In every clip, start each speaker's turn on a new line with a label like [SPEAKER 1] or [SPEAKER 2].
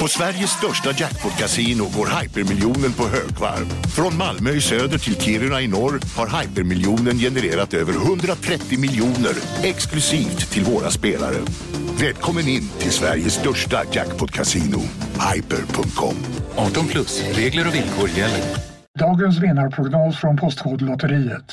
[SPEAKER 1] På Sveriges största jackpot-kasino går hypermiljonen på högvarv. Från Malmö i söder till Kiruna i norr har hypermiljonen genererat över 130 miljoner exklusivt till våra spelare. Välkommen in till Sveriges största jackpot-kasino, hyper.com.
[SPEAKER 2] 18 plus, regler och villkor gäller.
[SPEAKER 3] Dagens vinnarprognos från Postkodlotteriet.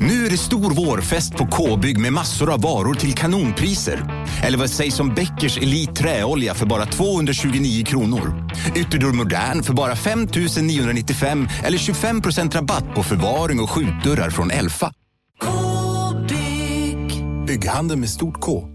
[SPEAKER 4] Nu är det stor vårfest på K-bygg med massor av varor till kanonpriser. Eller vad sägs om Bäckers Elite Träolja för bara 229 kronor? Ytterdörr Modern för bara 5 995 eller 25 rabatt på förvaring och skjutdörrar från Elfa.
[SPEAKER 5] K-bygg.
[SPEAKER 4] Bygghandeln med stort K.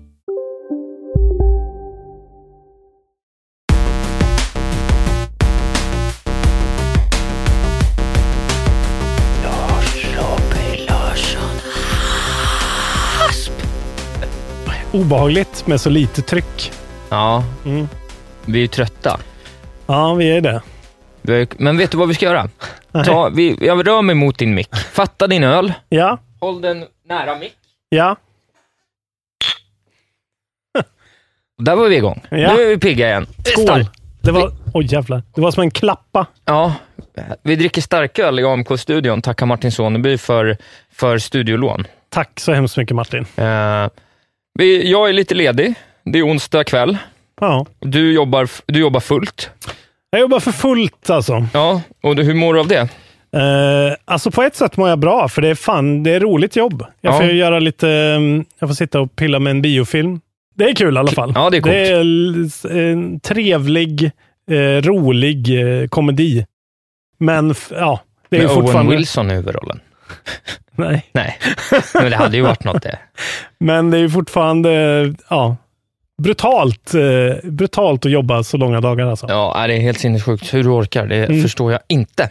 [SPEAKER 6] Obehagligt med så lite tryck.
[SPEAKER 7] Ja,
[SPEAKER 6] Mm.
[SPEAKER 7] vi är ju trötta.
[SPEAKER 6] Ja, vi är det.
[SPEAKER 7] Vi har ju- Men vet du vad vi ska göra? Ta, vi, jag rör mig mot din mick. Fatta din öl.
[SPEAKER 6] Ja,
[SPEAKER 7] Håll den nära mick.
[SPEAKER 6] ja.
[SPEAKER 7] Där var vi igång.
[SPEAKER 6] Ja.
[SPEAKER 7] Nu är vi pigga igen.
[SPEAKER 6] Skål!
[SPEAKER 7] Stark.
[SPEAKER 6] Det var... Oj, jävlar. Det var som en klappa.
[SPEAKER 7] Ja, vi dricker starköl i AMK-studion. Tackar Martin Soneby för, för studiolån.
[SPEAKER 6] Tack så hemskt mycket, Martin.
[SPEAKER 7] Eh, vi, jag är lite ledig. Det är onsdag kväll.
[SPEAKER 6] Ja.
[SPEAKER 7] Du jobbar, f- du jobbar fullt.
[SPEAKER 6] Jag jobbar för fullt alltså.
[SPEAKER 7] Ja, och du, hur mår du av det?
[SPEAKER 6] Eh, alltså på ett sätt mår jag bra, för det är fan, det är roligt jobb. Jag
[SPEAKER 7] Ja.
[SPEAKER 6] får ju göra lite, mm, jag får sitta och pilla med en biofilm. Det är kul i alla fall.
[SPEAKER 7] Ja, det är coolt.
[SPEAKER 6] Det är l- en trevlig, eh, rolig eh, komedi. Men f- ja, det är
[SPEAKER 7] Med
[SPEAKER 6] ju
[SPEAKER 7] Owen
[SPEAKER 6] fortfarande...
[SPEAKER 7] Wilson i huvudrollen.
[SPEAKER 6] Nej.
[SPEAKER 7] Nej, men det hade ju varit något det.
[SPEAKER 6] Men det är ju fortfarande, ja, brutalt, eh, brutalt att jobba så långa dagar alltså.
[SPEAKER 7] Ja, nej, det är helt sinnessjukt. Hur du orkar, det
[SPEAKER 6] Mm.
[SPEAKER 7] förstår jag inte. Eh,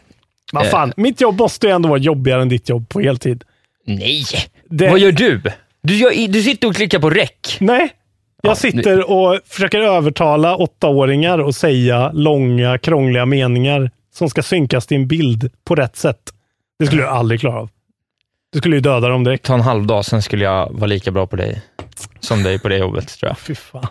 [SPEAKER 6] Vad fan, mitt jobb måste ju ändå vara jobbigare än ditt jobb på heltid.
[SPEAKER 7] Nej!
[SPEAKER 6] Det-
[SPEAKER 7] Vad gör du? Du, gör, du sitter och klickar på räck.
[SPEAKER 6] Nej. Jag
[SPEAKER 7] Ja,
[SPEAKER 6] sitter och försöker övertala åttaåringar och säga långa, krångliga meningar som ska synkas till en bild på rätt sätt. Det skulle jag aldrig klara av. Du skulle ju döda dem direkt.
[SPEAKER 7] Ta en halv dag, sen skulle jag vara lika bra på dig som dig på det jobbet, tror jag.
[SPEAKER 6] Fy fan.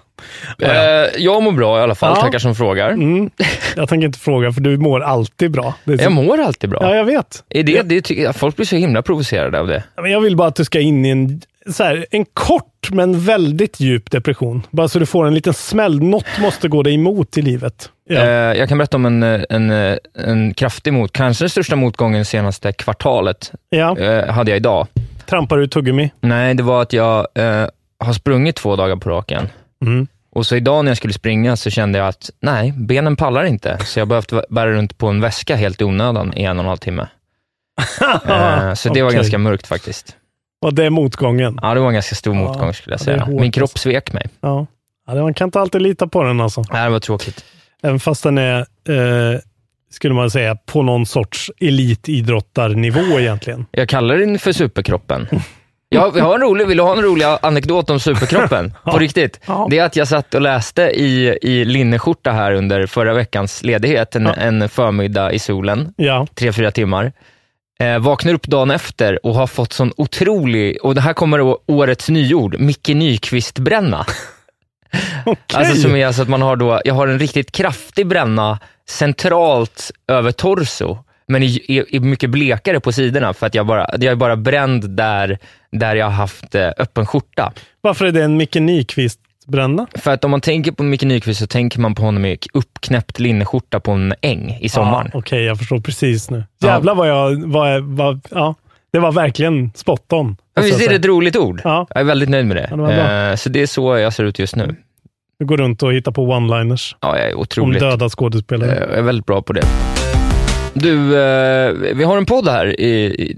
[SPEAKER 7] Eh, jag mår bra i alla fall,
[SPEAKER 6] Ja.
[SPEAKER 7] tackar som frågar.
[SPEAKER 6] Mm. Jag tänker inte fråga, för du mår alltid bra. Det är så-
[SPEAKER 7] Jag mår alltid bra.
[SPEAKER 6] Ja, jag vet.
[SPEAKER 7] Är det, det tycker jag, folk blir så himla provocerade av det.
[SPEAKER 6] Men jag vill bara att du ska in i en, så här, en kort men väldigt djup depression. Bara så du får en liten smäll. Något måste gå dig emot i livet. Ja.
[SPEAKER 7] Eh, jag kan berätta om en, eh, en, eh, en kraftig mot, kanske den största motgången senaste kvartalet,
[SPEAKER 6] ja.
[SPEAKER 7] eh, hade jag idag.
[SPEAKER 6] Trampar du tuggummi?
[SPEAKER 7] Nej, det var att jag eh, har sprungit två dagar på raken.
[SPEAKER 6] Mm.
[SPEAKER 7] Och så idag när jag skulle springa så kände jag att nej, benen pallar inte. Så jag behövde va- bära runt på en väska helt i onödan i en och en halv timme. Eh, så det var
[SPEAKER 6] Okej.
[SPEAKER 7] ganska mörkt faktiskt.
[SPEAKER 6] Och det är motgången.
[SPEAKER 7] Ja, det var en ganska stor
[SPEAKER 6] Ja,
[SPEAKER 7] motgång skulle jag
[SPEAKER 6] det är
[SPEAKER 7] säga.
[SPEAKER 6] hårt
[SPEAKER 7] Min kropp
[SPEAKER 6] alltså.
[SPEAKER 7] svek mig.
[SPEAKER 6] Ja. ja. det- Man kan inte alltid lita på den alltså.
[SPEAKER 7] Nej, det var tråkigt.
[SPEAKER 6] Även fast den är, eh, skulle man säga, på någon sorts elitidrottarnivå egentligen.
[SPEAKER 7] Jag kallar den för superkroppen. Jag, jag har en rolig, vill du ha en rolig anekdot om superkroppen? På riktigt.
[SPEAKER 6] Ja.
[SPEAKER 7] Det är att jag satt och läste i, i linneskjorta här under förra veckans ledighet, en, en förmiddag i solen.
[SPEAKER 6] Ja,
[SPEAKER 7] tre, fyra timmar. Eh, vaknar upp dagen efter och har fått sån otrolig, och det här kommer å- årets nyord, Micke Nyqvist-bränna.
[SPEAKER 6] okej.
[SPEAKER 7] Alltså som är alltså att man har då, jag har en riktigt kraftig bränna centralt över torso, men är, är, är mycket blekare på sidorna för att jag, bara, jag är bara bränd där, där jag har haft eh, öppen skjorta.
[SPEAKER 6] Varför är det en Micke Nyqvist-bränna?
[SPEAKER 7] För att om man tänker på Micke Nyqvist så tänker man på honom i uppknäppt linneskjorta på en äng i sommaren.
[SPEAKER 6] Ja, Okej, jag förstår precis nu.
[SPEAKER 7] Ja.
[SPEAKER 6] Jävlar vad jag... Vad jag vad, ja, det var verkligen spot on.
[SPEAKER 7] Men visst är det
[SPEAKER 6] Alltså,
[SPEAKER 7] ett roligt ord?
[SPEAKER 6] Ja.
[SPEAKER 7] Jag är väldigt nöjd med det.
[SPEAKER 6] Ja, det var bra.
[SPEAKER 7] Eh, så det är så jag ser ut just nu.
[SPEAKER 6] Du går runt och hittar på one-liners
[SPEAKER 7] Ja, jag är
[SPEAKER 6] om
[SPEAKER 7] otroligt.
[SPEAKER 6] döda
[SPEAKER 7] eh,
[SPEAKER 6] skådespelare.
[SPEAKER 7] jag är väldigt bra på det. Du, eh, vi har en podd här i,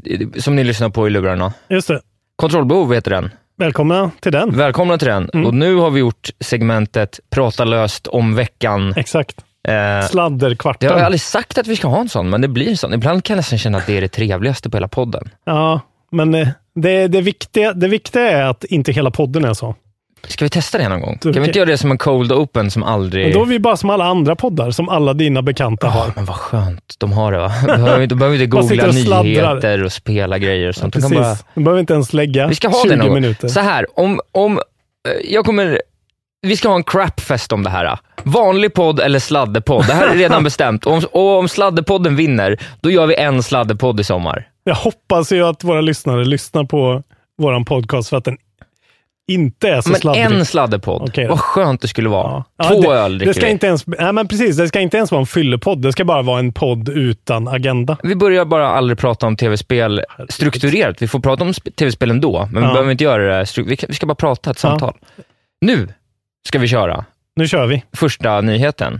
[SPEAKER 7] i, i- som ni lyssnar på i lurarna.
[SPEAKER 6] Just det.
[SPEAKER 7] Kontrollbehov heter den.
[SPEAKER 6] Välkomna till den. Mm.
[SPEAKER 7] Välkomna till den. Och nu har vi gjort segmentet Prata löst om veckan
[SPEAKER 6] Exakt.
[SPEAKER 7] Eh, jag har
[SPEAKER 6] Sladderkvarten.
[SPEAKER 7] aldrig sagt att vi ska ha en sån, men det blir en sån. Ibland kan jag nästan känna att det är det trevligaste på hela podden.
[SPEAKER 6] Ja, men eh, det, det, viktiga, det viktiga är att inte hela podden är så.
[SPEAKER 7] Ska vi testa det någon gång? Kan vi
[SPEAKER 6] Okej.
[SPEAKER 7] inte göra det som en cold open som
[SPEAKER 6] Men
[SPEAKER 7] aldrig...
[SPEAKER 6] då är vi bara som alla andra poddar, som alla dina bekanta
[SPEAKER 7] Ja,
[SPEAKER 6] har.
[SPEAKER 7] men vad skönt de har det va? Då behöver vi inte, behöver vi inte
[SPEAKER 6] Bara sitter
[SPEAKER 7] googla
[SPEAKER 6] och sladdrar.
[SPEAKER 7] nyheter och spela grejer och sånt. De kan
[SPEAKER 6] Precis.
[SPEAKER 7] bara...
[SPEAKER 6] Du behöver inte ens lägga
[SPEAKER 7] Vi ska ha
[SPEAKER 6] 20
[SPEAKER 7] det någon gång.
[SPEAKER 6] minuter.
[SPEAKER 7] Så här, om, om, eh, jag kommer, vi ska ha en crapfest om det här. eh. Vanlig podd eller sladdepodd. Det här är redan bestämt. Och om, och om sladdepodden vinner, då gör vi en sladdepodd i sommar.
[SPEAKER 6] Jag hoppas ju att våra lyssnare lyssnar på vår podcast för att den inte är så
[SPEAKER 7] Men
[SPEAKER 6] sladdrig.
[SPEAKER 7] en sladdepodd.
[SPEAKER 6] Okej då.
[SPEAKER 7] Vad skönt det skulle vara.
[SPEAKER 6] Ja,
[SPEAKER 7] Två
[SPEAKER 6] det,
[SPEAKER 7] öl
[SPEAKER 6] det
[SPEAKER 7] dricker
[SPEAKER 6] ska
[SPEAKER 7] vi.
[SPEAKER 6] inte ens, nej, men precis, det ska inte ens vara en fyllepodd. Det ska bara vara en podd utan agenda.
[SPEAKER 7] Vi börjar bara aldrig prata om tv-spel strukturerat. Vi får prata om sp- tv-spel ändå, men vi
[SPEAKER 6] Ja.
[SPEAKER 7] behöver inte göra det. stru- Vi kan- vi ska bara prata ett samtal. Nu ska vi köra
[SPEAKER 6] Nu kör vi.
[SPEAKER 7] första nyheten.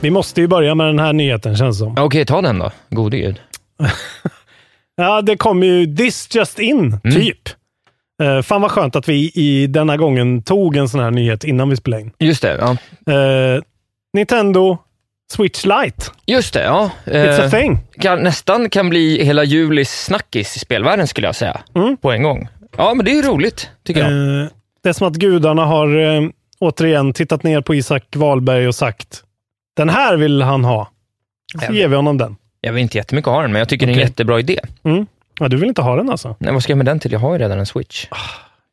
[SPEAKER 6] Vi måste ju börja med den här nyheten känns det som.
[SPEAKER 7] Okej, ta den då. Gode gud.
[SPEAKER 6] Ja, det kommer ju this just in,
[SPEAKER 7] Mm.
[SPEAKER 6] typ. Eh, fan vad skönt att vi i denna gången tog en sån här nyhet innan vi spelade in.
[SPEAKER 7] Just det. Ja.
[SPEAKER 6] Eh, Nintendo Switch Lite.
[SPEAKER 7] Just det, ja.
[SPEAKER 6] It's
[SPEAKER 7] Eh,
[SPEAKER 6] a thing.
[SPEAKER 7] kan, nästan kan bli hela Julis snackis i spelvärlden skulle jag säga. På en gång. Ja, men det är ju roligt, tycker jag.
[SPEAKER 6] Mm. Eh, det är som att gudarna har eh, återigen tittat ner på Isak Wahlberg och sagt den här vill han ha. Så
[SPEAKER 7] Jag
[SPEAKER 6] ger vi honom den.
[SPEAKER 7] Jag vill inte jättemycket ha den, men jag tycker det är
[SPEAKER 6] Okej.
[SPEAKER 7] en jättebra idé.
[SPEAKER 6] Mm. Ja, du vill inte ha den alltså?
[SPEAKER 7] Nej, vad ska jag med den till? Jag har ju redan en switch.
[SPEAKER 6] Ah.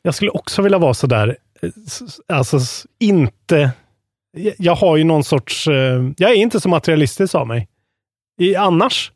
[SPEAKER 6] Jag skulle också vilja vara sådär, eh, s- s- alltså s- inte... jag- Jag har ju någon sorts... eh, Jag är inte så materialistisk av mig. I, annars?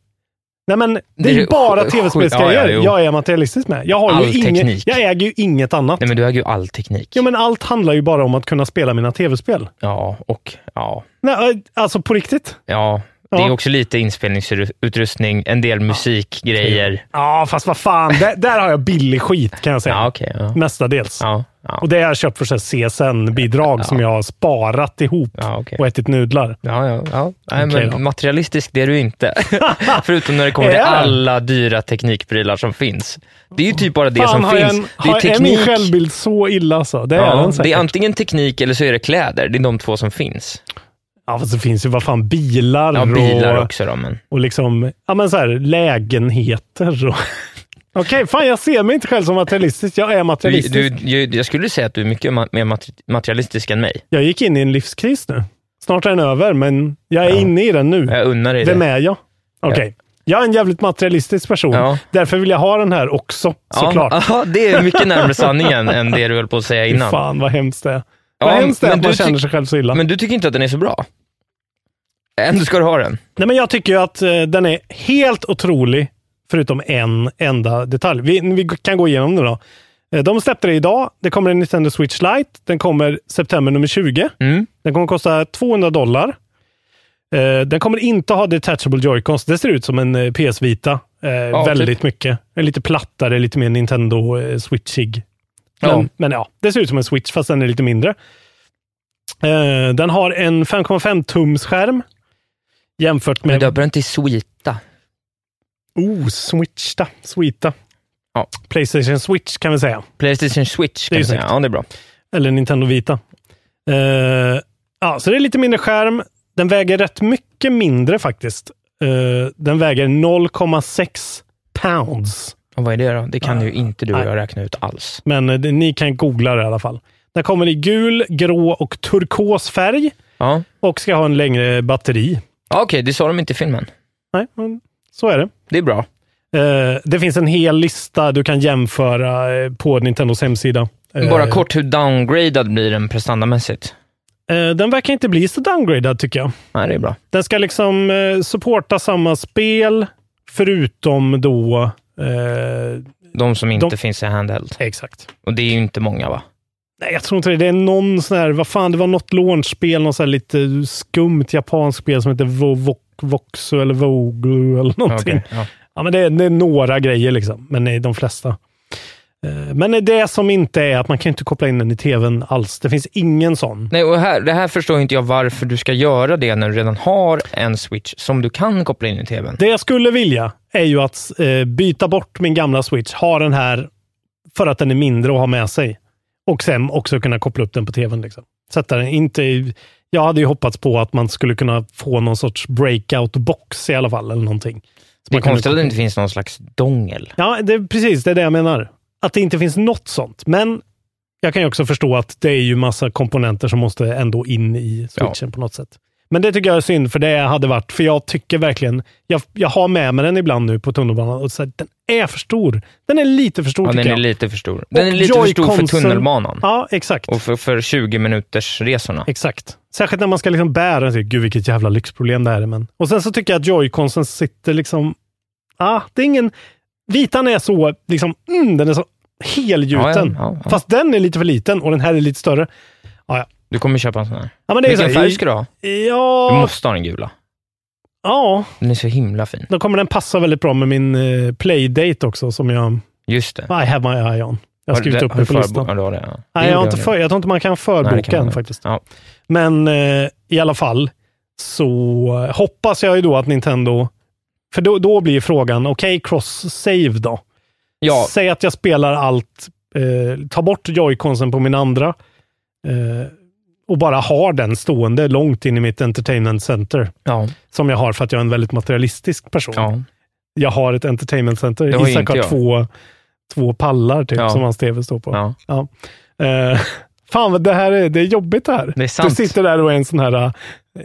[SPEAKER 6] Nej men, det,
[SPEAKER 7] Det
[SPEAKER 6] är ju
[SPEAKER 7] är
[SPEAKER 6] bara
[SPEAKER 7] sj-
[SPEAKER 6] tv-spelsgrejer
[SPEAKER 7] sj- ja, ja, jo.
[SPEAKER 6] jag är materialistisk med. Jag, har
[SPEAKER 7] All
[SPEAKER 6] ju inget,
[SPEAKER 7] teknik.
[SPEAKER 6] jag äger ju inget annat.
[SPEAKER 7] Nej, men du äger ju all teknik.
[SPEAKER 6] Jo men allt handlar ju bara om att kunna spela mina tv-spel.
[SPEAKER 7] Ja, och ja.
[SPEAKER 6] Nej, eh, alltså på riktigt.
[SPEAKER 7] Ja, det
[SPEAKER 6] Ja.
[SPEAKER 7] är också lite inspelningsutrustning, en del musikgrejer.
[SPEAKER 6] Ja, fast vad fan. där, där har jag billig skit kan jag säga.
[SPEAKER 7] Ja, okej. ja.
[SPEAKER 6] Mestadels.
[SPEAKER 7] Ja, ja.
[SPEAKER 6] Och det har jag köpt för så här CSN-bidrag som jag har sparat ihop
[SPEAKER 7] Ja, okej.
[SPEAKER 6] och ätit nudlar.
[SPEAKER 7] Ja, ja, ja. Nej,
[SPEAKER 6] Okej då.
[SPEAKER 7] men materialistisk det är du inte. Förutom när det kommer
[SPEAKER 6] Är
[SPEAKER 7] till
[SPEAKER 6] jag?
[SPEAKER 7] alla dyra teknikprylar som finns. Det är ju typ bara det
[SPEAKER 6] Fan,
[SPEAKER 7] som
[SPEAKER 6] har jag
[SPEAKER 7] finns.
[SPEAKER 6] En,
[SPEAKER 7] det är
[SPEAKER 6] har jag- är min självbild så illa så? Det är
[SPEAKER 7] ja,
[SPEAKER 6] den säkert.
[SPEAKER 7] det är antingen teknik eller så är det kläder. Det är de två som finns.
[SPEAKER 6] ja, fast det finns ju vad fan bilar,
[SPEAKER 7] Ja, bilar
[SPEAKER 6] och,
[SPEAKER 7] också då, men.
[SPEAKER 6] och liksom, ja men så här, lägenheter. och- Okej, fan jag ser mig inte själv som materialistisk. Jag är
[SPEAKER 7] Du,
[SPEAKER 6] materialistisk.
[SPEAKER 7] du, ju- jag skulle säga att du är mycket ma- mer mat- materialistisk än mig.
[SPEAKER 6] Jag gick in i en livskris nu. Snart är den över, men jag är
[SPEAKER 7] Ja.
[SPEAKER 6] inne i den nu.
[SPEAKER 7] Jag unnar dig
[SPEAKER 6] Vem
[SPEAKER 7] det.
[SPEAKER 6] är jag? Okej. Jag är en jävligt materialistisk person.
[SPEAKER 7] Ja.
[SPEAKER 6] Därför vill jag ha den här också, såklart.
[SPEAKER 7] Ja, ja, det är mycket närmare sanningen än det du höll på att säga
[SPEAKER 6] Fy
[SPEAKER 7] innan.
[SPEAKER 6] fan vad hemskt det är.
[SPEAKER 7] Ja,
[SPEAKER 6] vad hemskt det är
[SPEAKER 7] men
[SPEAKER 6] att man
[SPEAKER 7] du
[SPEAKER 6] känner
[SPEAKER 7] tyck-
[SPEAKER 6] sig själv så illa.
[SPEAKER 7] Men du tycker inte att den är så bra? Ändå ska du ha den.
[SPEAKER 6] Nej, men jag tycker ju att eh, den är helt otrolig, förutom en enda detalj. Vi, vi kan gå igenom den då. Eh, de släppte det idag. Det kommer en Nintendo Switch Lite. Den kommer september nummer 20.
[SPEAKER 7] Mm.
[SPEAKER 6] Den kommer kosta 200 dollar. Eh, den kommer inte ha detachable joycons. Det ser ut som en eh, PS Vita. Eh,
[SPEAKER 7] typ.
[SPEAKER 6] väldigt mycket. En lite plattare, lite mer Nintendo eh, Switchig. Men,
[SPEAKER 7] Ja.
[SPEAKER 6] men ja, det ser ut som en Switch fast den är lite mindre. Eh, den har en 5,5 tums skärm jämfört
[SPEAKER 7] Men
[SPEAKER 6] med...
[SPEAKER 7] döper den till Suita.
[SPEAKER 6] Oh, switchta. Sweeta.
[SPEAKER 7] Ja.
[SPEAKER 6] Playstation Switch kan vi säga.
[SPEAKER 7] Playstation Switch kan
[SPEAKER 6] Det är
[SPEAKER 7] man säga.
[SPEAKER 6] snyggt.
[SPEAKER 7] Ja, det är bra.
[SPEAKER 6] Eller Nintendo Vita. Eh, ja, så det är lite mindre skärm. Den väger rätt mycket mindre faktiskt. Eh, den väger 0,6 pounds.
[SPEAKER 7] Och vad är det då? Det kan ju inte du och
[SPEAKER 6] Nej.
[SPEAKER 7] jag räkna ut alls.
[SPEAKER 6] Men eh, det- ni kan googla det i alla fall. Den kommer i gul, grå och turkos färg
[SPEAKER 7] Ja.
[SPEAKER 6] och ska ha en längre batteri.
[SPEAKER 7] Ja, Okej, det sa de inte i filmen.
[SPEAKER 6] Nej, men så är det.
[SPEAKER 7] Det är bra.
[SPEAKER 6] Eh, det finns en hel lista du kan jämföra eh, på Nintendos hemsida. Eh,
[SPEAKER 7] Bara kort, hur downgradad blir den prestandamässigt?
[SPEAKER 6] eh, den verkar inte bli så downgradad tycker jag.
[SPEAKER 7] Nej, det är bra.
[SPEAKER 6] Den ska liksom eh, supporta samma spel, förutom då... Eh,
[SPEAKER 7] De som inte
[SPEAKER 6] De-
[SPEAKER 7] finns i handheld.
[SPEAKER 6] exakt.
[SPEAKER 7] Och det är ju inte många va?
[SPEAKER 6] Nej, jag tror inte det. Det är någon sån här... Vad fan, det var något launchspel, något så här lite skumt japanskt spel som heter Vo- Vo- Voxu eller Voglu eller någonting.
[SPEAKER 7] Okej, ja.
[SPEAKER 6] Ja, men det, är, det är några grejer, liksom. men det är de flesta. Eh, Men det är det som inte är att man kan inte koppla in den i tvn alls. Det finns ingen sån.
[SPEAKER 7] Nej, och här, det här förstår inte jag varför du ska göra det när du redan har en switch som du kan koppla in i tvn.
[SPEAKER 6] Det jag skulle vilja är ju att eh, byta bort min gamla Switch, ha den här för att den är mindre att ha med sig. Och sen också kunna koppla upp den på tvn. Liksom. Sätta den inte i, Jag hade ju hoppats på att man skulle kunna få någon sorts breakout-box i alla fall, eller någonting.
[SPEAKER 7] Det är
[SPEAKER 6] Man kunde-
[SPEAKER 7] konstigt Oh, att det inte finns någon slags dongel.
[SPEAKER 6] Ja, det, är precis. Det är det jag menar. Att det inte finns något sånt. Men jag kan ju också förstå att det är ju massa komponenter som måste ändå in i switchen på något sätt. Men det tycker jag är synd, för det hade varit, för jag tycker verkligen, jag, jag har med mig den ibland nu på tunnelbanan och så här, den är för stor. Den är lite för stor
[SPEAKER 7] Ja,
[SPEAKER 6] tycker
[SPEAKER 7] den är
[SPEAKER 6] jag.
[SPEAKER 7] lite för stor. Den är
[SPEAKER 6] Och
[SPEAKER 7] lite för stor för
[SPEAKER 6] Joy-Consen-
[SPEAKER 7] tunnelbanan
[SPEAKER 6] Ja, exakt.
[SPEAKER 7] och för, för 20 minuters resorna.
[SPEAKER 6] Exakt. Särskilt när man ska liksom bära den. så, Gud, vilket jävla lyxproblem det här är. Men... Och sen så tycker jag att joyconsen sitter liksom... Ah, det är ingen... Vitan är så, liksom, mm, den är så helgjuten.
[SPEAKER 7] Ja, ja, ja, ja.
[SPEAKER 6] Fast den är lite för liten och den här är lite större.
[SPEAKER 7] Du kommer köpa en sån här.
[SPEAKER 6] Ja, men det är
[SPEAKER 7] Vilken
[SPEAKER 6] så här-
[SPEAKER 7] färg ska du ha? Du
[SPEAKER 6] Ja,
[SPEAKER 7] måste ha den gula.
[SPEAKER 6] ja,
[SPEAKER 7] Den är så himla fin.
[SPEAKER 6] då kommer den passa väldigt bra med min eh, playdate också, som jag...
[SPEAKER 7] Just det.
[SPEAKER 6] I have my eye on. Jag har
[SPEAKER 7] Har du-
[SPEAKER 6] skrivit upp
[SPEAKER 7] har
[SPEAKER 6] den
[SPEAKER 7] du
[SPEAKER 6] på
[SPEAKER 7] förbo-
[SPEAKER 6] listan.
[SPEAKER 7] Ja, du har det, ja.
[SPEAKER 6] Nej,
[SPEAKER 7] Det
[SPEAKER 6] jag, har
[SPEAKER 7] gjorde
[SPEAKER 6] inte för, jag tror inte man kan
[SPEAKER 7] Nej, det
[SPEAKER 6] förboka
[SPEAKER 7] kan man
[SPEAKER 6] den
[SPEAKER 7] inte.
[SPEAKER 6] faktiskt.
[SPEAKER 7] Ja.
[SPEAKER 6] Men eh, i alla fall så eh, hoppas jag ju då att Nintendo... För då, då blir frågan, okej, cross-save då.
[SPEAKER 7] Ja,
[SPEAKER 6] Säg att jag spelar allt, eh, tar bort joyconsen på min andra eh, och bara har den stående långt in i mitt entertainment center.
[SPEAKER 7] ja,
[SPEAKER 6] Som jag har för att jag är en väldigt materialistisk person.
[SPEAKER 7] ja.
[SPEAKER 6] Jag har ett entertainment center.
[SPEAKER 7] Det har ju
[SPEAKER 6] Isak
[SPEAKER 7] inte
[SPEAKER 6] har
[SPEAKER 7] jag.
[SPEAKER 6] två, två pallar typ,
[SPEAKER 7] Ja.
[SPEAKER 6] som hans tv står på.
[SPEAKER 7] ja.
[SPEAKER 6] Ja. Eh, fan, vad det här är, det är jobbigt det här.
[SPEAKER 7] Det är sant.
[SPEAKER 6] Du sitter där och är en sån här, eh,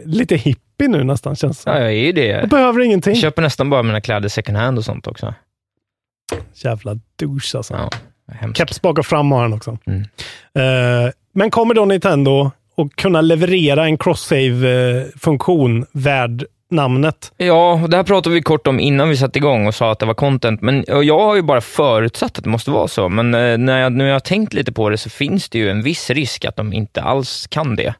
[SPEAKER 6] lite hippie nu nästan känns det
[SPEAKER 7] ja jag är ju
[SPEAKER 6] Jag
[SPEAKER 7] det.
[SPEAKER 6] behöver ingenting.
[SPEAKER 7] Jag köper nästan bara mina kläder second hand och sånt också.
[SPEAKER 6] Jävla douche alltså.
[SPEAKER 7] Ja, hemskt.
[SPEAKER 6] Keps bak och fram har han också.
[SPEAKER 7] Mm.
[SPEAKER 6] Eh, men kommer då Nintendo att kunna leverera en cross-save-funktion värd namnet?
[SPEAKER 7] Ja, och det här pratade vi kort om innan vi satte igång och sa att det var content, men och jag har ju bara förutsatt att det måste vara så, men eh, när jag, när jag har tänkt lite på det så finns det ju en viss risk att de inte alls kan det.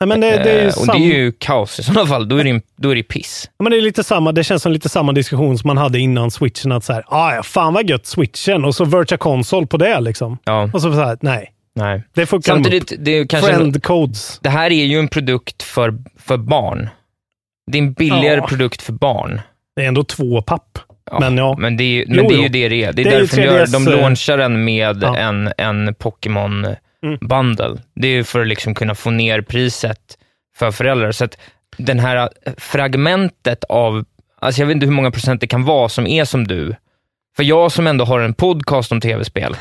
[SPEAKER 6] Nej, men det, det är ju
[SPEAKER 7] Eh, och
[SPEAKER 6] samma,
[SPEAKER 7] det är ju kaos i sådana fall, då är det, ju- då är det piss.
[SPEAKER 6] Ja, men det, är lite samma, det känns som lite samma diskussion som man hade innan switchen. Att så här, ah, ja, fan vad gött switchen och så Virtua Console på det liksom.
[SPEAKER 7] Ja,
[SPEAKER 6] Och så, så här, nej,
[SPEAKER 7] nej.
[SPEAKER 6] det fuckar de upp.
[SPEAKER 7] Samtidigt, det, är ju kanske en,
[SPEAKER 6] Friend codes.
[SPEAKER 7] det här är ju en produkt för, för barn. Det är en billigare
[SPEAKER 6] Ja.
[SPEAKER 7] produkt för barn.
[SPEAKER 6] Det är ändå två papp.
[SPEAKER 7] Ja,
[SPEAKER 6] Men ja.
[SPEAKER 7] Men det är, ju- men
[SPEAKER 6] Jo,
[SPEAKER 7] det är
[SPEAKER 6] jo.
[SPEAKER 7] ju det det är. Det är,
[SPEAKER 6] Det är ju
[SPEAKER 7] därför de, gör,
[SPEAKER 6] 3DS,
[SPEAKER 7] de
[SPEAKER 6] eh,
[SPEAKER 7] launchar den med
[SPEAKER 6] ja.
[SPEAKER 7] en, en Pokémon
[SPEAKER 6] Mm.
[SPEAKER 7] bundle. Det är ju för att liksom kunna få ner priset för föräldrar. Så att den här eh, fragmentet av, alltså jag vet inte hur många procent det kan vara som är som du. För jag som ändå har en podcast om tv-spel,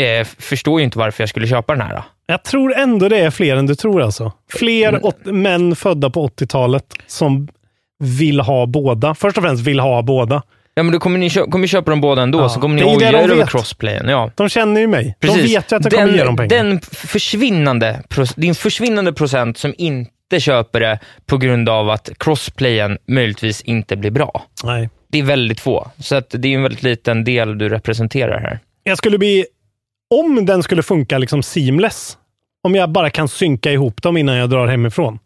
[SPEAKER 7] eh, förstår ju inte varför jag skulle köpa den här. Då.
[SPEAKER 6] Jag tror ändå det är fler än du tror alltså.
[SPEAKER 7] Mm.
[SPEAKER 6] Fler åt, män födda på 80-talet som vill ha båda. Först och främst vill ha båda.
[SPEAKER 7] Ja, men då kommer ni kö- kommer köpa dem båda ändå,
[SPEAKER 6] Ja.
[SPEAKER 7] så kommer
[SPEAKER 6] Det är
[SPEAKER 7] ni
[SPEAKER 6] ju det
[SPEAKER 7] oja
[SPEAKER 6] de
[SPEAKER 7] er över
[SPEAKER 6] vet.
[SPEAKER 7] crossplayen. Ja.
[SPEAKER 6] De känner ju mig. De
[SPEAKER 7] Precis.
[SPEAKER 6] vet ju att jag
[SPEAKER 7] den,
[SPEAKER 6] kommer ge dem pengar.
[SPEAKER 7] Den f- försvinnande, proc- det är en försvinnande procent som inte köper det på grund av att crossplayen möjligtvis inte blir bra.
[SPEAKER 6] Nej.
[SPEAKER 7] Det är väldigt få, så att det är en väldigt liten del du representerar här.
[SPEAKER 6] Jag skulle bli... Om den skulle funka liksom seamless, om jag bara kan synka ihop dem innan jag drar hemifrån,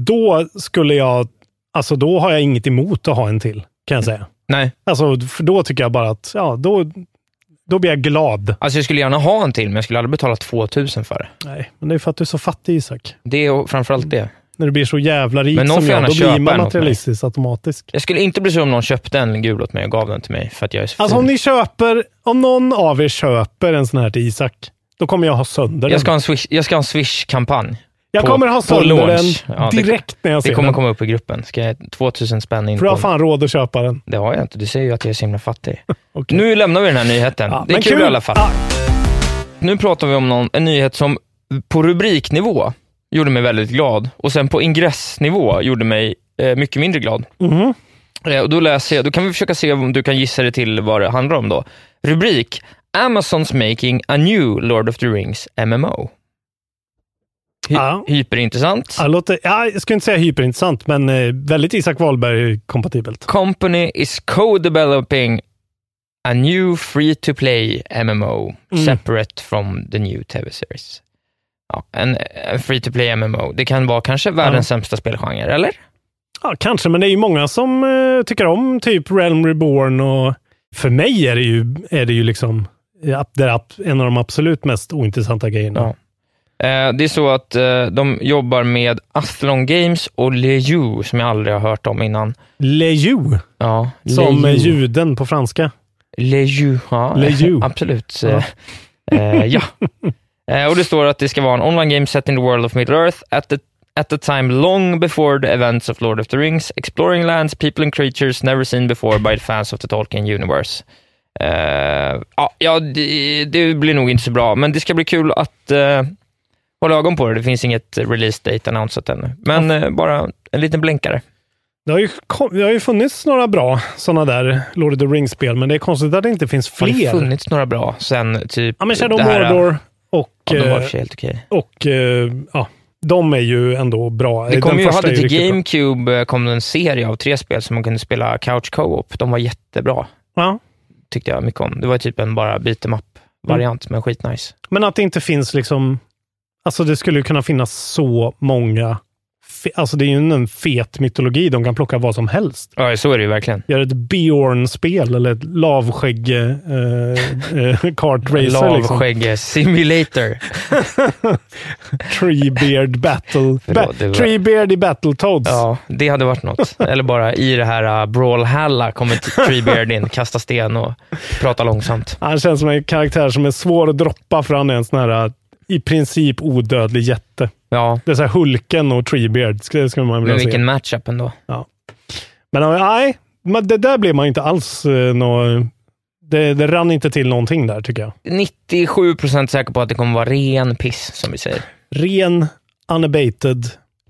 [SPEAKER 6] då skulle jag... Alltså då har jag inget emot att ha en till, kan
[SPEAKER 7] Mm.
[SPEAKER 6] jag säga.
[SPEAKER 7] Nej,
[SPEAKER 6] Alltså, för då tycker jag bara att, ja, då, då blir jag glad.
[SPEAKER 7] alltså jag skulle gärna ha en till, men jag skulle aldrig betala 2000 för det.
[SPEAKER 6] Nej, men det är för att du är så fattig Isak.
[SPEAKER 7] Det är och framförallt det.
[SPEAKER 6] När du blir så jävla rik
[SPEAKER 7] Men någon
[SPEAKER 6] som
[SPEAKER 7] får
[SPEAKER 6] jag,
[SPEAKER 7] gärna
[SPEAKER 6] då
[SPEAKER 7] köpa
[SPEAKER 6] blir
[SPEAKER 7] en åt
[SPEAKER 6] man
[SPEAKER 7] mig.
[SPEAKER 6] materialistisk automatisk.
[SPEAKER 7] Jag skulle inte bli så om någon köpte en gul åt mig och gav den till mig för att jag är så
[SPEAKER 6] Alltså
[SPEAKER 7] fin.
[SPEAKER 6] om ni köper, om någon av er köper en sån här till Isak, då kommer jag ha sönder den.
[SPEAKER 7] Jag ska ha en swish- jag ska ha en Swish-kampanj.
[SPEAKER 6] Jag
[SPEAKER 7] på-
[SPEAKER 6] kommer ha
[SPEAKER 7] på
[SPEAKER 6] sönder den
[SPEAKER 7] launch. Ja, det-
[SPEAKER 6] direkt när jag
[SPEAKER 7] Det
[SPEAKER 6] ser
[SPEAKER 7] kommer
[SPEAKER 6] den.
[SPEAKER 7] komma upp i gruppen. Ska jag 2000 spänn in
[SPEAKER 6] För jag har
[SPEAKER 7] på-
[SPEAKER 6] fan råd att köpa den.
[SPEAKER 7] Det har jag inte. Du säger ju att jag är så himla fattig.
[SPEAKER 6] Okej.
[SPEAKER 7] Nu lämnar vi den här nyheten.
[SPEAKER 6] Ja,
[SPEAKER 7] det är
[SPEAKER 6] men
[SPEAKER 7] kul, i alla fall.
[SPEAKER 6] Ja,
[SPEAKER 7] Nu pratar vi om någon, en nyhet som på rubriknivå gjorde mig väldigt glad och sen på ingressnivå gjorde mig eh, mycket mindre glad.
[SPEAKER 6] mhm.
[SPEAKER 7] Eh, och då, läser jag, då kan vi försöka se om du kan gissa dig till vad det handlar om. då. Rubrik Amazon's making a new Lord of the Rings MMO. Hy-
[SPEAKER 6] Ja.
[SPEAKER 7] Hyperintressant.
[SPEAKER 6] Ja, det låter, ja, jag ska inte säga hyperintressant, men eh, väldigt Isak Wahlberg-kompatibelt.
[SPEAKER 7] company is co-developing a new free-to-play MMO
[SPEAKER 6] Mm.
[SPEAKER 7] separate from the new TV series. Ja, en, en free-to-play MMO. Det kan vara kanske världens sämsta spelgenre, eller?
[SPEAKER 6] Ja, kanske, men det är ju många som eh, tycker om typ Realm Reborn och för mig är det ju, är det ju liksom eh, det är ab- en av de absolut mest ointressanta grejerna.
[SPEAKER 7] Ja. Eh, det är så att eh, de jobbar med Athlon Games och Leju, som jag aldrig har hört om innan.
[SPEAKER 6] Leju,
[SPEAKER 7] Ja,
[SPEAKER 6] som är
[SPEAKER 7] Leju.
[SPEAKER 6] juden på franska.
[SPEAKER 7] Leju, ja.
[SPEAKER 6] Leju.
[SPEAKER 7] Absolut. Eh, eh, ja. Eh, och det står att det ska vara en online game set in the world of Middle Earth at the at the time long before the events of Lord of the Rings, exploring lands, people and creatures never seen before by the fans of the Tolkien universe. Eh, ja, ja, det, det blir nog inte så bra, men det ska bli kul att eh, hålla ögon på det. Det finns inget release date annonsat ännu, men eh, bara en liten blänkare.
[SPEAKER 6] Det har ju, kom, det har ju funnits några bra sådana där Lord of the Rings-spel, men det är konstigt att det inte finns
[SPEAKER 7] Har det
[SPEAKER 6] fler.
[SPEAKER 7] funnits några bra sen typ
[SPEAKER 6] Ja, men Shadow
[SPEAKER 7] det här?
[SPEAKER 6] Mordor och...
[SPEAKER 7] Ja, de
[SPEAKER 6] eh,
[SPEAKER 7] var i och för sig helt okej.
[SPEAKER 6] Och eh, ja, de är ju ändå bra.
[SPEAKER 7] Det kom
[SPEAKER 6] Den
[SPEAKER 7] ju, jag
[SPEAKER 6] första
[SPEAKER 7] hade
[SPEAKER 6] är ju
[SPEAKER 7] till
[SPEAKER 6] riktigt bra.
[SPEAKER 7] GameCube eh, kom det en serie av tre spel som man kunde spela couch co-op. De var jättebra,
[SPEAKER 6] Ja.
[SPEAKER 7] tyckte jag mycket om. Det var typ en bara beat em up-variant, men skitnice.
[SPEAKER 6] Men att det inte finns liksom... Alltså det skulle ju kunna finnas så många... fe- Alltså det är ju en fet mytologi. De kan plocka vad som helst.
[SPEAKER 7] Ja, så är det ju verkligen.
[SPEAKER 6] Gör ett Bjorn-spel eller ett lavskägg eh, eh, kartracer. liksom.
[SPEAKER 7] Lavskägg eh, simulator.
[SPEAKER 6] Treebeard battle. Ba
[SPEAKER 7] Förlåt, det var-
[SPEAKER 6] Treebeard i Battletoads.
[SPEAKER 7] Ja, det hade varit något. Eller bara i det här uh, Brawlhalla kommer t- Treebeard in, kasta sten och prata långsamt.
[SPEAKER 6] Han känns som en karaktär som är svår att droppa för han är en sån här eh, i princip odödlig jätte.
[SPEAKER 7] Ja,
[SPEAKER 6] Det är så här Hulken och Treebeard. Ska, ska man vilja
[SPEAKER 7] men
[SPEAKER 6] se.
[SPEAKER 7] vilken matchup ändå.
[SPEAKER 6] Men eh, nej, men det där blev man inte alls eh, nå, det, det rann inte till någonting där tycker jag.
[SPEAKER 7] 97% säker på att det kommer vara ren piss, som vi säger.
[SPEAKER 6] Ren, unabated,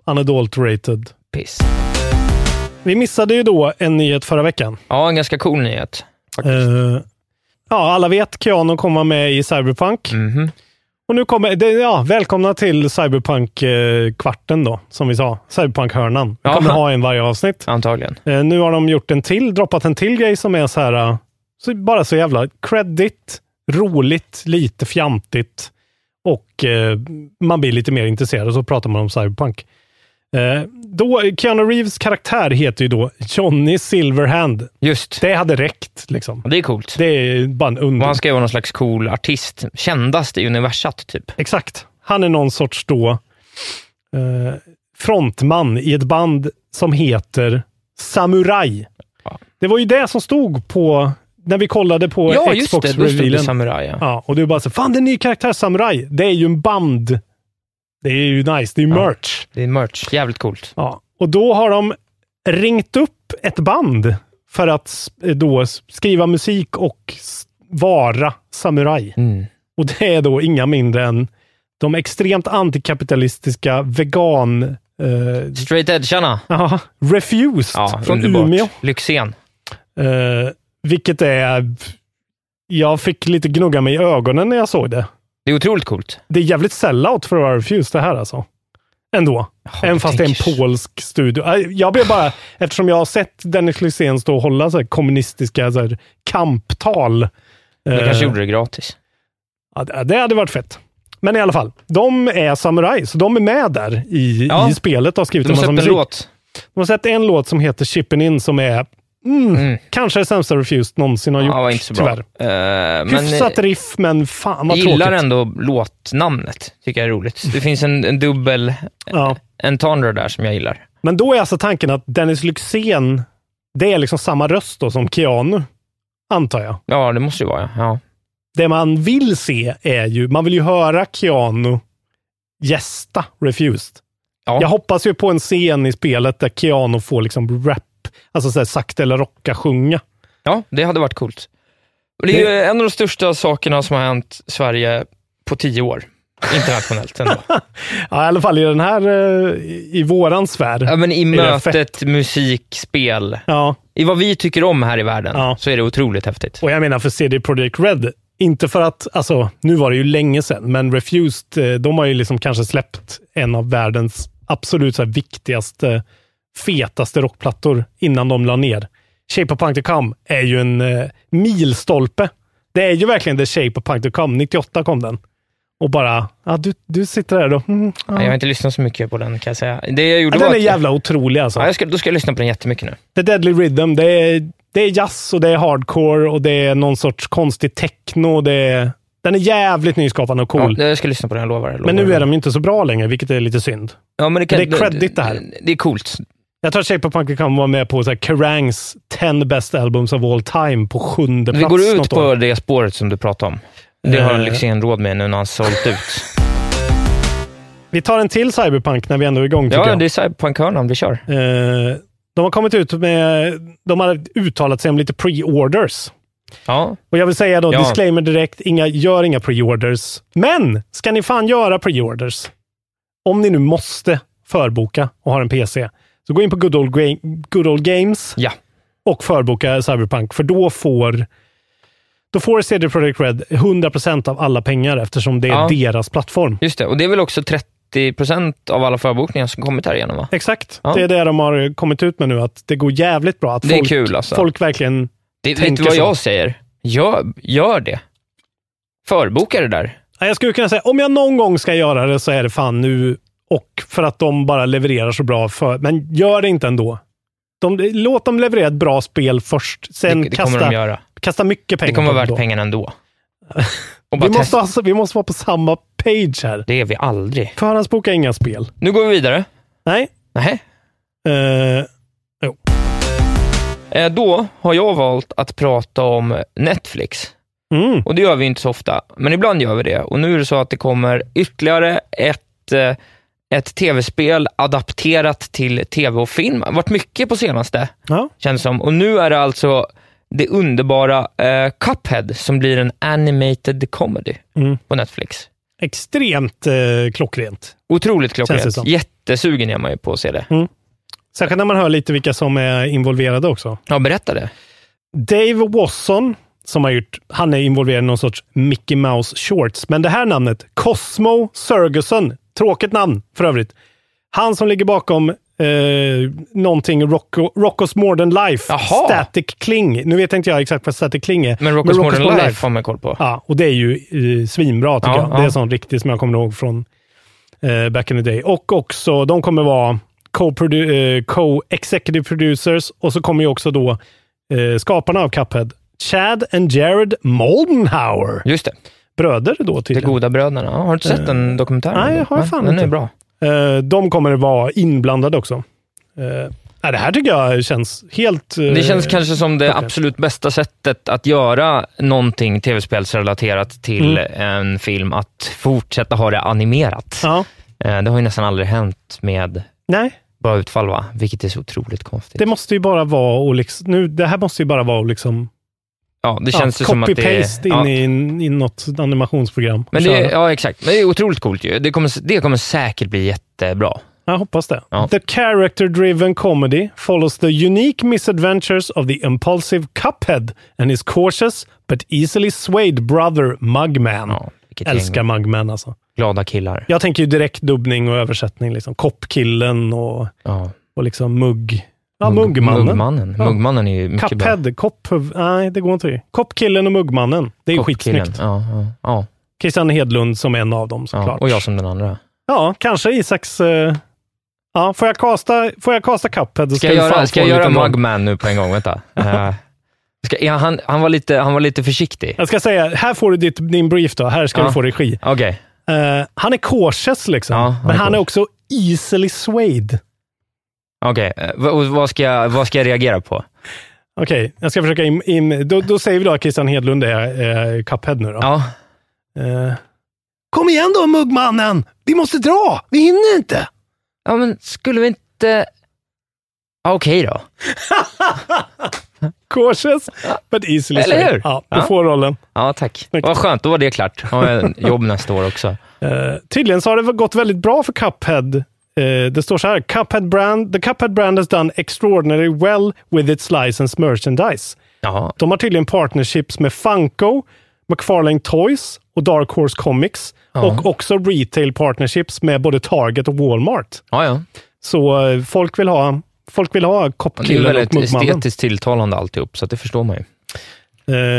[SPEAKER 6] unadulterated.
[SPEAKER 7] Piss.
[SPEAKER 6] Vi missade ju då en nyhet förra veckan.
[SPEAKER 7] Ja, en ganska cool nyhet.
[SPEAKER 6] Eh, ja, alla vet Keanu kommer vara med i Cyberpunk.
[SPEAKER 7] Mhm.
[SPEAKER 6] Och nu kommer, det, ja, välkomna till Cyberpunk-kvarten då, som vi sa. Cyberpunk-hörnan. Vi
[SPEAKER 7] Ja.
[SPEAKER 6] kommer ha en varje avsnitt.
[SPEAKER 7] Antagligen.
[SPEAKER 6] Eh, nu har de gjort en till, droppat en till grej som är så här, eh, så bara så jävla credit, roligt, lite fjantigt och eh, man blir lite mer intresserad och så pratar man om Cyberpunk. Eh, då, Keanu Reeves karaktär heter ju då Johnny Silverhand.
[SPEAKER 7] Just.
[SPEAKER 6] Det hade räckt liksom.
[SPEAKER 7] Det är coolt.
[SPEAKER 6] Det är bara en
[SPEAKER 7] Och
[SPEAKER 6] under...
[SPEAKER 7] han ska ju vara någon slags cool artist. Kändast i universat, typ.
[SPEAKER 6] Exakt. Han är någon sorts då eh, frontman i ett band som heter Samurai.
[SPEAKER 7] Ja.
[SPEAKER 6] Det var ju det som stod på när vi kollade på
[SPEAKER 7] ja, just det. Då stod det
[SPEAKER 6] Xbox-revealen.
[SPEAKER 7] Samurai. Ja.
[SPEAKER 6] Ja, och du bara så, fan det är en ny karaktär, Samurai. Det är ju en band. Det är ju nice, det är ju
[SPEAKER 7] Ja.
[SPEAKER 6] merch.
[SPEAKER 7] Det är merch. Jävligt coolt.
[SPEAKER 6] Ja. Och då har de ringt upp ett band för att eh, då skriva musik och s- vara Samurai.
[SPEAKER 7] Mm.
[SPEAKER 6] Och det är då inga mindre än de extremt antikapitalistiska vegan... Eh,
[SPEAKER 7] Straight edge-arna.
[SPEAKER 6] aha, refused
[SPEAKER 7] Ja,
[SPEAKER 6] från
[SPEAKER 7] underbart.
[SPEAKER 6] Umeå.
[SPEAKER 7] Lyxzén.
[SPEAKER 6] Eh, vilket är... Jag fick lite gnugga mig i ögonen när jag såg det.
[SPEAKER 7] Det är otroligt coolt.
[SPEAKER 6] Det är jävligt sellout för att vara refused det här alltså. Ändå.
[SPEAKER 7] Ja,
[SPEAKER 6] Även
[SPEAKER 7] du
[SPEAKER 6] fast det är en
[SPEAKER 7] tänker-
[SPEAKER 6] polsk studio. Eh, Jag blev bara, eftersom jag har sett Dennis Lysén stå och hålla så här kommunistiska så här kamptal.
[SPEAKER 7] Det kanske
[SPEAKER 6] eh,
[SPEAKER 7] gjorde det gratis.
[SPEAKER 6] Ja, det- det hade varit fett. Men i alla fall, de är samurai, så de är med där i,
[SPEAKER 7] Ja.
[SPEAKER 6] i spelet och har skrivit
[SPEAKER 7] De
[SPEAKER 6] en massa
[SPEAKER 7] släppte en
[SPEAKER 6] musik.
[SPEAKER 7] låt.
[SPEAKER 6] De har sett en låt som heter Chippin' In som är mm,
[SPEAKER 7] Mm.
[SPEAKER 6] kanske det sämsta Refused någonsin har
[SPEAKER 7] Ja,
[SPEAKER 6] gjort,
[SPEAKER 7] var inte så bra.
[SPEAKER 6] tyvärr.
[SPEAKER 7] Eh, men
[SPEAKER 6] Hyfsat
[SPEAKER 7] eh,
[SPEAKER 6] riff, men fan vad
[SPEAKER 7] gillar
[SPEAKER 6] tråkigt.
[SPEAKER 7] ändå låtnamnet. Tycker jag är roligt. Det finns en, en dubbel
[SPEAKER 6] Ja.
[SPEAKER 7] entendre där som jag gillar.
[SPEAKER 6] Men då är alltså tanken att Dennis Lyxzén, det är liksom samma röst då som Keanu, antar jag.
[SPEAKER 7] Ja, det måste ju vara. Ja.
[SPEAKER 6] Det man vill se är ju, man vill ju höra Keanu gästa Refused.
[SPEAKER 7] Ja.
[SPEAKER 6] Jag hoppas ju på en scen i spelet där Keanu får liksom rap, alltså så här sakta eller rocka sjunga.
[SPEAKER 7] Ja, det hade varit coolt. Och Det är ju en av de största sakerna som har hänt Sverige på tio år. Internationellt ändå.
[SPEAKER 6] Ja, I alla fall i den här, eh, i i våran sfär.
[SPEAKER 7] ja, men I
[SPEAKER 6] det
[SPEAKER 7] mötet musik, spel.
[SPEAKER 6] Ja,
[SPEAKER 7] I vad vi tycker om här i världen
[SPEAKER 6] Ja.
[SPEAKER 7] så är det otroligt häftigt.
[SPEAKER 6] och jag menar för CD Projekt Red, inte för att, alltså nu var det ju länge sedan, men Refused, eh, de har ju liksom kanske släppt en av världens absolut så här viktigaste, fetaste rockplattor innan de la ner. Shape of Punk to Come är ju en eh, milstolpe. Det är ju verkligen The Shape of Punk to Come. 98 kom den. Och bara, ja, du, du sitter där då. Mm, ja.
[SPEAKER 7] Jag har inte lyssnat så mycket på den kan jag säga. Det jag gjorde
[SPEAKER 6] Ja, den
[SPEAKER 7] var
[SPEAKER 6] är
[SPEAKER 7] att-
[SPEAKER 6] jävla otrolig alltså.
[SPEAKER 7] Ja, jag ska, då ska jag lyssna på den jättemycket nu.
[SPEAKER 6] The Deadly Rhythm, det är, det är jazz och det är hardcore och det är någon sorts konstig techno. Det är, den är jävligt nyskapande och cool.
[SPEAKER 7] Ja, jag ska lyssna på den, jag lovar. jag lovar.
[SPEAKER 6] men nu är de ju inte så bra längre, vilket är lite synd.
[SPEAKER 7] Ja, men det,
[SPEAKER 6] det är credit det här.
[SPEAKER 7] Det är coolt.
[SPEAKER 6] Jag tror att Shape of Punk kan vara med på så här Kerrangs 10 best albums of all time på sjunde
[SPEAKER 7] Vi
[SPEAKER 6] plats.
[SPEAKER 7] går ut
[SPEAKER 6] något år.
[SPEAKER 7] på det spåret som du pratade om. Det har
[SPEAKER 6] Eh.
[SPEAKER 7] Lyxzén råd med nu när han sålt ut.
[SPEAKER 6] Vi tar en till Cyberpunk när vi ändå är igång. tycker
[SPEAKER 7] Ja,
[SPEAKER 6] jag.
[SPEAKER 7] det är cyberpunk-hörnan. Vi kör.
[SPEAKER 6] Eh, de har kommit ut med... De har uttalat sig om lite pre-orders.
[SPEAKER 7] Ja,
[SPEAKER 6] Och jag vill säga då,
[SPEAKER 7] Ja.
[SPEAKER 6] disclaimer direkt, inga, gör inga pre-orders. Men ska ni fan göra pre-orders, om ni nu måste förboka och har en PC, så gå in på Good Old, Ga- Good Old Games
[SPEAKER 7] ja.
[SPEAKER 6] och förboka Cyberpunk, för då får då får CD Projekt Red 100% av alla pengar eftersom det är
[SPEAKER 7] Ja.
[SPEAKER 6] deras plattform.
[SPEAKER 7] just det. Och det är väl också 30 av alla förbokningar som kommit här igenom va?
[SPEAKER 6] Exakt.
[SPEAKER 7] Ja.
[SPEAKER 6] Det är det de har kommit ut med nu, att det går jävligt bra. Att
[SPEAKER 7] Det är
[SPEAKER 6] folk,
[SPEAKER 7] kul, alltså.
[SPEAKER 6] folk verkligen...
[SPEAKER 7] Det, vet
[SPEAKER 6] Tänker
[SPEAKER 7] du vad
[SPEAKER 6] så.
[SPEAKER 7] jag säger? Gör, gör det. Förboka det där.
[SPEAKER 6] Nej, Jag skulle kunna säga, om jag någon gång ska göra det så är det fan nu och för att de bara levererar så bra. För, men gör det inte ändå. De, låt dem leverera ett bra spel först. Sen
[SPEAKER 7] det, det kommer
[SPEAKER 6] kasta,
[SPEAKER 7] de göra.
[SPEAKER 6] kasta mycket pengar
[SPEAKER 7] Det kommer
[SPEAKER 6] på dem
[SPEAKER 7] vara värt
[SPEAKER 6] då.
[SPEAKER 7] pengarna ändå. Och bara
[SPEAKER 6] Vi måste,
[SPEAKER 7] testa.
[SPEAKER 6] alltså, vi måste vara på samma page här.
[SPEAKER 7] Det är vi aldrig.
[SPEAKER 6] Förhandsboka inga spel.
[SPEAKER 7] Nu går vi vidare.
[SPEAKER 6] Nej.
[SPEAKER 7] Nej.
[SPEAKER 6] Eh,
[SPEAKER 7] Eh, Då har jag valt att prata om Netflix.
[SPEAKER 6] mm.
[SPEAKER 7] Och det gör vi inte så ofta, men ibland gör vi det. Och nu är det så att det kommer ytterligare ett, eh, ett tv-spel adapterat till tv och film. Det har varit mycket på senaste,
[SPEAKER 6] Ja.
[SPEAKER 7] känns som. Och nu är det alltså det underbara eh, Cuphead som blir en animated comedy
[SPEAKER 6] Mm.
[SPEAKER 7] på Netflix.
[SPEAKER 6] Extremt eh, klockrent.
[SPEAKER 7] Otroligt
[SPEAKER 6] Känns
[SPEAKER 7] klockrent.
[SPEAKER 6] det som. Mm.
[SPEAKER 7] Jättesugen är man ju på att se det.
[SPEAKER 6] Särskilt när man hör lite vilka som är involverade också.
[SPEAKER 7] Ja, berätta det.
[SPEAKER 6] Dave Wasson, som har gjort, han är involverad i någon sorts Mickey Mouse shorts. Men det här namnet, Cosmo Serguson, tråkigt namn för övrigt. Han som ligger bakom eh, någonting Rocco, Rocco's Modern Life,
[SPEAKER 7] Jaha.
[SPEAKER 6] Static Kling. Nu vet inte jag exakt vad Static Kling är.
[SPEAKER 7] Men Rocko's Modern Life, har man koll på.
[SPEAKER 6] Ja, och det är ju eh, svinbra tycker
[SPEAKER 7] Ja,
[SPEAKER 6] jag. Det är
[SPEAKER 7] ja.
[SPEAKER 6] sånt riktigt som jag kommer ihåg från eh, back in the day. Och också, de kommer vara co-produ- eh, co-executive producers och så kommer ju också då eh, skaparna av Cuphead, Chad and Jared Moldenhauer.
[SPEAKER 7] Just det,
[SPEAKER 6] Bröder då
[SPEAKER 7] De
[SPEAKER 6] tydligen.
[SPEAKER 7] goda bröderna. Ja, har du inte sett den dokumentären?
[SPEAKER 6] Eh, nej, jag har
[SPEAKER 7] Nej,
[SPEAKER 6] fan
[SPEAKER 7] Den
[SPEAKER 6] inte.
[SPEAKER 7] är bra.
[SPEAKER 6] Eh, de kommer vara inblandade också. Eh, ja, det här tycker jag känns helt... eh,
[SPEAKER 7] Det känns kanske som det
[SPEAKER 6] klockrent.
[SPEAKER 7] absolut bästa sättet att göra någonting tv-spelsrelaterat till en film, att fortsätta ha det animerat.
[SPEAKER 6] Mm. Ja,
[SPEAKER 7] Eh, Det har ju nästan aldrig hänt med
[SPEAKER 6] nej,
[SPEAKER 7] bra utfall, va? vilket är så otroligt konstigt.
[SPEAKER 6] det måste ju bara vara och liksom, nu, Det här måste ju bara vara och liksom...
[SPEAKER 7] ja, det känns ju som att det
[SPEAKER 6] Copy-paste
[SPEAKER 7] är...
[SPEAKER 6] in
[SPEAKER 7] ja.
[SPEAKER 6] i, i något animationsprogram. och
[SPEAKER 7] Men det,
[SPEAKER 6] köra.
[SPEAKER 7] ja, exakt. Men det är otroligt coolt ju. Det kommer, det kommer säkert bli jättebra.
[SPEAKER 6] Jag hoppas det.
[SPEAKER 7] Ja.
[SPEAKER 6] The character-driven comedy follows the unique misadventures of the impulsive Cuphead and his cautious but easily swayed brother Mugman.
[SPEAKER 7] Ja, vilket
[SPEAKER 6] Älskar
[SPEAKER 7] gäng
[SPEAKER 6] Mugman alltså.
[SPEAKER 7] glada killar.
[SPEAKER 6] Jag tänker ju direkt dubbning och översättning. Liksom. Koppkillen och,
[SPEAKER 7] Ja.
[SPEAKER 6] och liksom mugg... Ja,
[SPEAKER 7] Mugg-
[SPEAKER 6] muggmannen.
[SPEAKER 7] Muggmannen.
[SPEAKER 6] Ja.
[SPEAKER 7] Muggmannen är ju mycket bra.
[SPEAKER 6] Cuphead, kopphuvud... Nej, det går inte. Koppkillen och muggmannen. Det är ju
[SPEAKER 7] Koppkillen.
[SPEAKER 6] skitsnyggt.
[SPEAKER 7] Ja, ja, ja,
[SPEAKER 6] Christian Hedlund som en av dem
[SPEAKER 7] ja.
[SPEAKER 6] såklart.
[SPEAKER 7] Och jag som den andra.
[SPEAKER 6] Ja, kanske Isaks... eh, Ja, får jag kasta, får jag kasta Cuphead så
[SPEAKER 7] Ska,
[SPEAKER 6] ska,
[SPEAKER 7] jag
[SPEAKER 6] du fan
[SPEAKER 7] göra,
[SPEAKER 6] få
[SPEAKER 7] ska jag
[SPEAKER 6] en
[SPEAKER 7] göra
[SPEAKER 6] liten roll.
[SPEAKER 7] Mugman nu på en gång? Vänta. Eh, ska, ja, han, han, var lite, han var lite försiktig.
[SPEAKER 6] Jag ska säga, här får du ditt, din brief då. Här ska
[SPEAKER 7] Ja.
[SPEAKER 6] du få regi.
[SPEAKER 7] Okej.
[SPEAKER 6] Eh, han är cautious liksom,
[SPEAKER 7] Ja, han
[SPEAKER 6] men
[SPEAKER 7] är
[SPEAKER 6] han är
[SPEAKER 7] cautious.
[SPEAKER 6] också easily swayed.
[SPEAKER 7] okej. Eh, vad- och vad, ska jag, vad ska jag reagera på?
[SPEAKER 6] Okej, jag ska försöka in... in då, då säger vi då att Christian Hedlund är eh, Cuphead nu då.
[SPEAKER 7] Ja.
[SPEAKER 6] Eh, Kom igen då muggmannen! Vi måste dra! Vi hinner inte!
[SPEAKER 7] ja, men skulle vi inte... Ja, Okej då.
[SPEAKER 6] Cautious, but easily
[SPEAKER 7] Eller
[SPEAKER 6] swayed.
[SPEAKER 7] hur?
[SPEAKER 6] Ja, du
[SPEAKER 7] Ja.
[SPEAKER 6] får rollen.
[SPEAKER 7] Ja, tack.
[SPEAKER 6] Snyggt.
[SPEAKER 7] Vad skönt, då var det klart. Har jag en jobb nästa år också.
[SPEAKER 6] Eh, tydligen så har det gått väldigt bra för Cuphead. Eh, det står så här, Cuphead brand, the Cuphead brand has done extraordinarily well with its licensed merchandise.
[SPEAKER 7] Ja,
[SPEAKER 6] De har tydligen partnerships med Funko, McFarlane Toys och Dark Horse Comics och också retail partnerships med både Target och Walmart.
[SPEAKER 7] ja. ja.
[SPEAKER 6] Så eh, folk vill ha Folk vill ha
[SPEAKER 7] Det är ju
[SPEAKER 6] koppkillen och
[SPEAKER 7] väldigt
[SPEAKER 6] muggmannen.
[SPEAKER 7] estetiskt tilltalande alltihop, så att det förstår man ju.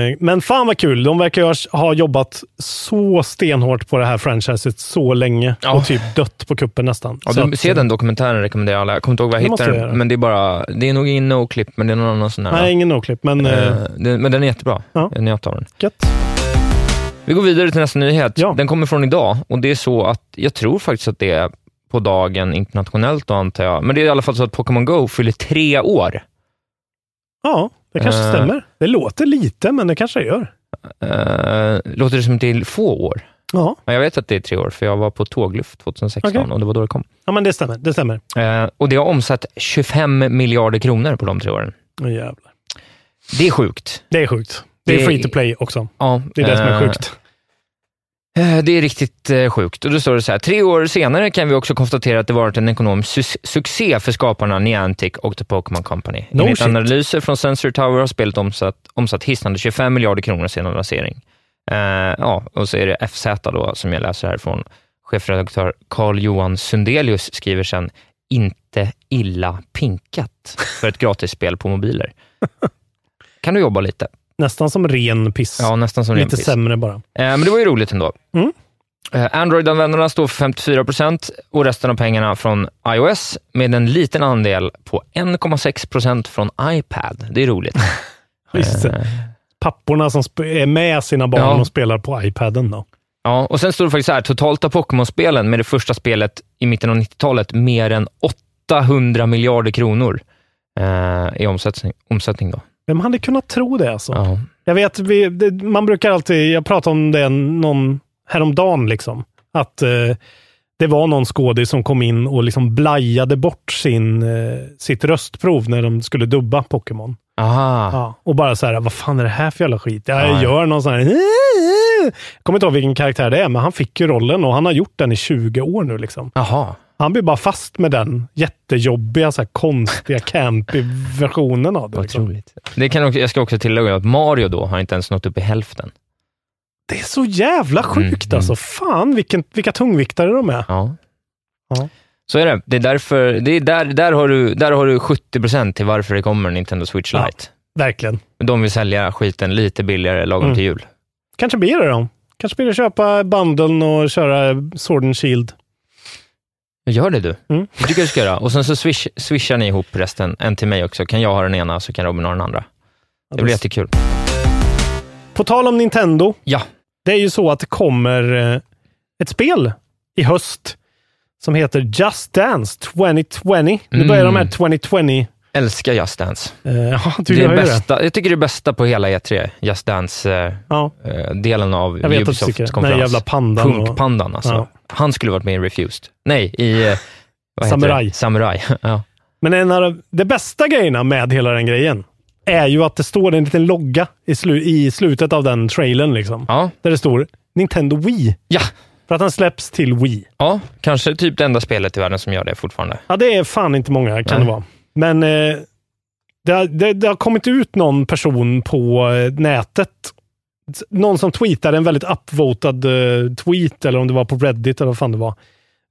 [SPEAKER 6] Eh, Men fan vad kul. De verkar ju ha jobbat så stenhårt på det här franchiset så länge
[SPEAKER 7] Ja.
[SPEAKER 6] och typ dött på kuppen nästan.
[SPEAKER 7] Ja,
[SPEAKER 6] Så
[SPEAKER 7] du,
[SPEAKER 6] att-
[SPEAKER 7] se den dokumentären rekommenderar jag alla. Jag kommer inte ihåg var
[SPEAKER 6] Det
[SPEAKER 7] jag
[SPEAKER 6] måste
[SPEAKER 7] hittade
[SPEAKER 6] jag göra.
[SPEAKER 7] den, men det är bara... Det är nog ingen no-clip, men det är någon annan sån här.
[SPEAKER 6] Nej, ingen no-clip, men eh,
[SPEAKER 7] Eh, den- Men den är jättebra.
[SPEAKER 6] Ja.
[SPEAKER 7] Jag njöt av den.
[SPEAKER 6] gött.
[SPEAKER 7] Vi går vidare till nästa nyhet.
[SPEAKER 6] Ja.
[SPEAKER 7] Den kommer från idag och det är så att jag tror faktiskt att det är på dagen internationellt då, antar jag. Men det är i alla fall så att Pokémon Go fyller tre år.
[SPEAKER 6] Ja, det kanske
[SPEAKER 7] Eh.
[SPEAKER 6] stämmer. Det låter lite, men det kanske det gör.
[SPEAKER 7] Eh, låter det som till få år?
[SPEAKER 6] Ja.
[SPEAKER 7] Men jag vet att det är tre år, för jag var på tågluft 2016
[SPEAKER 6] Okej.
[SPEAKER 7] och det var då det kom.
[SPEAKER 6] ja, men det stämmer. Det stämmer.
[SPEAKER 7] Eh, och det har omsatt 25 miljarder kronor på de tre åren.
[SPEAKER 6] Åh, jävlar.
[SPEAKER 7] Det är sjukt.
[SPEAKER 6] Det är sjukt. Det är
[SPEAKER 7] Det-
[SPEAKER 6] free to play också.
[SPEAKER 7] Ja,
[SPEAKER 6] Det är det som är
[SPEAKER 7] eh,
[SPEAKER 6] sjukt.
[SPEAKER 7] Eh, Det är riktigt eh, sjukt. Och då står det så här, tre år senare kan vi också konstatera att det varit en ekonomisk su- succé för skaparna Niantic och The Pokémon Company.
[SPEAKER 6] No
[SPEAKER 7] Enligt
[SPEAKER 6] shit.
[SPEAKER 7] analyser från Sensor Tower har spelet omsatt, omsatt hisnande 25 miljarder kronor sedan lansering. Eh, ja, och så är det FZ då, som jag läser här från chefredaktör Carl-Johan Sundelius skriver sen, inte illa pinkat för ett gratisspel på mobiler. Kan du jobba lite?
[SPEAKER 6] Nästan som ren piss.
[SPEAKER 7] Ja, nästan som ren
[SPEAKER 6] Lite
[SPEAKER 7] piss.
[SPEAKER 6] sämre bara.
[SPEAKER 7] Eh, Men det var ju roligt ändå.
[SPEAKER 6] Mm.
[SPEAKER 7] Eh, Android-användarna står för 54 procent och resten av pengarna från iOS med en liten andel på 1,6 procent från iPad. Det är roligt.
[SPEAKER 6] Just det. Papporna som sp- är med sina barn
[SPEAKER 7] Eh. Ja.
[SPEAKER 6] och spelar på iPaden då.
[SPEAKER 7] Ja, och sen står det faktiskt så här, totalt har Pokémon-spelen med det första spelet i mitten av 90-talet mer än 800 miljarder kronor eh, i omsättning. omsättning då.
[SPEAKER 6] Vem hade kunnat tro det alltså?
[SPEAKER 7] Ja.
[SPEAKER 6] Jag vet, vi, det, man brukar alltid, jag pratade om det någon häromdagen, liksom, att eh, det var någon skådis som kom in och liksom blajade bort sin, eh, sitt röstprov när de skulle dubba Pokémon.
[SPEAKER 7] Aha.
[SPEAKER 6] Ja. Och bara så här, vad fan är det här för jävla skit? Jag
[SPEAKER 7] Ja, ja.
[SPEAKER 6] gör någon sån här... Jag kommer inte ihåg vilken karaktär det är, men han fick ju rollen och han har gjort den i 20 år nu. Liksom.
[SPEAKER 7] Aha.
[SPEAKER 6] Han blir bara fast med den jättejobbiga, så här, konstiga, campy versionen av det.
[SPEAKER 7] Vad
[SPEAKER 6] Liksom.
[SPEAKER 7] otroligt. Det kan, också- jag ska också tillägga att Mario då har inte ens nått upp i hälften.
[SPEAKER 6] Det är så jävla sjukt
[SPEAKER 7] Mm,
[SPEAKER 6] alltså. Fan vilken, vilka tungviktare de är.
[SPEAKER 7] Ja.
[SPEAKER 6] Ja.
[SPEAKER 7] Så är det. Det är därför, det är där, där, har du, där har du 70% till varför det kommer en Nintendo Switch
[SPEAKER 6] Ja.
[SPEAKER 7] Lite.
[SPEAKER 6] Verkligen.
[SPEAKER 7] De vill sälja skiten lite billigare lagom
[SPEAKER 6] Mm.
[SPEAKER 7] till jul.
[SPEAKER 6] Kanske blir det då. Kanske blir det köpa bundeln och köra Sword and Shield.
[SPEAKER 7] Gör det du.
[SPEAKER 6] Mm.
[SPEAKER 7] Det tycker jag du ska göra. Och sen så swish, swishar ni ihop resten. En till mig också. Kan jag ha den ena så kan Robin ha den andra. Det blir jättekul.
[SPEAKER 6] På tal om Nintendo.
[SPEAKER 7] Ja.
[SPEAKER 6] Det är ju så att det kommer eh, ett spel i höst som heter Just Dance 2020. Nu börjar de
[SPEAKER 7] Mm.
[SPEAKER 6] här 2020...
[SPEAKER 7] Älskar Just Dance.
[SPEAKER 6] Eh, ja, du
[SPEAKER 7] Det
[SPEAKER 6] gör
[SPEAKER 7] är
[SPEAKER 6] ju det.
[SPEAKER 7] bästa, jag tycker det är bästa på hela E3, Just eh, Dance-delen
[SPEAKER 6] Ja,
[SPEAKER 7] av
[SPEAKER 6] jag vet att du
[SPEAKER 7] Ubisofts
[SPEAKER 6] tycker det. Den här
[SPEAKER 7] konferens.
[SPEAKER 6] jävla pandan. och-
[SPEAKER 7] Punkpandan alltså.
[SPEAKER 6] Ja.
[SPEAKER 7] Han skulle varit med i Refused. Nej, i... eh, vad heter
[SPEAKER 6] Samurai.
[SPEAKER 7] Det? Samurai. ja.
[SPEAKER 6] Men en av de bästa grejerna med hela den grejen är ju att det står en liten logga i, slu i slutet av den trailern. Liksom,
[SPEAKER 7] Ja.
[SPEAKER 6] Där det står Nintendo Wii.
[SPEAKER 7] ja.
[SPEAKER 6] För att den släpps till Wii.
[SPEAKER 7] Ja, kanske typ det enda spelet i världen som gör det fortfarande.
[SPEAKER 6] Ja, det är fan inte många kan
[SPEAKER 7] Nej.
[SPEAKER 6] det vara. Men eh, det, har- det, det har kommit ut någon person på eh, nätet. Någon som tweetade en väldigt upvotad eh, tweet, eller om det var på Reddit eller vad fan det var.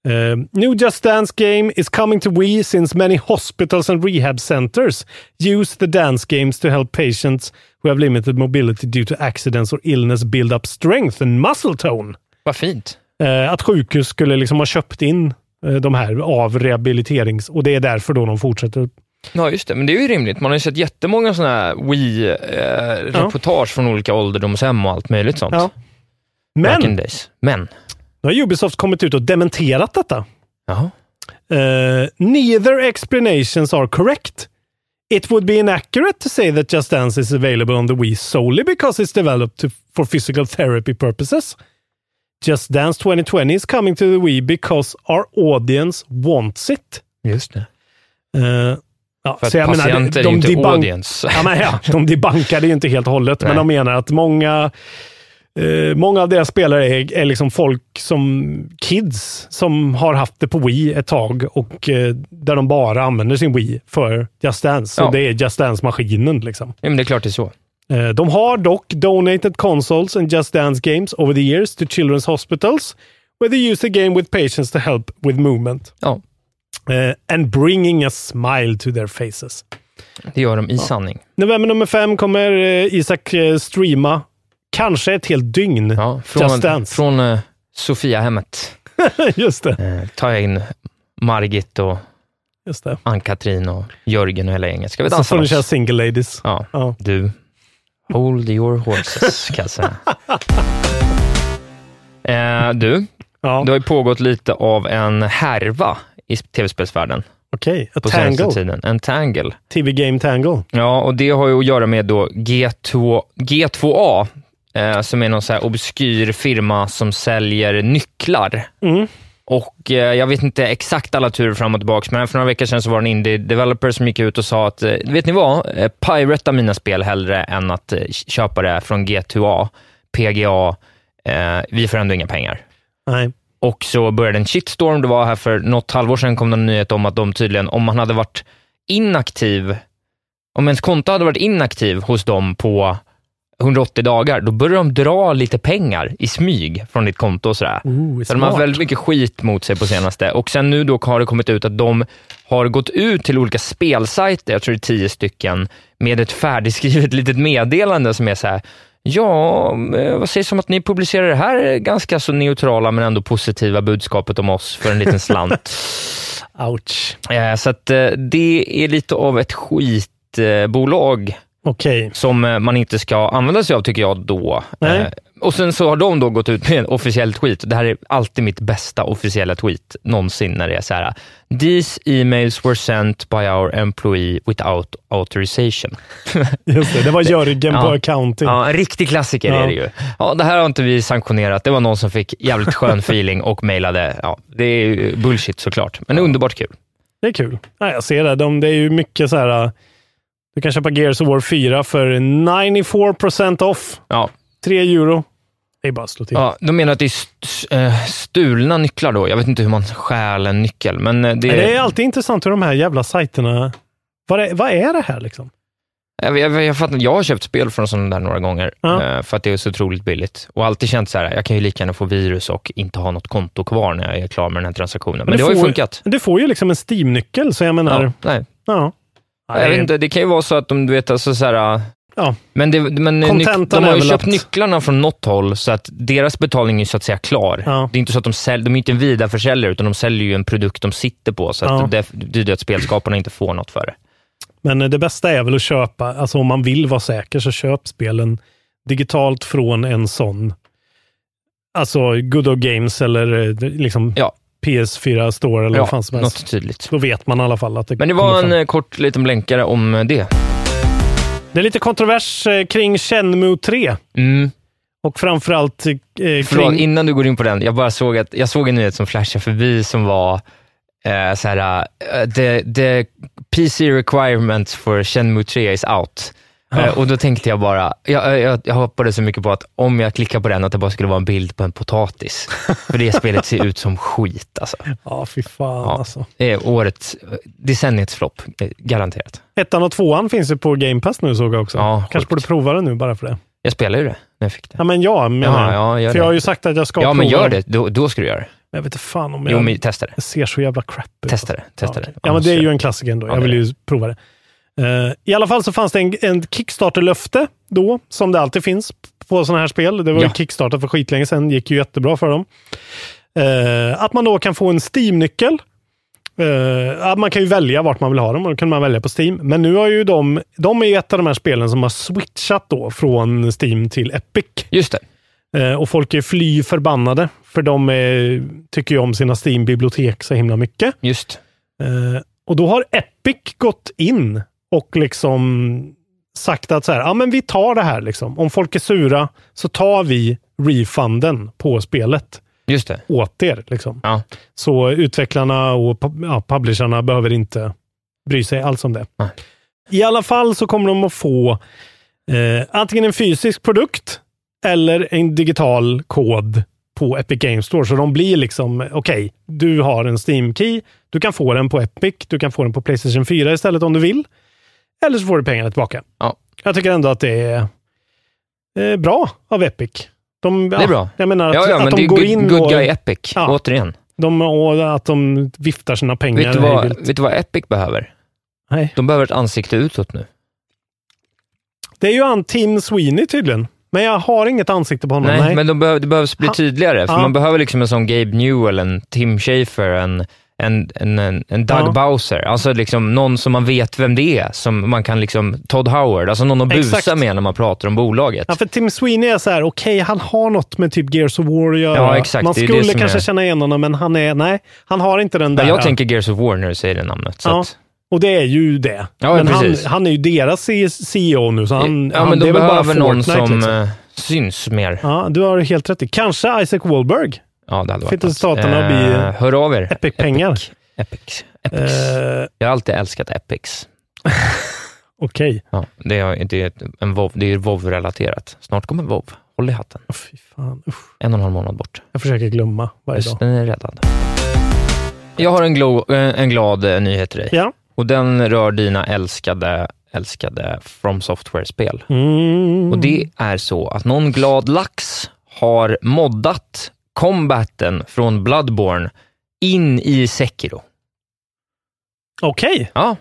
[SPEAKER 6] Eh, new Just Dance Game is coming to Wii since many hospitals and rehab centers use the dance games to help patients who have limited mobility due to accidents or illness build up strength and muscle tone.
[SPEAKER 7] Vad fint.
[SPEAKER 6] Eh, att sjukhus skulle liksom ha köpt in eh, de här av rehabiliterings... Och det är därför då de fortsätter.
[SPEAKER 7] Ja, just det. Men det är ju rimligt. Man har ju sett jättemånga sådana här Wii-reportage från olika ålderdomshem och allt möjligt sånt.
[SPEAKER 6] Ja.
[SPEAKER 7] Back in
[SPEAKER 6] Men
[SPEAKER 7] days. Men,
[SPEAKER 6] nu har Ubisoft kommit ut och dementerat detta.
[SPEAKER 7] jaha.
[SPEAKER 6] Eh, neither explanations are correct. It would be inaccurate to say that Just Dance is available on the Wii solely because it's developed to, for physical therapy purposes. Just Dance 2020 is coming to the Wii because our audience wants it.
[SPEAKER 7] Just det.
[SPEAKER 6] Eh, ja,
[SPEAKER 7] För att
[SPEAKER 6] så jag menar,
[SPEAKER 7] patienter är ju inte
[SPEAKER 6] debunk-
[SPEAKER 7] audience.
[SPEAKER 6] Ja, men ja, de debankade ju inte helt och hållet, men
[SPEAKER 7] Nej.
[SPEAKER 6] de menar att många, eh, många av deras spelare är, är liksom folk som kids som har haft det på Wii ett tag och eh, där de bara använder sin Wii för Just Dance. Så
[SPEAKER 7] Ja.
[SPEAKER 6] det är Just Dance-maskinen. Liksom.
[SPEAKER 7] Ja, men det är klart det är så.
[SPEAKER 6] Eh, de har dock donated consoles and Just Dance games over the years to Children's Hospitals where they use the game with patients to help with movement
[SPEAKER 7] Ja,
[SPEAKER 6] eh, and bringing a smile to their faces.
[SPEAKER 7] det gör de i sanning.
[SPEAKER 6] November nummer fem kommer eh, Isak eh, streama kanske ett helt dygn.
[SPEAKER 7] Ja, från
[SPEAKER 6] Just Dance.
[SPEAKER 7] från eh, Sofiahemmet
[SPEAKER 6] just, det,
[SPEAKER 7] eh, tar jag in Margit och
[SPEAKER 6] just det.
[SPEAKER 7] Ann-Katrin och Jörgen och hela gänget. Ska vi
[SPEAKER 6] Så
[SPEAKER 7] dansa
[SPEAKER 6] får ni
[SPEAKER 7] loss?
[SPEAKER 6] köra single ladies.
[SPEAKER 7] Ja.
[SPEAKER 6] Ja.
[SPEAKER 7] Du, hold your horses, kan jag säga. Eh, du,
[SPEAKER 6] Ja,
[SPEAKER 7] det har ju pågått lite av en härva i tv-spelsvärlden
[SPEAKER 6] okej. A
[SPEAKER 7] på senaste
[SPEAKER 6] Tangle.
[SPEAKER 7] tiden. En tangle.
[SPEAKER 6] TV Game Tangle.
[SPEAKER 7] Ja, och det har ju att göra med då G2, G2A, eh, som är någon så här obskyr firma som säljer nycklar.
[SPEAKER 6] Mm.
[SPEAKER 7] Och eh, Jag vet inte exakt alla turer fram och tillbaka, men för några veckor sedan så var det en indie-developer som gick ut och sa att, eh, vet ni vad? Eh, Pirata mina spel hellre än att eh, köpa det från G2A, PGA. Eh, vi får ändå inga pengar.
[SPEAKER 6] Nej.
[SPEAKER 7] Och så började en shitstorm. Det var här för något halvår sedan kom det en nyhet om att de tydligen, om man hade varit inaktiv, om ens konto hade varit inaktiv hos dem på 180 dagar, då började de dra lite pengar i smyg från ditt konto och sådär.
[SPEAKER 6] Ooh,
[SPEAKER 7] Så de har haft
[SPEAKER 6] smart.
[SPEAKER 7] väldigt mycket skit mot sig på senaste. Och sen nu då har det kommit ut att de har gått ut till olika spelsajter, jag tror det är tio stycken, med ett färdigskrivet litet meddelande som är så här. Ja, eh, vad sägs om att ni publicerar det här ganska så neutrala men ändå positiva budskapet om oss för en liten slant.
[SPEAKER 6] Ouch.
[SPEAKER 7] Eh, så att eh, det är lite av ett skitbolag
[SPEAKER 6] Okej.
[SPEAKER 7] som eh, man inte ska använda sig av tycker jag då.
[SPEAKER 6] Nej.
[SPEAKER 7] Eh, Och sen så har de då gått ut med en officiell tweet. Det här är alltid mitt bästa officiella tweet någonsin när det är så här. These emails were sent by our employee without authorization.
[SPEAKER 6] Just det, det var Jörgen på
[SPEAKER 7] Ja.
[SPEAKER 6] accounting.
[SPEAKER 7] Ja, en riktig klassiker
[SPEAKER 6] Ja.
[SPEAKER 7] är det ju. Ja, det här har inte vi sanktionerat. Det var någon som fick jävligt skön feeling och mejlade. Ja, det är ju bullshit såklart, men underbart kul.
[SPEAKER 6] Det är kul. Nej, jag ser det. De, det är ju mycket så här... äh, Du kan köpa Gears of War 4 för 94% off.
[SPEAKER 7] Ja.
[SPEAKER 6] 3 euro. Det är bara att slå till.
[SPEAKER 7] Ja, de menar att det är st- s- eh, stulna nycklar då. Jag vet inte hur man stjäl en nyckel, men eh, det,
[SPEAKER 6] Men Det är alltid intressant hur de här jävla sajterna... Vad är, vad är det här liksom?
[SPEAKER 7] Jag, jag, jag, fattar, jag har köpt spel från sådana där några gånger,
[SPEAKER 6] Ja.
[SPEAKER 7] eh, för att det är så otroligt billigt. Och alltid känt så här, jag kan ju lika gärna få virus och inte ha något konto kvar när jag är klar med den här transaktionen. Men,
[SPEAKER 6] du
[SPEAKER 7] det har ju
[SPEAKER 6] får-
[SPEAKER 7] funkat.
[SPEAKER 6] Du får ju liksom en Steam-nyckel, så jag menar...
[SPEAKER 7] Ja,
[SPEAKER 6] Ja.
[SPEAKER 7] nej.
[SPEAKER 6] ja.
[SPEAKER 7] Jag vet inte, det kan ju vara så att de, du vet, alltså så här... eh,
[SPEAKER 6] Ja.
[SPEAKER 7] Men, det, men eh, nyc-
[SPEAKER 6] Kontentan
[SPEAKER 7] de har
[SPEAKER 6] är
[SPEAKER 7] ju
[SPEAKER 6] väl
[SPEAKER 7] köpt
[SPEAKER 6] att-
[SPEAKER 7] nycklarna från något håll, så att deras betalning är ju så att säga klar.
[SPEAKER 6] Ja.
[SPEAKER 7] Det är inte så att de säljer, de är inte en vidareförsäljare, utan de säljer ju en produkt de sitter på, så att
[SPEAKER 6] Ja.
[SPEAKER 7] det betyder att spelskaparna inte får något för det.
[SPEAKER 6] Men eh, det bästa är väl att köpa, alltså om man vill vara säker så köp spelen digitalt från en sån, alltså Good Old Games eller eh, liksom
[SPEAKER 7] Ja.
[SPEAKER 6] PS4 Store eller vad fan som helst.
[SPEAKER 7] något tydligt.
[SPEAKER 6] Då vet man i alla fall att det
[SPEAKER 7] Men det var
[SPEAKER 6] kommer
[SPEAKER 7] en
[SPEAKER 6] fram.
[SPEAKER 7] eh, kort liten blänkare om eh, det.
[SPEAKER 6] Det är lite kontrovers eh, kring Shenmue 3
[SPEAKER 7] Mm.
[SPEAKER 6] och framförallt eh, kring...
[SPEAKER 7] Förlåt, innan du går in på den. Jag bara såg, att, jag såg en nyhet som flashade förbi som var eh, så här, eh, the, the PC requirements for Shenmue 3 is out. Eh, och då tänkte jag bara, jag, eh, jag, jag hoppades så mycket på att om jag klickar på den, att det bara skulle vara en bild på en potatis. För det spelet ser ut som skit alltså.
[SPEAKER 6] Ja, fy fan
[SPEAKER 7] Ja.
[SPEAKER 6] alltså.
[SPEAKER 7] Det är årets, decenniets flopp, eh, garanterat.
[SPEAKER 6] Ettan och tvåan finns ju på Game Pass nu såg jag också.
[SPEAKER 7] Ja,
[SPEAKER 6] Kanske
[SPEAKER 7] sjukt.
[SPEAKER 6] borde prova det nu bara för det.
[SPEAKER 7] Jag spelar ju det när jag fick det.
[SPEAKER 6] Ja, men jag menar
[SPEAKER 7] Ja, ja, gör
[SPEAKER 6] För jag
[SPEAKER 7] det.
[SPEAKER 6] har ju sagt att jag ska
[SPEAKER 7] Ja, men
[SPEAKER 6] prova
[SPEAKER 7] gör det. Då, då ska du göra det.
[SPEAKER 6] Men Jag vet inte fan om jag...
[SPEAKER 7] Jo, men testa det.
[SPEAKER 6] Det ser så jävla crap ut.
[SPEAKER 7] Testa det,
[SPEAKER 6] Ja,
[SPEAKER 7] testa det.
[SPEAKER 6] okej. Ja, men det är ju en klassiker ändå. Jag
[SPEAKER 7] Ja, det
[SPEAKER 6] vill
[SPEAKER 7] är
[SPEAKER 6] ju prova det. Eh, I alla fall så fanns det en, en Kickstarter-löfte då, som det alltid finns på sådana här spel. Det var ju
[SPEAKER 7] Ja.
[SPEAKER 6] Kickstarter för skitlänge sedan. gick ju jättebra för dem. Eh, att man då kan få en Steam-nyckel. Eh, att man kan ju välja vart man vill ha dem och då kan man välja på Steam. Men nu har ju de, de är ju ett av de här spelen som har switchat då från Steam till Epic.
[SPEAKER 7] Just det.
[SPEAKER 6] Eh, Och folk är fly förbannade, för de eh, tycker ju om sina Steam-bibliotek så himla mycket.
[SPEAKER 7] Just.
[SPEAKER 6] Eh, Och då har Epic gått in och liksom sagt att så här, ja men vi tar det här liksom. Om folk är sura så tar vi refunden på spelet
[SPEAKER 7] Just det.
[SPEAKER 6] åt er. Liksom.
[SPEAKER 7] Ja.
[SPEAKER 6] Så utvecklarna och pub- ja, publisherna behöver inte bry sig alls om det.
[SPEAKER 7] Nej.
[SPEAKER 6] I alla fall så kommer de att få eh, antingen en fysisk produkt eller en digital kod på Epic Games Store. Så de blir liksom, okej, du har en Steam-key. Du kan få den på Epic. Du kan få den på Playstation 4 istället om du vill. Eller så får du pengarna tillbaka.
[SPEAKER 7] Ja.
[SPEAKER 6] Jag tycker ändå att det är eh, bra av Epic. De,
[SPEAKER 7] Det är bra.
[SPEAKER 6] Jag menar att,
[SPEAKER 7] ja, ja, men
[SPEAKER 6] att
[SPEAKER 7] det
[SPEAKER 6] de
[SPEAKER 7] är
[SPEAKER 6] går
[SPEAKER 7] good,
[SPEAKER 6] in
[SPEAKER 7] good
[SPEAKER 6] och,
[SPEAKER 7] guy epic,
[SPEAKER 6] Ja.
[SPEAKER 7] återigen.
[SPEAKER 6] de, och att de viftar sina pengar.
[SPEAKER 7] Vet du,
[SPEAKER 6] hej
[SPEAKER 7] vad,
[SPEAKER 6] vilt.
[SPEAKER 7] vet du vad epic behöver?
[SPEAKER 6] Nej.
[SPEAKER 7] De behöver ett ansikte utåt nu.
[SPEAKER 6] Det är ju han Tim Sweeney tydligen. Men jag har inget ansikte på honom.
[SPEAKER 7] Nej,
[SPEAKER 6] Nej,
[SPEAKER 7] men de behöver, det behövs bli
[SPEAKER 6] Ha-
[SPEAKER 7] tydligare, för
[SPEAKER 6] Ja.
[SPEAKER 7] man behöver liksom en sån Gabe Newell, en Tim Schafer, en, en, en, en, en Doug
[SPEAKER 6] Ja.
[SPEAKER 7] Bowser. Alltså liksom någon som man vet vem det är, som man kan liksom, Todd Howard, alltså någon att busa
[SPEAKER 6] Exakt.
[SPEAKER 7] med när man pratar om bolaget.
[SPEAKER 6] Ja, för Tim Sweeney är så här, okej, han har något med typ Gears of War att göra.
[SPEAKER 7] Ja, exakt.
[SPEAKER 6] Man
[SPEAKER 7] Det är
[SPEAKER 6] skulle
[SPEAKER 7] det som
[SPEAKER 6] kanske
[SPEAKER 7] är-
[SPEAKER 6] känna igen honom, men han är, nej, han har inte den där.
[SPEAKER 7] Men jag tänker Gears of War när du säger det namnet. Så
[SPEAKER 6] Ja.
[SPEAKER 7] att,
[SPEAKER 6] Och det är ju det.
[SPEAKER 7] Ja,
[SPEAKER 6] men han,
[SPEAKER 7] precis.
[SPEAKER 6] han är ju deras C- CEO nu, så han,
[SPEAKER 7] ja,
[SPEAKER 6] han
[SPEAKER 7] men
[SPEAKER 6] det
[SPEAKER 7] de
[SPEAKER 6] är väl bara
[SPEAKER 7] behöver någon
[SPEAKER 6] Fortnite,
[SPEAKER 7] som,
[SPEAKER 6] liksom.
[SPEAKER 7] eh, syns mer.
[SPEAKER 6] Ja, du har helt rätt i. Kanske Isaac Wahlberg.
[SPEAKER 7] Ja, det hade
[SPEAKER 6] Fick
[SPEAKER 7] varit
[SPEAKER 6] resultaten att bli,
[SPEAKER 7] Eh, Hör av er.
[SPEAKER 6] Epic-pengar.
[SPEAKER 7] Epics.
[SPEAKER 6] Eh,
[SPEAKER 7] Epics. Jag har alltid älskat Epics.
[SPEAKER 6] Okej.
[SPEAKER 7] Ja, det är, det är, ett- en WoW, det är VOV-relaterat. Snart kommer WoW. Håll i hatten.
[SPEAKER 6] Åh, fy fan. Usch.
[SPEAKER 7] En och en halv månad bort.
[SPEAKER 6] Jag försöker glömma varje dag.
[SPEAKER 7] Den är räddad. Jag har en, glo, eh, en glad eh, nyhet till dig.
[SPEAKER 6] Ja.
[SPEAKER 7] Och den rör dina älskade, älskade From Software-spel.
[SPEAKER 6] Mm.
[SPEAKER 7] Och det är så att någon glad lax har moddat combaten från Bloodborne in i Sekiro.
[SPEAKER 6] Okej.
[SPEAKER 7] Ja.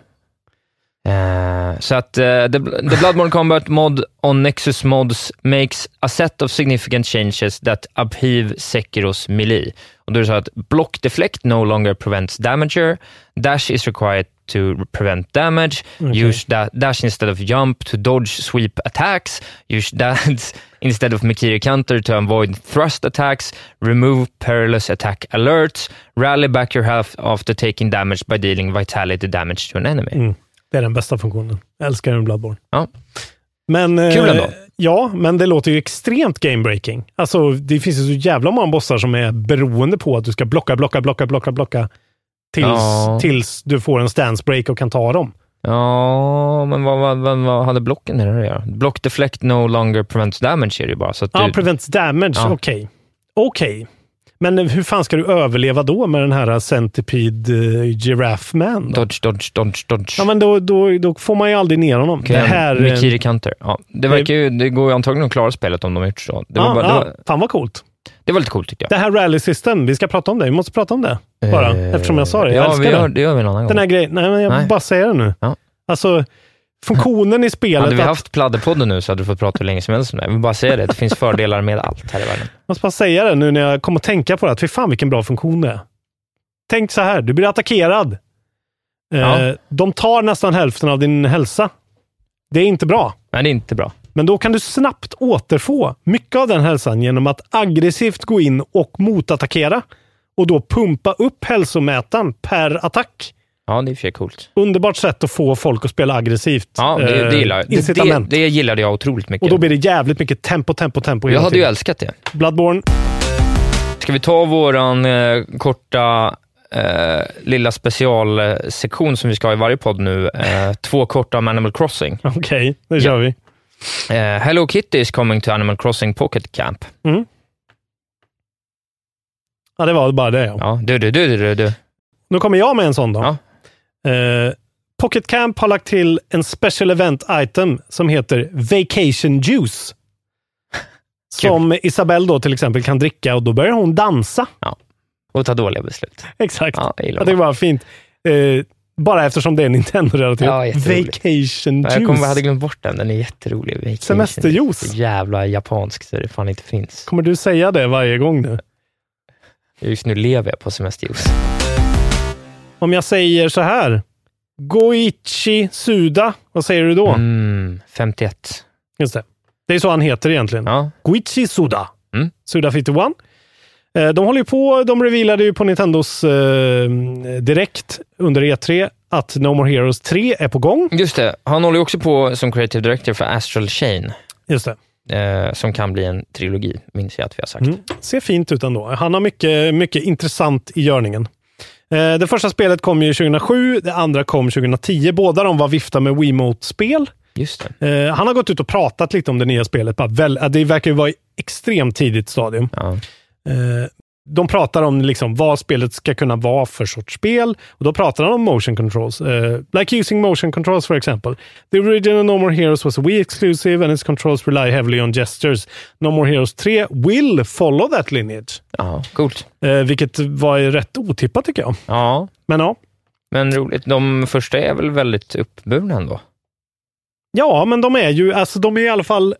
[SPEAKER 7] Eh, så att eh, the, the Bloodborne Combat mod on Nexus Mods makes a set of significant changes that upheave Sekiros melee. Och då är det så att block deflect no longer prevents damager, dash is required to prevent damage, use da dash instead of jump to dodge sweep attacks, use dance instead of Mikiri counter to avoid thrust attacks, remove perilous attack alerts, rally back your health after taking damage by dealing vitality damage to an enemy.
[SPEAKER 6] Mm. Det är den bästa funktionen. Jag älskar den Bloodborne.
[SPEAKER 7] Ja.
[SPEAKER 6] Men, eh,
[SPEAKER 7] Kul ändå.
[SPEAKER 6] Ja, men det låter ju extremt gamebreaking. Alltså, det finns ju så jävla många bossar som är beroende på att du ska blocka, blocka, blocka, blocka, blocka. Tills,
[SPEAKER 7] Ja.
[SPEAKER 6] tills du får en stance break och kan ta dem.
[SPEAKER 7] Ja, men vad, vad, vad, vad hade blocken med det att göra? Block deflect no longer prevents damage är det ju bara. Så att
[SPEAKER 6] Ja,
[SPEAKER 7] du,
[SPEAKER 6] prevents damage.
[SPEAKER 7] Typ. Ja.
[SPEAKER 6] Okej. Okej. Men eh, hur fan ska du överleva då med den här Centipede uh, Giraffe Man? Då?
[SPEAKER 7] dodge, dodge, dodge, dodge.
[SPEAKER 6] Ja, men då, då, då får man ju aldrig ner honom.
[SPEAKER 7] Okej,
[SPEAKER 6] det här... eh,
[SPEAKER 7] Mikiri Counter. Ja, det, verkar ju, det går ju antagligen att klara spelet om de har gjort så. Det var,
[SPEAKER 6] ja,
[SPEAKER 7] bara, det
[SPEAKER 6] ja,
[SPEAKER 7] var,
[SPEAKER 6] Fan vad coolt.
[SPEAKER 7] det var lite coolt tyckte jag.
[SPEAKER 6] Det här rally system, vi ska prata om det. Vi måste prata om det. Bara,
[SPEAKER 7] Eh,
[SPEAKER 6] eftersom jag sa det. Jag
[SPEAKER 7] Ja,
[SPEAKER 6] älskar
[SPEAKER 7] vi gör,
[SPEAKER 6] det.
[SPEAKER 7] det gör vi en annan
[SPEAKER 6] Den här
[SPEAKER 7] gång.
[SPEAKER 6] grejen. Nej, men jag
[SPEAKER 7] Nej.
[SPEAKER 6] bara säger det nu.
[SPEAKER 7] Ja.
[SPEAKER 6] Alltså, funktionen i spelet.
[SPEAKER 7] Hade vi
[SPEAKER 6] att,
[SPEAKER 7] haft Pladderpodden nu så hade du fått prata hur länge som helst om det. Jag vill bara säga det, det finns fördelar med allt här i världen.
[SPEAKER 6] Jag måste bara säga det nu när jag kommer att tänka på det. Att fy fan vilken bra funktion det är. Tänk så här, du blir attackerad. Eh,
[SPEAKER 7] Ja.
[SPEAKER 6] de tar nästan hälften av din hälsa. Det är inte bra.
[SPEAKER 7] Nej, det är inte bra.
[SPEAKER 6] Men då kan du snabbt återfå mycket av den hälsan genom att aggressivt gå in och motattackera. Och då pumpa upp hälsomätaren per attack.
[SPEAKER 7] Ja, det är i och för sig coolt.
[SPEAKER 6] underbart sätt att få folk att spela aggressivt.
[SPEAKER 7] Ja, det, det,
[SPEAKER 6] Eh,
[SPEAKER 7] gillar, jag. det, det,
[SPEAKER 6] incitament.
[SPEAKER 7] det gillade jag otroligt mycket.
[SPEAKER 6] och då blir det jävligt mycket tempo, tempo, tempo. hela
[SPEAKER 7] jag hade ju
[SPEAKER 6] tiden.
[SPEAKER 7] älskat det.
[SPEAKER 6] Bloodborne.
[SPEAKER 7] Ska vi ta våran eh, korta eh, lilla specialsektion som vi ska ha i varje podd nu? Eh, två korta om Animal Crossing.
[SPEAKER 6] Okej, nu kör vi.
[SPEAKER 7] Eh, Hello Kitty is coming to Animal Crossing Pocket Camp.
[SPEAKER 6] Ja, det var bara det. Ja.
[SPEAKER 7] Ja, du, du, du, du, du, du.
[SPEAKER 6] Nu kommer jag med en sån då. Eh, Pocket Camp har lagt till en special event item som heter Vacation Juice. Som Isabelle då till exempel kan dricka och då börjar hon dansa.
[SPEAKER 7] Och ta dåliga beslut.
[SPEAKER 6] Exakt.
[SPEAKER 7] Ja, jag
[SPEAKER 6] Ja,
[SPEAKER 7] gillar
[SPEAKER 6] det
[SPEAKER 7] det.
[SPEAKER 6] var fint. Eh, bara eftersom det är Nintendo-relaterat.
[SPEAKER 7] Ja, jätteroligt.
[SPEAKER 6] Vacation
[SPEAKER 7] Jag kommer jag hade
[SPEAKER 6] Juice.
[SPEAKER 7] glömt bort den. Den är jätterolig. Vacation.
[SPEAKER 6] Semesterjuice.
[SPEAKER 7] Så jävla japansk så det fan inte finns.
[SPEAKER 6] Kommer du säga det varje gång nu?
[SPEAKER 7] Just nu lever jag på semesterjuice.
[SPEAKER 6] Om jag säger så här. Goichi Suda. Vad säger du då?
[SPEAKER 7] Mm, 51.
[SPEAKER 6] Just det. Det är så han heter egentligen.
[SPEAKER 7] Ja.
[SPEAKER 6] Goichi Suda.
[SPEAKER 7] Mm.
[SPEAKER 6] Suda 51. Eh, De håller ju på, de revealade ju på Nintendos eh, direkt under E3 att No More Heroes 3 är på gång.
[SPEAKER 7] Just det, han håller ju också på som creative director för Astral Chain,
[SPEAKER 6] Just det.
[SPEAKER 7] eh, som kan bli en trilogi, minns jag att vi har sagt.
[SPEAKER 6] Mm. Ser fint ut ändå. Han har mycket, mycket intressant i görningen. Eh, Det första spelet kom ju 2007, det andra kom 2010. Båda de var vifta med Wiimote-spel.
[SPEAKER 7] Just det.
[SPEAKER 6] Eh, han har gått ut och pratat lite om det nya spelet. Bara väl, eh, det verkar ju vara i extremt tidigt stadium.
[SPEAKER 7] Ja.
[SPEAKER 6] Eh, de pratar om liksom vad spelet ska kunna vara för sorts spel. Och då pratar han om motion controls. Eh, like using motion controls for example. The original No More Heroes was a Wii exclusive and its controls rely heavily on gestures. No More Heroes 3 will follow that lineage.
[SPEAKER 7] ja, coolt.
[SPEAKER 6] Eh, vilket var rätt otippat tycker jag.
[SPEAKER 7] Ja,
[SPEAKER 6] Men ja.
[SPEAKER 7] men roligt. De första är väl väldigt uppburna ändå?
[SPEAKER 6] Ja, men de är ju, alltså de är i alla fall,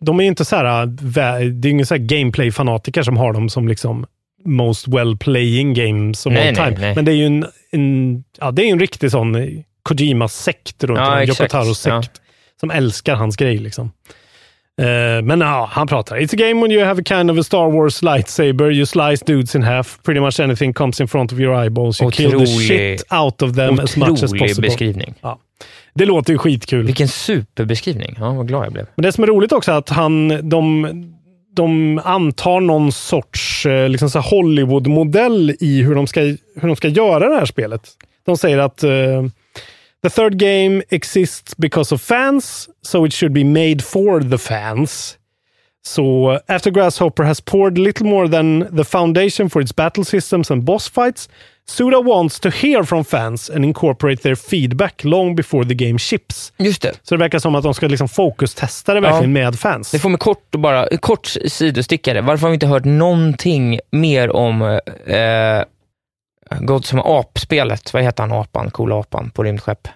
[SPEAKER 6] de är ju inte så här, äh, vä- det är ju ingen så här gameplay-fanatiker som har dem som liksom most well-playing games of
[SPEAKER 7] Nej,
[SPEAKER 6] all
[SPEAKER 7] nej,
[SPEAKER 6] time.
[SPEAKER 7] nej.
[SPEAKER 6] Men det är ju en, en, ja, det är ju en riktig sån eh, Kojima-sekt runt
[SPEAKER 7] Ja,
[SPEAKER 6] honom,
[SPEAKER 7] exakt.
[SPEAKER 6] Yokotaro-sekt,
[SPEAKER 7] Ja.
[SPEAKER 6] som älskar hans grej liksom. Eh, men ja, han pratar. It's a game when you have a kind of a Star Wars lightsaber. You slice dudes in half. Pretty much anything comes in front of your eyeballs. You kill the
[SPEAKER 7] Otrolig-
[SPEAKER 6] shit out of them as much as
[SPEAKER 7] Otrolig
[SPEAKER 6] possible.
[SPEAKER 7] beskrivning.
[SPEAKER 6] Ja. Det låter ju skitkul.
[SPEAKER 7] Vilken superbeskrivning. Ja, vad glad jag blev.
[SPEAKER 6] Men det som är roligt också är att han, de, de antar någon sorts eh, liksom så här Hollywood-modell i hur de, ska, hur de ska göra det här spelet. De säger att eh, the third game exists because of fans, so it should be made for the fans. So after Grasshopper has poured little more than the foundation for its battle systems and boss fights, Suda wants to hear from fans and incorporate their feedback long before the game ships.
[SPEAKER 7] Just det.
[SPEAKER 6] Så det verkar som att de ska liksom fokustesta det verkligen med fans.
[SPEAKER 7] Det får mig kort och bara, kort sidostickare. Varför har vi inte hört någonting mer om eh, God som apspelet? Vad heter han apan, coola apan på rymdskepp?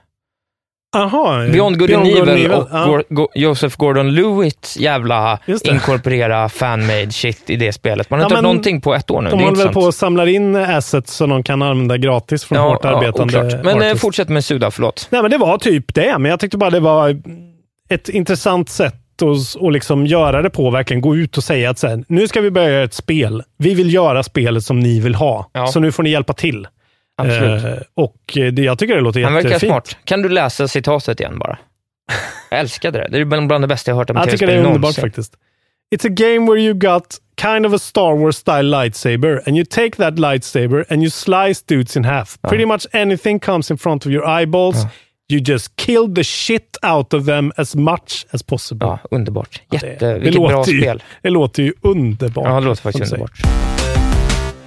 [SPEAKER 6] Aha,
[SPEAKER 7] Beyond Good and Evil och
[SPEAKER 6] ja.
[SPEAKER 7] Gor- Go- Joseph Gordon-Lewitt jävla
[SPEAKER 6] Just det.
[SPEAKER 7] inkorporera fan-made shit i det spelet. Man har
[SPEAKER 6] Ja,
[SPEAKER 7] inte hört
[SPEAKER 6] men
[SPEAKER 7] någonting på ett år nu.
[SPEAKER 6] De
[SPEAKER 7] det är
[SPEAKER 6] håller väl
[SPEAKER 7] intressant.
[SPEAKER 6] på och samlar in eh, assets som de kan använda gratis från hårt arbetande
[SPEAKER 7] oklart. Men eh,
[SPEAKER 6] artists.
[SPEAKER 7] fortsätt med Suda, förlåt.
[SPEAKER 6] Nej, men det var typ det, men jag tyckte bara det var ett intressant sätt att, att liksom göra det på. Verkligen gå ut och säga att så här, nu ska vi börja göra ett spel. Vi vill göra spelet som ni vill ha,
[SPEAKER 7] Ja.
[SPEAKER 6] så nu får ni hjälpa till.
[SPEAKER 7] Absolut.
[SPEAKER 6] Eh, och eh, det, jag tycker det låter
[SPEAKER 7] Han verkar
[SPEAKER 6] jättefint.
[SPEAKER 7] smart. Kan du läsa citatet igen bara? Jag älskade det. Det är bland bland det bästa jag hört om
[SPEAKER 6] Jag tycker det
[SPEAKER 7] tv-spel
[SPEAKER 6] är underbart
[SPEAKER 7] någonsin.
[SPEAKER 6] faktiskt. It's a game where you got kind of a Star Wars style lightsaber and you take that lightsaber and you slice dudes in half. Pretty much anything comes in front of your eyeballs. You just kill the shit out of them as much as possible.
[SPEAKER 7] Ja, underbart. Jätte,
[SPEAKER 6] Det, det,
[SPEAKER 7] vilket bra
[SPEAKER 6] låter ju,
[SPEAKER 7] spel.
[SPEAKER 6] det låter ju underbart.
[SPEAKER 7] Ja, det låter
[SPEAKER 6] som du
[SPEAKER 7] faktiskt
[SPEAKER 6] säger.
[SPEAKER 7] underbart.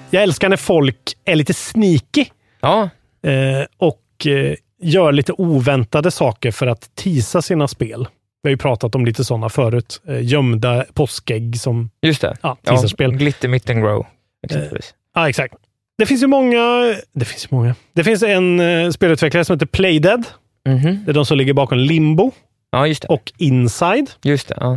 [SPEAKER 6] Jag älskar när folk är lite sneaky
[SPEAKER 7] Ja,
[SPEAKER 6] eh, och eh, gör lite oväntade saker för att tisa sina spel. Vi har ju pratat om lite sådana förut. Eh, gömda påskägg som
[SPEAKER 7] just det.
[SPEAKER 6] Ja, teaserspel.
[SPEAKER 7] Glitter, Mitt and Grow, exempelvis.
[SPEAKER 6] Ja, exakt. Det finns ju många... Det finns ju många. Det finns en eh, spelutvecklare som heter Playdead.
[SPEAKER 7] Mhm.
[SPEAKER 6] Det är de som ligger bakom Limbo
[SPEAKER 7] Ja, just det.
[SPEAKER 6] och Inside.
[SPEAKER 7] Just det. Ja.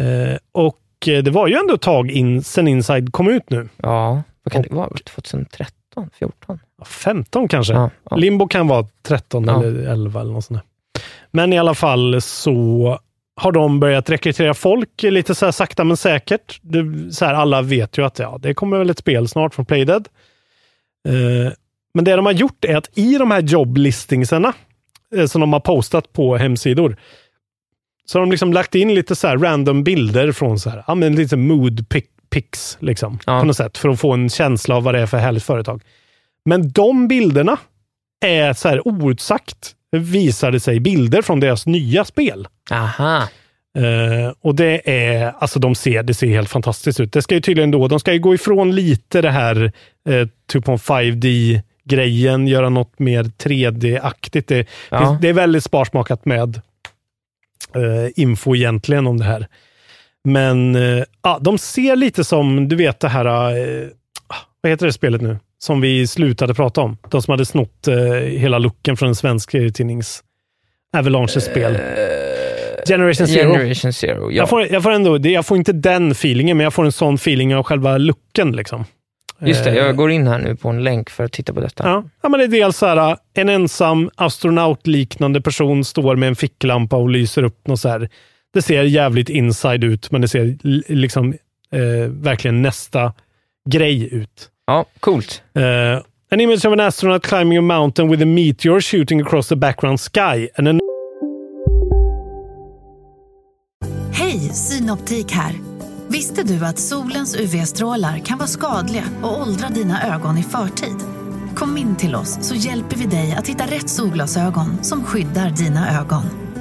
[SPEAKER 6] Eh, och eh, det var ju ändå ett tag in, sen Inside kom ut nu.
[SPEAKER 7] ja. Vad kan det vara? 2013? 14?
[SPEAKER 6] 15 kanske.
[SPEAKER 7] Ja, ja.
[SPEAKER 6] Limbo kan vara 13
[SPEAKER 7] Ja.
[SPEAKER 6] eller 11 eller något sånt där. Men i alla fall så har de börjat rekrytera folk eh, lite så här sakta men säkert. Det, så här, alla vet ju att ja, det kommer väl ett spel snart från Playdead. Eh, men det de har gjort är att i de här joblistingsarna eh, som de har postat på hemsidor så har de liksom lagt in lite så här random bilder från så här, ja, men lite mood pic- pics liksom,
[SPEAKER 7] Ja.
[SPEAKER 6] på något sätt för att få en känsla av vad det är för härligt företag. Men de bilderna är så här outsagt visade sig bilder från deras nya spel.
[SPEAKER 7] Aha.
[SPEAKER 6] Eh, och det är, alltså de ser, det ser helt fantastiskt ut. Det ska ju tydligen då, de ska ju gå ifrån lite det här eh, typ om 5D-grejen, göra något mer 3D-aktigt. Det,
[SPEAKER 7] Ja.
[SPEAKER 6] det, det är väldigt sparsmakat med eh, info egentligen om det här. Men eh, ja, de ser lite som, du vet det här, eh, vad heter det spelet nu? Som vi slutade prata om. De som hade snott eh, hela looken från en svensk eh, tidnings Avalanches spel. Generation Zero.
[SPEAKER 7] Generation Zero. Ja.
[SPEAKER 6] Jag, får, jag, får ändå, det- jag får inte den feelingen, men jag får en sån feeling av själva looken. Liksom.
[SPEAKER 7] Just det,
[SPEAKER 6] Eh,
[SPEAKER 7] jag går in här nu på en länk för att titta på detta.
[SPEAKER 6] Ja. ja, men det är dels så här, äh, en ensam astronautliknande person står med en ficklampa och lyser upp något så här. Det ser jävligt inside ut, men det ser l- liksom eh, verkligen nästa grej ut.
[SPEAKER 7] Ja, coolt.
[SPEAKER 6] Uh, an image of an astronaut climbing a mountain with a meteor shooting across the background sky and an
[SPEAKER 5] Hej, Synoptik här. Visste du att solens UV-strålar kan vara skadliga och åldra dina ögon i förtid? Kom in till oss så hjälper vi dig att hitta rätt solglasögon som skyddar dina ögon.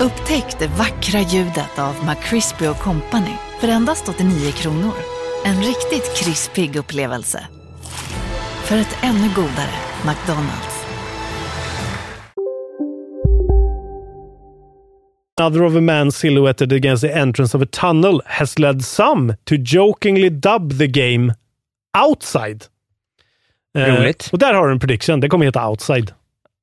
[SPEAKER 5] Upptäck det vackra ljudet av McCrispy Company för endast 89 kronor. En riktigt krispig upplevelse. För ett ännu godare McDonalds.
[SPEAKER 6] Another of a man silhouetted against the entrance of a tunnel has led some to jokingly dub the game Outside. Eh,
[SPEAKER 7] Roligt.
[SPEAKER 6] och där har du en prediction. Det kommer heta Outside.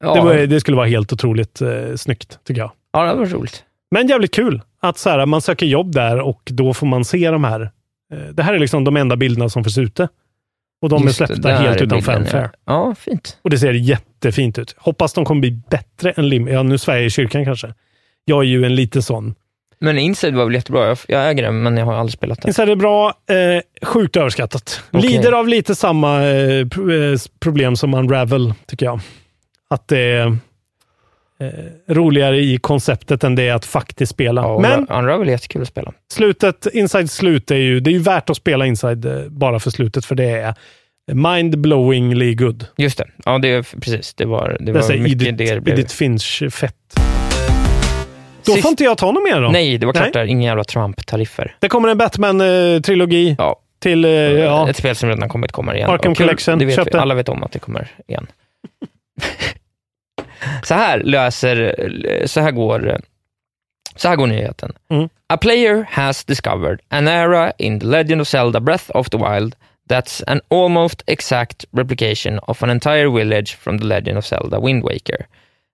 [SPEAKER 7] Ja,
[SPEAKER 6] Det, var, det skulle vara helt otroligt eh, snyggt, tycker jag.
[SPEAKER 7] ja det var roligt.
[SPEAKER 6] Men jävligt kul att så här, man söker jobb där och då får man se de här. eh, Det här är liksom de enda bilderna som finns ute. Och de
[SPEAKER 7] Just
[SPEAKER 6] är
[SPEAKER 7] det,
[SPEAKER 6] släppta
[SPEAKER 7] där
[SPEAKER 6] helt
[SPEAKER 7] är
[SPEAKER 6] utan
[SPEAKER 7] bilden,
[SPEAKER 6] fanfare.
[SPEAKER 7] Ja, ja fint.
[SPEAKER 6] Och det ser jättefint ut. Hoppas de kommer bli bättre än Lim... Ja, nu svär jag i kyrkan kanske. Jag är ju en liten sån.
[SPEAKER 7] Men Inside var väl jättebra? Jag, jag äger den, men jag har aldrig spelat den.
[SPEAKER 6] Inside är bra. Eh, sjukt överskattat.
[SPEAKER 7] Okej.
[SPEAKER 6] Lider av lite samma eh, pro- eh, s- problem som Unravel, tycker jag. Att det är eh, roligare i konceptet än det är att faktiskt spela.
[SPEAKER 7] Ja,
[SPEAKER 6] Men
[SPEAKER 7] Men... Unravel är jättekul att spela.
[SPEAKER 6] slutet, Inside slut är ju, det är ju värt att spela Inside eh, bara för slutet, för det är mind-blowingly good.
[SPEAKER 7] Just det. Ja, det, precis. Det var, det
[SPEAKER 6] Det
[SPEAKER 7] var
[SPEAKER 6] är
[SPEAKER 7] mycket
[SPEAKER 6] Edith,
[SPEAKER 7] det det blev.
[SPEAKER 6] Edith Finch-fett. Då
[SPEAKER 7] Sist-
[SPEAKER 6] får inte jag ta något mer då.
[SPEAKER 7] Nej, det var klart
[SPEAKER 6] Nej.
[SPEAKER 7] där. Inga jävla Trump-tariffer.
[SPEAKER 6] Det kommer en Batman-trilogi
[SPEAKER 7] Ja.
[SPEAKER 6] till... eh, ja.
[SPEAKER 7] Ett spel som redan kommit kommer igen.
[SPEAKER 6] Arkham
[SPEAKER 7] Och kul,
[SPEAKER 6] Collection,
[SPEAKER 7] det vet
[SPEAKER 6] köp
[SPEAKER 7] vi.
[SPEAKER 6] det.
[SPEAKER 7] Alla vet om att det kommer igen. så här löser... Så här går... Så här går nyheten.
[SPEAKER 6] Mm.
[SPEAKER 7] A player has discovered an era in The Legend of Zelda Breath of the Wild that's an almost exact replication of an entire village from The Legend of Zelda Wind Waker.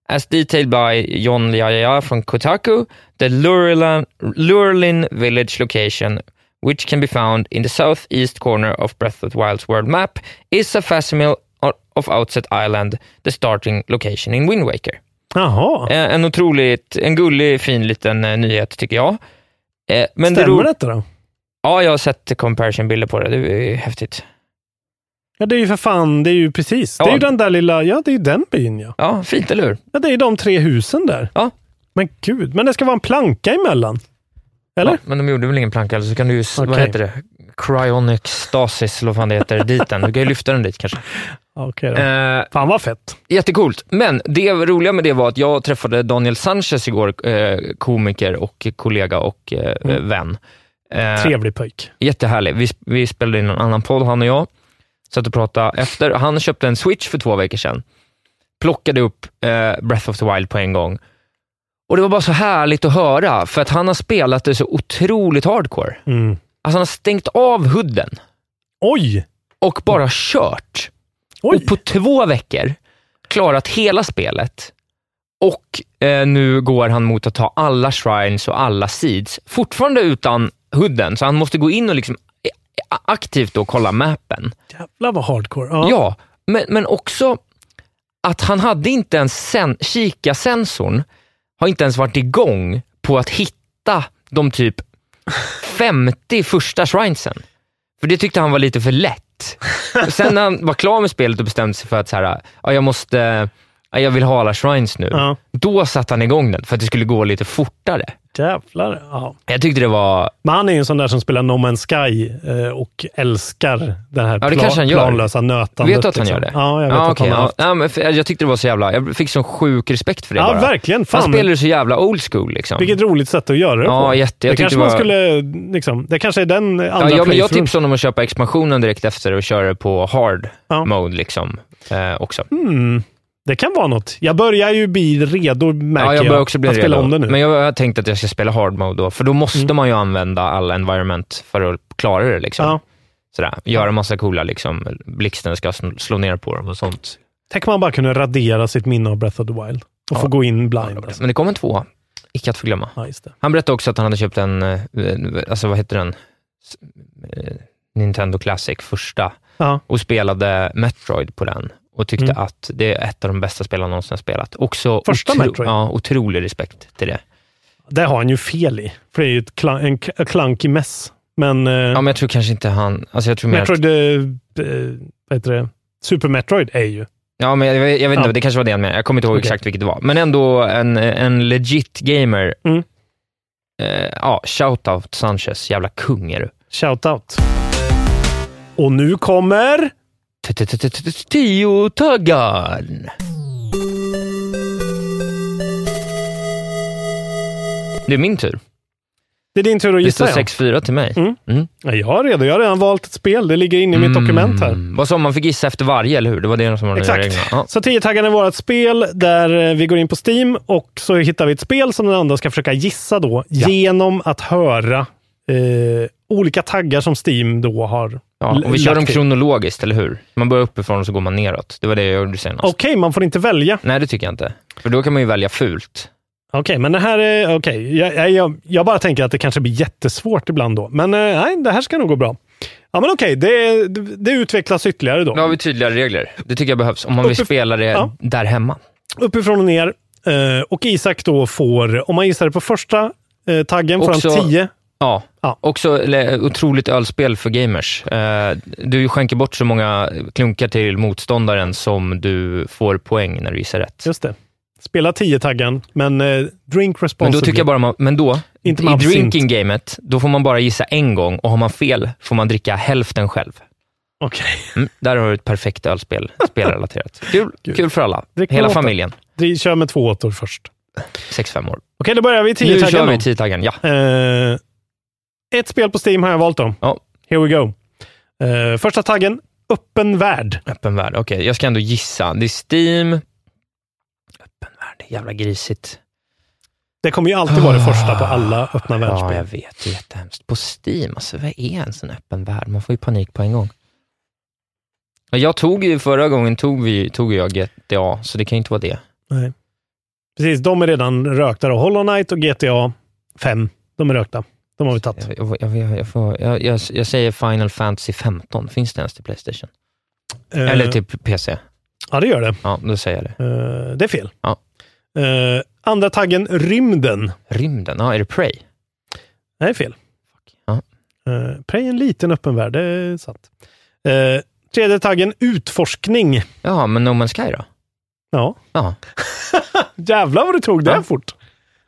[SPEAKER 7] As detailed by John Liaia from Kotaku, the Lurlan, Lurlin village location, which can be found in the southeast corner of Breath of the Wild's world map, is a facsimile o- of Outset Island, the starting location in Wind Waker.
[SPEAKER 6] Jaha,
[SPEAKER 7] Eh, En otroligt, en gullig, fin liten eh, nyhet tycker jag. Eh, Men det
[SPEAKER 6] stämmer
[SPEAKER 7] ro-
[SPEAKER 6] detta då?
[SPEAKER 7] Ja, jag har sett comparison-bilder på det. Det är ju häftigt.
[SPEAKER 6] Ja, det är ju för fan, det är ju precis. Det är
[SPEAKER 7] Ja.
[SPEAKER 6] ju den där lilla, ja det är ju den byn ja.
[SPEAKER 7] Ja, fint, eller hur?
[SPEAKER 6] Ja, det är ju de tre husen där.
[SPEAKER 7] Ja.
[SPEAKER 6] Men gud, men det ska vara en planka emellan. Eller?
[SPEAKER 7] Ja, men de gjorde väl ingen planka, eller så kan du ju, s- vad
[SPEAKER 6] Okej.
[SPEAKER 7] heter det, cryonic stasis, eller vad fan det heter, dit den. Du kan ju lyfta den dit kanske.
[SPEAKER 6] Ja, Okej då.
[SPEAKER 7] Eh,
[SPEAKER 6] Fan vad fett.
[SPEAKER 7] jättecoolt, men det roliga med det var att jag träffade Daniel Sanchez igår, eh, komiker och kollega och eh,
[SPEAKER 6] Mm.
[SPEAKER 7] vän. Eh,
[SPEAKER 6] Trevlig pojk.
[SPEAKER 7] Jättehärlig. Vi, vi spelade in en annan podd, han och jag. Satt och pratade efter. Han köpte en Switch för två veckor sedan. Plockade upp eh, Breath of the Wild på en gång. Och Det var bara så härligt att höra, för att han har spelat det så otroligt hardcore.
[SPEAKER 6] Mm.
[SPEAKER 7] Alltså han har stängt av hooden
[SPEAKER 6] Oj!
[SPEAKER 7] och bara kört.
[SPEAKER 6] Oj!
[SPEAKER 7] Och på två veckor klarat hela spelet. Och eh, nu går han mot att ta alla shrines och alla seeds. Fortfarande utan hooden, så han måste gå in och liksom eh, aktivt då kolla mappen.
[SPEAKER 6] Jävlar vad hardcore.
[SPEAKER 7] Ja,
[SPEAKER 6] Ja.
[SPEAKER 7] men, men också att han hade inte ens sen, kika-sensorn har inte ens varit igång på att hitta de typ 50 första shrinesen. För det tyckte han var lite för lätt. Och sen när han var klar med spelet och bestämde sig för att så här, ja, jag måste, ja, jag vill ha alla shrines nu.
[SPEAKER 6] Ja.
[SPEAKER 7] Då satte han igång den för att det skulle gå lite fortare.
[SPEAKER 6] Jävlar. Ja.
[SPEAKER 7] Jag tyckte det var,
[SPEAKER 6] Men han är ju en sån där som spelar No Man's Sky eh, och älskar det här
[SPEAKER 7] Ja, det kanske han gör.
[SPEAKER 6] planlösa nötandet.
[SPEAKER 7] vet du att han
[SPEAKER 6] liksom.
[SPEAKER 7] gör det?
[SPEAKER 6] Ja, jag vet att
[SPEAKER 7] okej,
[SPEAKER 6] han har
[SPEAKER 7] ja.
[SPEAKER 6] haft.
[SPEAKER 7] Ja, men för- Jag tyckte det var så jävla, jag fick sån sjuk respekt för det
[SPEAKER 6] Ja,
[SPEAKER 7] bara.
[SPEAKER 6] verkligen. Fan.
[SPEAKER 7] Han spelar ju så jävla old school. Liksom.
[SPEAKER 6] Vilket roligt sätt att göra det
[SPEAKER 7] Ja,
[SPEAKER 6] på.
[SPEAKER 7] jätte. Jag
[SPEAKER 6] det
[SPEAKER 7] tyckte
[SPEAKER 6] kanske
[SPEAKER 7] det
[SPEAKER 6] man
[SPEAKER 7] var-
[SPEAKER 6] skulle... Liksom, det kanske är den andra
[SPEAKER 7] ja, jag, men jag
[SPEAKER 6] playthrough.
[SPEAKER 7] tipsade honom att köpa expansionen direkt efter och köra det på hard
[SPEAKER 6] Ja.
[SPEAKER 7] mode liksom, eh, också.
[SPEAKER 6] Mm, det kan vara något. Jag börjar ju bli redo, märker
[SPEAKER 7] Ja, jag börjar också bli
[SPEAKER 6] att spela
[SPEAKER 7] redo.
[SPEAKER 6] om det nu.
[SPEAKER 7] Men jag har tänkt att jag ska spela hard mode då, för då måste
[SPEAKER 6] Mm.
[SPEAKER 7] man ju använda alla environment för att klara det. Liksom.
[SPEAKER 6] ja.
[SPEAKER 7] Sådär. Göra massa coola, liksom, blixten ska sn- slå ner på dem och sånt.
[SPEAKER 6] Tänk om man bara kunde radera sitt minne av Breath of the Wild och få gå in blind. Alltså.
[SPEAKER 7] Men det kom en tvåa, icke att förglömma.
[SPEAKER 6] Ja, just det.
[SPEAKER 7] Han berättade också att han hade köpt en, eh, alltså vad heter den, S- eh, Nintendo Classic, första,
[SPEAKER 6] Ja.
[SPEAKER 7] och spelade Metroid på den och tyckte
[SPEAKER 6] Mm.
[SPEAKER 7] att det är ett av de bästa spelen han någonsin har spelat. Också
[SPEAKER 6] Första Metroid? Mm.
[SPEAKER 7] Ja, otrolig respekt till det.
[SPEAKER 6] Det har han ju fel i, för det är ju ett klan- en k- en klankig mess. Men, eh,
[SPEAKER 7] Ja, men jag tror kanske inte han... Alltså jag tror mer att,
[SPEAKER 6] Metroid... eh, eh, vad heter det? Super Metroid är ju...
[SPEAKER 7] ja, men jag, jag vet inte,
[SPEAKER 6] Ja.
[SPEAKER 7] det kanske var det han menade. Jag kommer inte ihåg
[SPEAKER 6] Okej.
[SPEAKER 7] exakt vilket det var. Men ändå en, en legit gamer.
[SPEAKER 6] Mm.
[SPEAKER 7] Eh, ja, shoutout Sanchez, jävla kung är du.
[SPEAKER 6] Shoutout. Och nu kommer...
[SPEAKER 7] Tio-taggarn! Det är min tur.
[SPEAKER 6] Det är din tur att
[SPEAKER 7] Det
[SPEAKER 6] gissa.
[SPEAKER 7] står
[SPEAKER 6] ja.
[SPEAKER 7] 6-4 till mig.
[SPEAKER 6] Mm. Ja, jag, har redan, jag har redan valt ett spel. Det ligger inne i mitt dokument här.
[SPEAKER 7] Mm. Vad sa man? man fick gissa efter varje, eller hur? Det var det som var den nya
[SPEAKER 6] Exakt.
[SPEAKER 7] regeln. Ja.
[SPEAKER 6] Så 10 taggarna är vårt spel där eh, vi går in på Steam och så hittar vi ett spel som den andra ska försöka gissa då
[SPEAKER 7] Ja.
[SPEAKER 6] genom att höra eh, olika taggar som Steam då har
[SPEAKER 7] Ja, och vi kör dem
[SPEAKER 6] lagt till.
[SPEAKER 7] kronologiskt, eller hur? Man börjar uppifrån och så går man neråt. Det var det jag gjorde senast.
[SPEAKER 6] Okej, man får inte välja.
[SPEAKER 7] Nej, det tycker jag inte. För då kan man ju välja fult.
[SPEAKER 6] Okej, men det här är... Okej, jag, jag- jag, jag bara tänker att det kanske blir jättesvårt ibland då. Men eh, nej, det här ska nog gå bra. Ja, men okej, det, det, det utvecklas ytterligare då.
[SPEAKER 7] Då har vi tydligare regler. Det tycker jag behövs om man vill
[SPEAKER 6] Uppif-
[SPEAKER 7] spela det
[SPEAKER 6] Ja.
[SPEAKER 7] där hemma.
[SPEAKER 6] Uppifrån och ner. Eh, och Isak då får, om man gissar på första eh, taggen, får
[SPEAKER 7] Också-
[SPEAKER 6] han 10.
[SPEAKER 7] Ja.
[SPEAKER 6] Ja.
[SPEAKER 7] Också le- otroligt ölspel för gamers. Eh, Du skänker bort så många klunkar till motståndaren som du får poäng när du gissar rätt.
[SPEAKER 6] Just det. Spela 10-taggen, men eh, drink
[SPEAKER 7] Men då
[SPEAKER 6] responsibly.
[SPEAKER 7] tycker jag bara man, men då,
[SPEAKER 6] Inte
[SPEAKER 7] i
[SPEAKER 6] med absint.
[SPEAKER 7] drinking gamet, då får man bara gissa en gång och har man fel får man dricka hälften själv.
[SPEAKER 6] Okej.
[SPEAKER 7] Mm, där har du ett perfekt ölspel, spelrelaterat. Kul,
[SPEAKER 6] Gud.
[SPEAKER 7] kul för alla.
[SPEAKER 6] Drick
[SPEAKER 7] Hela
[SPEAKER 6] med åtta.
[SPEAKER 7] familjen.
[SPEAKER 6] Vi kör med två åttor först. Okej,
[SPEAKER 7] 6-5 år.
[SPEAKER 6] då börjar vi
[SPEAKER 7] Nu
[SPEAKER 6] 10-taggen
[SPEAKER 7] kör
[SPEAKER 6] då.
[SPEAKER 7] vi tiotaggen, ja.
[SPEAKER 6] Eh, ett spel på Steam har jag valt då.
[SPEAKER 7] Ja.
[SPEAKER 6] Here we go. Eh, första taggen, öppen värld.
[SPEAKER 7] Öppen värld, okej. Jag ska ändå gissa. Det är Steam. Öppen värld, det är jävla grisigt.
[SPEAKER 6] Det kommer ju alltid vara det första på alla öppna
[SPEAKER 7] Ah. Ja, jag
[SPEAKER 6] världsspel.
[SPEAKER 7] vet. Det är jättehemskt. På Steam, alltså vad är en sån öppen värld? Man får ju panik på en gång. Ja, Jag tog ju, förra gången tog, vi, tog jag GTA, så det kan ju inte vara det.
[SPEAKER 6] Nej. Precis, de är redan rökta. då. Hollow Knight och GTA 5, de är rökta. De har vi tagit.
[SPEAKER 7] Jag, jag, jag, jag, får, jag, jag, jag säger Final Fantasy 15. Finns det ens till Playstation?
[SPEAKER 6] Eh,
[SPEAKER 7] Eller typ- till PC?
[SPEAKER 6] Ja, det gör det.
[SPEAKER 7] Ja, då säger jag det.
[SPEAKER 6] Eh, det är fel.
[SPEAKER 7] Ja.
[SPEAKER 6] Eh, andra taggen, rymden.
[SPEAKER 7] Rymden? Ja, är det Prey?
[SPEAKER 6] Nej, fel.
[SPEAKER 7] Ja.
[SPEAKER 6] Eh, Prey är en liten öppen värld, det är sant. Eh, tredje taggen, utforskning.
[SPEAKER 7] Ja, men No Man's Sky då?
[SPEAKER 6] Ja.
[SPEAKER 7] Ja,
[SPEAKER 6] Jävlar vad du tog det
[SPEAKER 7] Ja.
[SPEAKER 6] fort.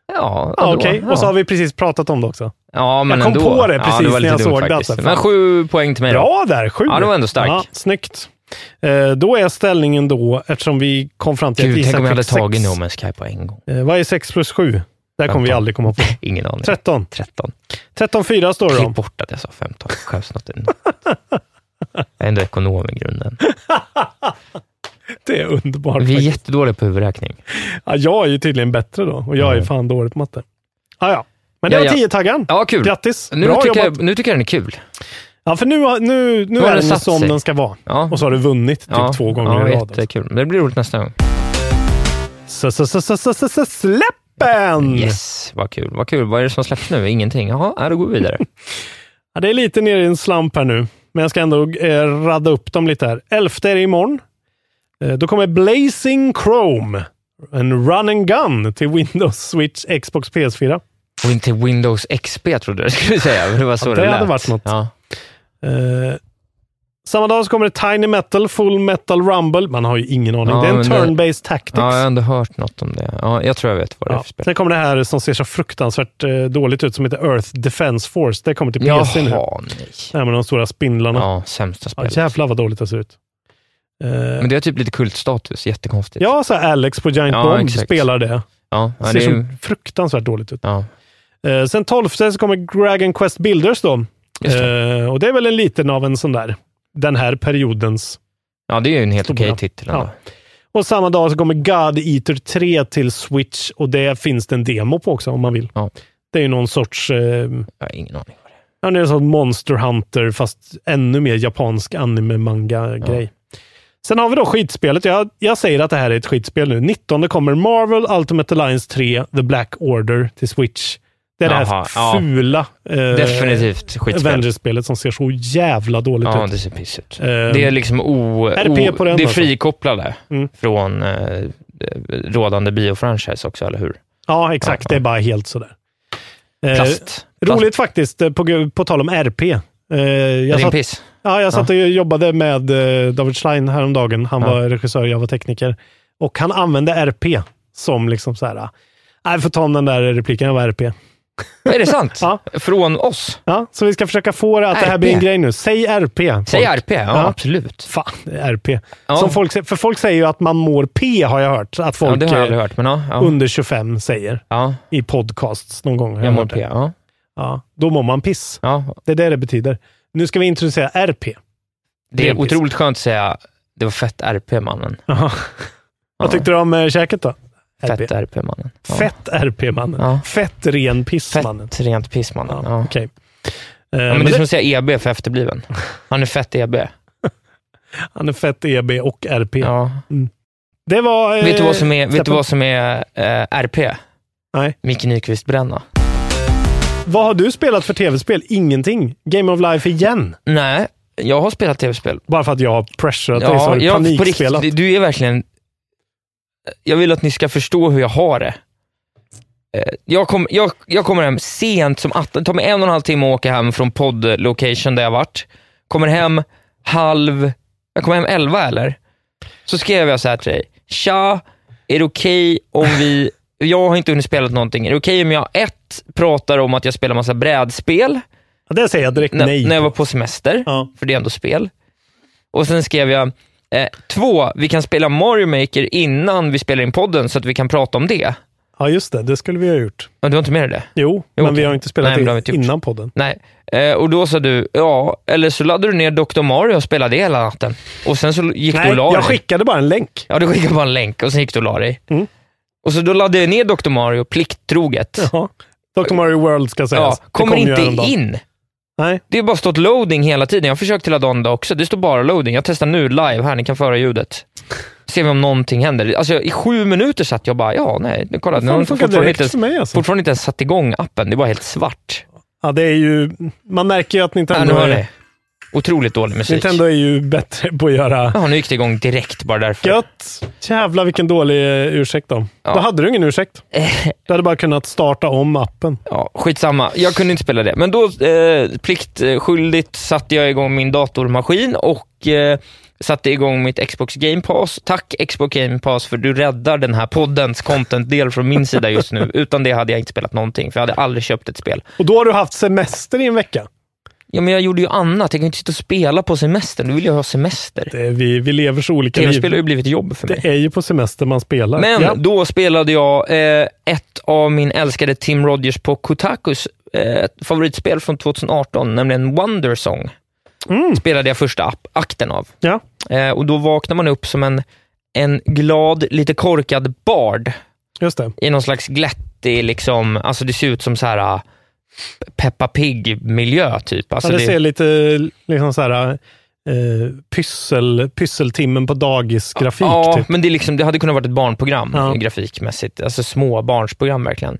[SPEAKER 7] ja,
[SPEAKER 6] Ja,
[SPEAKER 7] vadå?
[SPEAKER 6] Okej,
[SPEAKER 7] ja.
[SPEAKER 6] och så har vi precis pratat om det också.
[SPEAKER 7] ja, men
[SPEAKER 6] jag kom
[SPEAKER 7] ändå.
[SPEAKER 6] på det precis
[SPEAKER 7] var
[SPEAKER 6] när
[SPEAKER 7] lite
[SPEAKER 6] jag
[SPEAKER 7] dumt
[SPEAKER 6] såg det,
[SPEAKER 7] faktiskt.
[SPEAKER 6] alltså.
[SPEAKER 7] Men sju poäng till mig då.
[SPEAKER 6] Bra där, sju.
[SPEAKER 7] Ja, det var ändå stark.
[SPEAKER 6] snyggt. Eh, då är ställningen då, eftersom vi kom fram till att
[SPEAKER 7] Gud, tänk om jag hade
[SPEAKER 6] fick
[SPEAKER 7] tagit
[SPEAKER 6] sex.
[SPEAKER 7] No Man's Sky på en gång.
[SPEAKER 6] Eh, vad är 6 plus 7? Där kommer vi
[SPEAKER 7] Femton.
[SPEAKER 6] aldrig komma på.
[SPEAKER 7] Ingen aning.
[SPEAKER 6] 13.
[SPEAKER 7] 13.
[SPEAKER 6] 13-4 står det
[SPEAKER 7] Klipp
[SPEAKER 6] om.
[SPEAKER 7] bort att jag sa 15. Skäms något enormt. Jag är ändå ekonom i grunden.
[SPEAKER 6] Det är underbart.
[SPEAKER 7] Vi är
[SPEAKER 6] faktiskt.
[SPEAKER 7] jättedåliga på huvudräkning.
[SPEAKER 6] Ja, jag är ju tydligen bättre då och jag är fan dålig på matte. Ah, ja. Men det
[SPEAKER 7] Ja,
[SPEAKER 6] var
[SPEAKER 7] ja.
[SPEAKER 6] 10-taggan.
[SPEAKER 7] Ja, kul.
[SPEAKER 6] Grattis!
[SPEAKER 7] Nu,
[SPEAKER 6] Bra
[SPEAKER 7] tycker
[SPEAKER 6] jobbat!
[SPEAKER 7] jag, nu tycker jag den är kul.
[SPEAKER 6] Ja, för nu, har- nu, nu
[SPEAKER 7] har
[SPEAKER 6] är
[SPEAKER 7] det
[SPEAKER 6] den ju
[SPEAKER 7] satt
[SPEAKER 6] som
[SPEAKER 7] sig.
[SPEAKER 6] den ska vara.
[SPEAKER 7] Ja.
[SPEAKER 6] Och så har du vunnit typ
[SPEAKER 7] ja.
[SPEAKER 6] två gånger
[SPEAKER 7] ja,
[SPEAKER 6] i rad.
[SPEAKER 7] Jättekul. Men Det blir roligt nästa gång.
[SPEAKER 6] Så, så, så, så, så, så, så, släppen!
[SPEAKER 7] Yes, vad kul. Vad kul. Vad är det som släpps nu? Ingenting. Jaha, ja, då går vi vidare.
[SPEAKER 6] Ja, det är lite ner i en slump här nu, men jag ska ändå eh, radda upp dem lite här. Elfte är det imorgon. Eh, då kommer Blazing Chrome, en run and gun till Windows, Switch, Xbox, PS4.
[SPEAKER 7] Och inte Windows XP trodde jag skulle säga. men Det var så
[SPEAKER 6] Ja,
[SPEAKER 7] det,
[SPEAKER 6] det hade
[SPEAKER 7] lät.
[SPEAKER 6] varit något.
[SPEAKER 7] Ja.
[SPEAKER 6] Eh, samma dag så kommer det Tiny Metal, Full Metal Rumble. Man har ju ingen aning.
[SPEAKER 7] Ja,
[SPEAKER 6] det är en
[SPEAKER 7] men det-
[SPEAKER 6] turn-based tactics.
[SPEAKER 7] ja, jag har ändå hört något om det. Ja, jag tror jag vet vad det är
[SPEAKER 6] Ja.
[SPEAKER 7] för spel.
[SPEAKER 6] Sen kommer det här som ser så fruktansvärt eh, dåligt ut, som heter Earth Defense Force. Det kommer till PC nu.
[SPEAKER 7] Jaha, nej.
[SPEAKER 6] Det här med de stora spindlarna.
[SPEAKER 7] Ja, sämsta
[SPEAKER 6] Ja,
[SPEAKER 7] spelet.
[SPEAKER 6] jävlar vad dåligt det ser ut. Eh,
[SPEAKER 7] Men det har typ lite kultstatus. Jättekonstigt.
[SPEAKER 6] Ja, så här Alex på Giant
[SPEAKER 7] Ja,
[SPEAKER 6] Bomb
[SPEAKER 7] exakt.
[SPEAKER 6] spelar det.
[SPEAKER 7] ja, ja,
[SPEAKER 6] ser
[SPEAKER 7] det är ju...
[SPEAKER 6] så fruktansvärt dåligt ut.
[SPEAKER 7] Ja.
[SPEAKER 6] Eh, sen 12 så kommer Dragon Quest Builders då.
[SPEAKER 7] Just
[SPEAKER 6] Eh, och det är väl en liten av en sån där, den här periodens.
[SPEAKER 7] ja, det är ju en helt
[SPEAKER 6] Stora.
[SPEAKER 7] okej titel ändå.
[SPEAKER 6] Ja. Och samma dag så kommer God Eater 3 till Switch och det finns det en demo på också om man vill.
[SPEAKER 7] Ja.
[SPEAKER 6] Det är ju någon sorts, eh,
[SPEAKER 7] Jag har ingen aning. vad det är.
[SPEAKER 6] ja, det är en sorts Monster Hunter fast ännu mer japansk anime-manga-grej. Sen har vi då skitspelet. Jag, jag säger att det här är ett skitspel nu. 19 kommer Marvel Ultimate Alliance 3 The Black Order till Switch. Det är
[SPEAKER 7] Jaha,
[SPEAKER 6] det
[SPEAKER 7] ja.
[SPEAKER 6] här fula eh,
[SPEAKER 7] Definitivt skitspel.
[SPEAKER 6] Avengers-spelet som ser så jävla dåligt
[SPEAKER 7] Ja,
[SPEAKER 6] ut.
[SPEAKER 7] det ser piss ut.
[SPEAKER 6] Eh,
[SPEAKER 7] Det är liksom o,
[SPEAKER 6] RP på
[SPEAKER 7] o,
[SPEAKER 6] den
[SPEAKER 7] det är
[SPEAKER 6] alltså.
[SPEAKER 7] frikopplade
[SPEAKER 6] Mm.
[SPEAKER 7] från eh, rådande biofranchise också, eller hur?
[SPEAKER 6] ja, exakt.
[SPEAKER 7] ja, ja.
[SPEAKER 6] Det är bara helt sådär. Eh,
[SPEAKER 7] Plast. Plast.
[SPEAKER 6] Roligt faktiskt, eh, på, på tal om RP. Eh, jag,
[SPEAKER 7] Ren
[SPEAKER 6] satt,
[SPEAKER 7] piss.
[SPEAKER 6] ja, jag satt och jobbade med eh, David Schlein häromdagen. Han
[SPEAKER 7] Ja.
[SPEAKER 6] var regissör, jag var tekniker. Och han använde RP som liksom så här, ah, jag får ta om den där repliken, jag var RP.
[SPEAKER 7] Är det sant?
[SPEAKER 6] Ja.
[SPEAKER 7] Från oss?
[SPEAKER 6] Ja, så vi ska försöka få det att det här
[SPEAKER 7] RP.
[SPEAKER 6] blir en grej nu. Säg RP. folk.
[SPEAKER 7] Säg RP. Ja,
[SPEAKER 6] Ja.
[SPEAKER 7] absolut.
[SPEAKER 6] Fan, RP.
[SPEAKER 7] Ja.
[SPEAKER 6] Som folk, sä- för folk säger ju att man mår P, har jag hört. Att folk
[SPEAKER 7] ja, det har jag
[SPEAKER 6] eh,
[SPEAKER 7] aldrig hört, men ja. ja.
[SPEAKER 6] under 25 säger
[SPEAKER 7] ja
[SPEAKER 6] i podcasts någon gång. har
[SPEAKER 7] jag mår
[SPEAKER 6] hört det.
[SPEAKER 7] P. Ja.
[SPEAKER 6] Ja, då mår man piss.
[SPEAKER 7] Ja.
[SPEAKER 6] Det är det det betyder. Nu ska vi introducera RP.
[SPEAKER 7] Det är
[SPEAKER 6] Ren piss.
[SPEAKER 7] otroligt skönt att säga det var fett RP, mannen.
[SPEAKER 6] Vad tyckte du om eh, käket då? RP.
[SPEAKER 7] Fett RP, mannen. Ja.
[SPEAKER 6] Fett RP-mannen.
[SPEAKER 7] Ja.
[SPEAKER 6] Fett ren piss-mannen.
[SPEAKER 7] Fett rent piss, mannen.
[SPEAKER 6] Ja,
[SPEAKER 7] Ja.
[SPEAKER 6] okej. Eh,
[SPEAKER 7] Ja, men
[SPEAKER 6] men
[SPEAKER 7] det är
[SPEAKER 6] det-
[SPEAKER 7] som att säga EB E för efterbliven. Han är fett E EB.
[SPEAKER 6] Han är fett EB och RP.
[SPEAKER 7] Ja.
[SPEAKER 6] Det var... eh,
[SPEAKER 7] Vet du vad som är, vet du
[SPEAKER 6] Steppen.
[SPEAKER 7] vad som är eh, RP?
[SPEAKER 6] Nej.
[SPEAKER 7] Micke Nyqvist-bränna.
[SPEAKER 6] Vad har du spelat för tv-spel? Ingenting. Game of Life igen.
[SPEAKER 7] Nej, jag har spelat tv-spel.
[SPEAKER 6] Bara för att jag har pressurat dig så har du
[SPEAKER 7] jag- på riktigt,
[SPEAKER 6] panikspelat.
[SPEAKER 7] Du är verkligen... Jag vill att ni ska förstå hur jag har det. Eh, Jag, kom, jag, jag kommer hem sent som attan. Det tar mig en och en halv timme att åka hem från poddlocation där jag varit. Kommer hem halv... Jag kommer hem elva eller? Så skrev jag så här till dig. Tja, är det okej om vi... Jag har inte hunnit spela någonting. Är det okej om jag ett pratar om att jag spelar massa brädspel?
[SPEAKER 6] Ja, det säger jag direkt
[SPEAKER 7] när,
[SPEAKER 6] nej.
[SPEAKER 7] när jag var på semester,
[SPEAKER 6] Ja.
[SPEAKER 7] för det är ändå spel. Och sen skrev jag, eh, två, vi kan spela Mario Maker innan vi spelar in podden så att vi kan prata om det.
[SPEAKER 6] Ja, just det. Det skulle vi ha gjort.
[SPEAKER 7] Men du har inte med dig det?
[SPEAKER 6] Jo,
[SPEAKER 7] Jo,
[SPEAKER 6] men vi
[SPEAKER 7] okej.
[SPEAKER 6] har inte spelat
[SPEAKER 7] Nej, men det har vi typ
[SPEAKER 6] det
[SPEAKER 7] inte gjort.
[SPEAKER 6] innan podden.
[SPEAKER 7] Nej. Eh, och då sa du, ja, eller så laddade du ner Dr. Mario och spelade det hela natten. Och sen så gick du
[SPEAKER 6] Nej,
[SPEAKER 7] och la
[SPEAKER 6] jag
[SPEAKER 7] dig.
[SPEAKER 6] skickade bara en länk.
[SPEAKER 7] Ja, du skickade bara en länk och sen gick du och la dig.
[SPEAKER 6] Mm.
[SPEAKER 7] Och så då laddade jag ner Dr. Mario plikttroget.
[SPEAKER 6] Ja. Dr. Mario World ska
[SPEAKER 7] Ja,
[SPEAKER 6] sägas. Det
[SPEAKER 7] kommer
[SPEAKER 6] kom ju
[SPEAKER 7] inte
[SPEAKER 6] häromdagen.
[SPEAKER 7] in.
[SPEAKER 6] Nej.
[SPEAKER 7] Det har bara stått loading hela tiden. Jag har försökt till Adonda också. Det står bara loading. Jag testar nu live här, ni kan föra ljudet. Ser vi om någonting händer. Alltså, I sju minuter satt jag bara, ja, nej, nu kolla.
[SPEAKER 6] Fan,
[SPEAKER 7] Nu har
[SPEAKER 6] det
[SPEAKER 7] de
[SPEAKER 6] funkar
[SPEAKER 7] fortfarande
[SPEAKER 6] direkt
[SPEAKER 7] inte, ens,
[SPEAKER 6] för mig alltså.
[SPEAKER 7] fortfarande inte ens satt igång appen. Det var helt svart.
[SPEAKER 6] Ja, det är ju, man märker ju att
[SPEAKER 7] Ja,
[SPEAKER 6] Nintendo,
[SPEAKER 7] nu hör
[SPEAKER 6] är,
[SPEAKER 7] ni. Otroligt dålig musik.
[SPEAKER 6] Nintendo är ju bättre på att göra
[SPEAKER 7] Ja, nu gick det igång direkt bara därför.
[SPEAKER 6] gött. Jävlar vilken dålig eh, ursäkt då.
[SPEAKER 7] Ja.
[SPEAKER 6] Då hade du ingen ursäkt.
[SPEAKER 7] Eh,
[SPEAKER 6] Du hade bara kunnat starta om appen.
[SPEAKER 7] Ja, skitsamma. Jag kunde inte spela det. Men då, eh, pliktskyldigt, satte jag igång min datormaskin och eh, satte igång mitt Xbox Game Pass. Tack Xbox Game Pass för du räddar den här poddens contentdel från min sida just nu. Utan det hade jag inte spelat någonting, för jag hade aldrig köpt ett spel.
[SPEAKER 6] Och då har du haft semester i en vecka.
[SPEAKER 7] Ja, men jag gjorde ju annat. Jag kan ju inte sitta och spela på semestern. Nu vill jag ha semester.
[SPEAKER 6] Det är, Eh, vi, vi lever så olika
[SPEAKER 7] Tv-spel har ju
[SPEAKER 6] liv.
[SPEAKER 7] blivit jobb för mig.
[SPEAKER 6] Det är ju på semester man spelar.
[SPEAKER 7] Men
[SPEAKER 6] ja.
[SPEAKER 7] då spelade jag eh, ett av min älskade Tim Rogers på Kotakus eh, favoritspel från 2018, nämligen Wonder Song.
[SPEAKER 6] Mm,
[SPEAKER 7] Spelade jag första ap- akten av.
[SPEAKER 6] Ja.
[SPEAKER 7] Eh, och Då vaknar man upp som en, en glad, lite korkad bard
[SPEAKER 6] Just det.
[SPEAKER 7] i någon slags glättig, liksom, alltså det ser ut som så här eh, Peppa Pig-miljö typ. Alltså
[SPEAKER 6] ja, det,
[SPEAKER 7] det-
[SPEAKER 6] ser lite liksom så här, eh, pyssel, pysseltimmen på dagis-grafik.
[SPEAKER 7] Ja,
[SPEAKER 6] typ.
[SPEAKER 7] men det, är liksom, det hade kunnat varit ett barnprogram
[SPEAKER 6] Ja.
[SPEAKER 7] grafikmässigt. Alltså småbarnsprogram verkligen.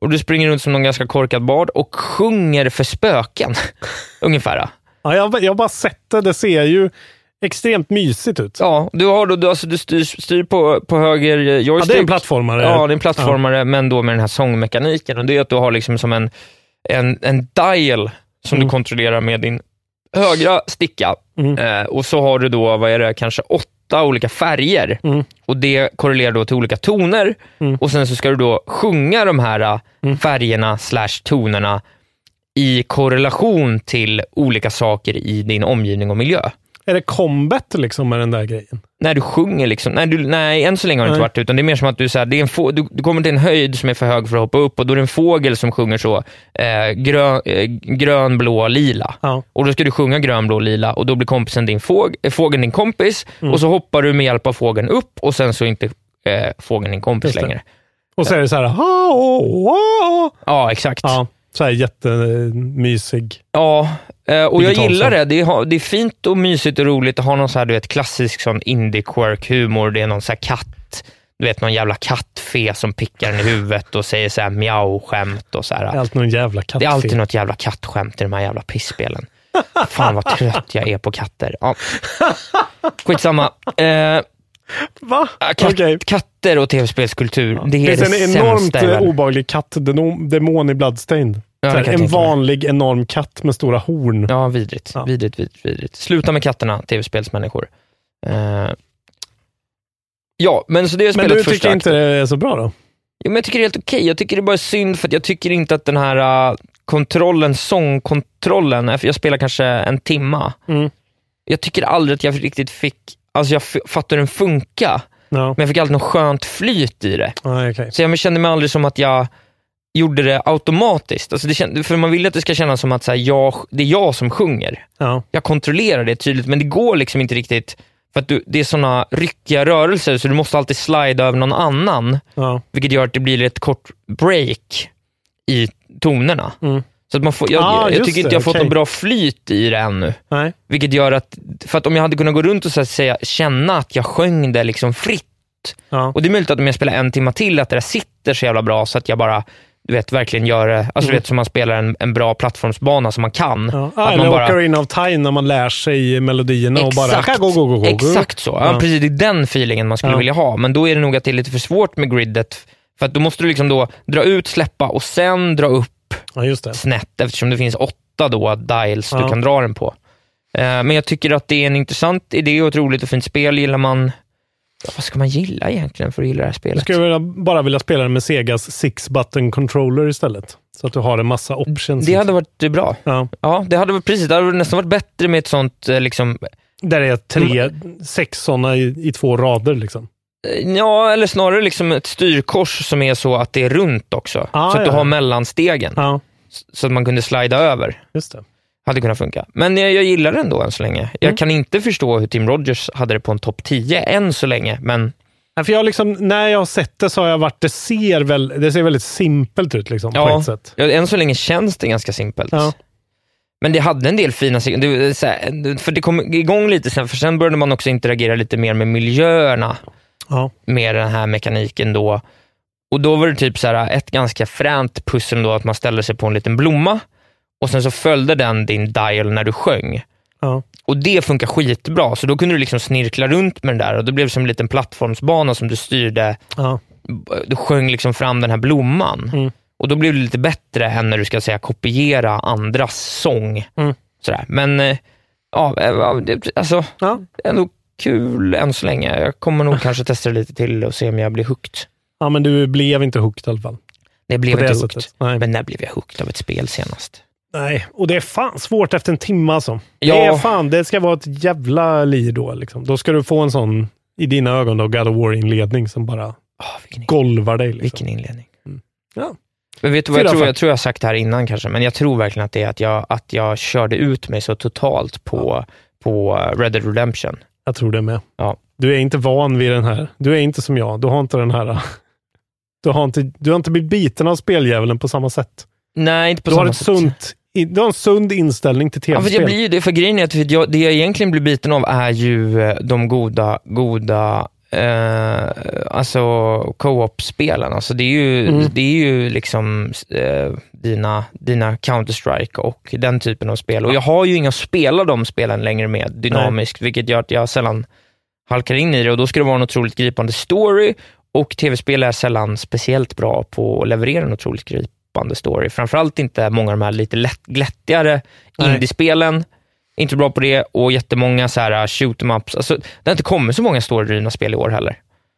[SPEAKER 7] Och du springer runt som någon ganska korkad bard och sjunger för spöken. Ungefär.
[SPEAKER 6] Ja, jag, har- jag har bara sett det. Det ser ju extremt mysigt ut.
[SPEAKER 7] Ja, du, har då, du, alltså, du styr, styr på, på höger eh,
[SPEAKER 6] Ja,
[SPEAKER 7] joystick.
[SPEAKER 6] det är en plattformare.
[SPEAKER 7] Ja, det är en plattformare, men då med den här sångmekaniken. Och det är att du har liksom som en, en, en dial som
[SPEAKER 6] Mm.
[SPEAKER 7] du kontrollerar med din högra sticka.
[SPEAKER 6] Mm.
[SPEAKER 7] Eh, och så har du då, vad är det, kanske åtta olika färger.
[SPEAKER 6] Mm.
[SPEAKER 7] Och det korrelerar då till olika toner.
[SPEAKER 6] Mm.
[SPEAKER 7] Och sen så ska du då sjunga de här eh, färgerna slash tonerna i korrelation till olika saker i din omgivning och miljö.
[SPEAKER 6] Är det combat liksom med den där grejen?
[SPEAKER 7] När du sjunger liksom. Nej, du, nej än så länge har det inte
[SPEAKER 6] Nej.
[SPEAKER 7] varit det, utan det är mer som att du, så här, det är en få, du, du kommer till en höjd som är för hög för att hoppa upp och då är det en fågel som sjunger så, eh, grön, eh, grön, blå, lila.
[SPEAKER 6] Ja.
[SPEAKER 7] Och då ska du sjunga grön, blå, lila och då blir kompisen din fåg, eh, fågeln din kompis
[SPEAKER 6] Mm.
[SPEAKER 7] och så hoppar du med hjälp av fågeln upp och sen så är inte eh, fågeln din kompis
[SPEAKER 6] Just det.
[SPEAKER 7] längre.
[SPEAKER 6] Och så är det så här... "Ha, oh, oh."
[SPEAKER 7] Ja, exakt.
[SPEAKER 6] Ja, så här jättemysig.
[SPEAKER 7] Ja, eh, och jag
[SPEAKER 6] Digital
[SPEAKER 7] gillar
[SPEAKER 6] sång.
[SPEAKER 7] det. Det är, ha- det är fint och mysigt och roligt att ha någon så här, du vet, klassisk sån indie-quirk-humor. Det är någon så här katt, du vet någon jävla kattfe som pickar en i huvudet och säger så här miau-skämt och så här.
[SPEAKER 6] Det är alltid någon jävla
[SPEAKER 7] Det är
[SPEAKER 6] kattfilm.
[SPEAKER 7] alltid något jävla kattskämt i de här jävla pissspelen. Fan vad trött jag är på katter. Ja. Skitsamma. Eh,
[SPEAKER 6] Va?
[SPEAKER 7] katt,
[SPEAKER 6] Okej.
[SPEAKER 7] Katter och tv-spelskultur, det
[SPEAKER 6] Det
[SPEAKER 7] är det,
[SPEAKER 6] finns en enormt
[SPEAKER 7] sämsta jag
[SPEAKER 6] eh,
[SPEAKER 7] vet.
[SPEAKER 6] obehaglig kattdemon demon i Bloodstained.
[SPEAKER 7] Ja,
[SPEAKER 6] så
[SPEAKER 7] det
[SPEAKER 6] här,
[SPEAKER 7] kan jag
[SPEAKER 6] en
[SPEAKER 7] tänka mig.
[SPEAKER 6] vanlig enorm katt med stora horn.
[SPEAKER 7] Ja, vidrigt.
[SPEAKER 6] Ja.
[SPEAKER 7] Vidrigt, vidrigt, vidrigt. Sluta med katterna, tv-spelsmänniskor. Eh, ja, men så det har jag
[SPEAKER 6] Men
[SPEAKER 7] spelat
[SPEAKER 6] du
[SPEAKER 7] första
[SPEAKER 6] tycker inte
[SPEAKER 7] akten.
[SPEAKER 6] det är så bra då?
[SPEAKER 7] Jo, men jag tycker det är helt okej. Jag tycker det är bara synd för att jag tycker inte att den här eh, kontrollen, sångkontrollen, eh, jag spelar kanske en timma.
[SPEAKER 6] Mm.
[SPEAKER 7] Jag tycker aldrig att jag riktigt fick, alltså jag f- fattar hur den funkar,
[SPEAKER 6] Ja.
[SPEAKER 7] men jag fick alltid något skönt flyt i det.
[SPEAKER 6] Nej, okej.
[SPEAKER 7] Så jag kände mig aldrig som att jag gjorde det automatiskt. Alltså det känd, för man vill att det ska kännas som att så här, jag, det är jag som sjunger
[SPEAKER 6] ja.
[SPEAKER 7] jag kontrollerar det tydligt, men det går liksom inte riktigt. För att du, det är såna ryckiga rörelser, så du måste alltid slida över någon annan,
[SPEAKER 6] ja.
[SPEAKER 7] vilket gör att det blir ett kort break i tonerna.
[SPEAKER 6] Mm.
[SPEAKER 7] Så att man får, jag,
[SPEAKER 6] Ah,
[SPEAKER 7] jag
[SPEAKER 6] just
[SPEAKER 7] tycker inte
[SPEAKER 6] det,
[SPEAKER 7] jag har fått
[SPEAKER 6] okej.
[SPEAKER 7] något bra flyt i det ännu.
[SPEAKER 6] Nej.
[SPEAKER 7] Vilket gör att, för att om jag hade kunnat gå runt och så att säga, känna att jag sjöng det liksom fritt.
[SPEAKER 6] Ja.
[SPEAKER 7] Och det är möjligt att om jag spelar en timma till, att det där sitter så jävla bra så att jag bara, du vet, verkligen gör det. Alltså du vet, som man spelar en, en bra plattformsbana som man kan.
[SPEAKER 6] Mm. Ja.
[SPEAKER 7] Att
[SPEAKER 6] Ah,
[SPEAKER 7] man
[SPEAKER 6] eller
[SPEAKER 7] bara-
[SPEAKER 6] Ocarina of Time när man lär sig melodierna och bara... Go, go, go, go, go.
[SPEAKER 7] Exakt så. Ja,
[SPEAKER 6] Ja.
[SPEAKER 7] Precis, det är den feelingen man skulle
[SPEAKER 6] Ja.
[SPEAKER 7] vilja ha. Men då är det nog att det är lite för svårt med gridet. För att då måste du liksom då dra ut, släppa och sen dra upp
[SPEAKER 6] Ja, just det.
[SPEAKER 7] snett eftersom det finns åtta då dials
[SPEAKER 6] Ja.
[SPEAKER 7] du kan dra den på. Eh, Men jag tycker att det är en intressant idé och ett roligt och fint spel. Gillar man... ja, Vad ska man gilla egentligen för att gilla det här
[SPEAKER 6] Jag
[SPEAKER 7] spelet?
[SPEAKER 6] skulle vilja, bara vilja spela den med Segas six button controller istället. Så att du har en massa options.
[SPEAKER 7] Det hade varit eh, bra.
[SPEAKER 6] ja.
[SPEAKER 7] Ja, det hade varit precis. Det hade nästan varit bättre med ett sånt eh, liksom,
[SPEAKER 6] Där är tre,
[SPEAKER 7] Mm.
[SPEAKER 6] sex sådana i, i två rader. Liksom.
[SPEAKER 7] eh, Ja, eller snarare liksom ett styrkors som är så att det är runt också.
[SPEAKER 6] Ah,
[SPEAKER 7] så att
[SPEAKER 6] ja. Ah.
[SPEAKER 7] du har mellanstegen.
[SPEAKER 6] Ja,
[SPEAKER 7] S- Så att man kunde slida över.
[SPEAKER 6] just det.
[SPEAKER 7] Hade kunnat funka. Men jag, jag gillar det ändå än så länge.
[SPEAKER 6] Mm.
[SPEAKER 7] Jag kan inte förstå hur Tim Rogers hade det på en topp 10 än så länge. Men
[SPEAKER 6] Nej, för jag har liksom, när jag har sett det så har jag varit, det ser, väl, det ser väldigt simpelt ut liksom, på
[SPEAKER 7] ja,
[SPEAKER 6] ett sätt.
[SPEAKER 7] ja, än så länge känns det ganska simpelt.
[SPEAKER 6] Ja.
[SPEAKER 7] Men det hade en del fina sek- det, var så här, För det kom igång lite sen, för sen började man också interagera lite mer med miljöerna.
[SPEAKER 6] Ja.
[SPEAKER 7] med den här mekaniken då. Och då var det typ så här, ett ganska fränt pussel då att man ställde sig på en liten blomma och sen så följde den din dial när du sjöng.
[SPEAKER 6] Ja.
[SPEAKER 7] Och det funkar skitbra, så då kunde du liksom snirkla runt med den där och det blev som en liten plattformsbana som du styrde.
[SPEAKER 6] Ja.
[SPEAKER 7] Du sjöng liksom fram den här blomman.
[SPEAKER 6] Mm.
[SPEAKER 7] Och då blev det lite bättre än när du ska säga kopiera andras sång.
[SPEAKER 6] Mm.
[SPEAKER 7] Sådär. Men eh, ja, eh, ja, det- alltså,
[SPEAKER 6] Ja.
[SPEAKER 7] ändå kul än så länge. Jag kommer nog kanske testa det lite till och se om jag blir hooked.
[SPEAKER 6] ja, men du blev inte hooked i alla fall.
[SPEAKER 7] Det blev
[SPEAKER 6] På det
[SPEAKER 7] inte hooked.
[SPEAKER 6] sättet. Nej.
[SPEAKER 7] Men när blev jag hooked av ett spel senast?
[SPEAKER 6] Nej, och det är fan svårt efter en timme alltså.
[SPEAKER 7] Ja.
[SPEAKER 6] Det, är fan, det ska vara ett jävla lir då. Liksom. Då ska du få en sån, i dina ögon, då, God of War-inledning som bara
[SPEAKER 7] Ah, vilken, in-
[SPEAKER 6] golvar dig. Liksom.
[SPEAKER 7] vilken inledning.
[SPEAKER 6] Ja.
[SPEAKER 7] Men vet du vad, jag
[SPEAKER 6] Fyra,
[SPEAKER 7] tror,
[SPEAKER 6] fem.
[SPEAKER 7] jag tror jag har sagt det här innan kanske, men jag tror verkligen att det är att jag, att jag körde ut mig så totalt på, på Red Dead Redemption.
[SPEAKER 6] Jag tror det med.
[SPEAKER 7] Ja.
[SPEAKER 6] Du är inte van vid den här. Du är inte som jag. Du har inte den här... Du har inte, du har inte blivit biten av speldjävolen på samma sätt.
[SPEAKER 7] Nej, inte på
[SPEAKER 6] du, har
[SPEAKER 7] samma
[SPEAKER 6] ett
[SPEAKER 7] sätt.
[SPEAKER 6] sunt, i- du har en sund inställning till
[SPEAKER 7] Ja, för
[SPEAKER 6] tv-spel.
[SPEAKER 7] jag blir ju det, för grejen är att för jag, det jag egentligen blir biten av är ju eh, de goda, goda eh, alltså co-op-spelen. Alltså det, är ju,
[SPEAKER 6] Mm.
[SPEAKER 7] det är ju liksom eh, dina, dina Counter-Strike och den typen av spel. Och jag har ju inga att spela de spelen längre med dynamiskt, vilket gör att jag sällan halkar in i det. Och då ska det vara en otroligt gripande story och tv-spel är sällan speciellt bra på att leverera en otroligt gripande story. Framförallt inte många av de här lite lätt, glättigare
[SPEAKER 6] Nej.
[SPEAKER 7] indiespelen. Inte bra på det och jättemånga så här shoot em ups. Alltså, det har inte kommit så många storydrivna spel i år heller.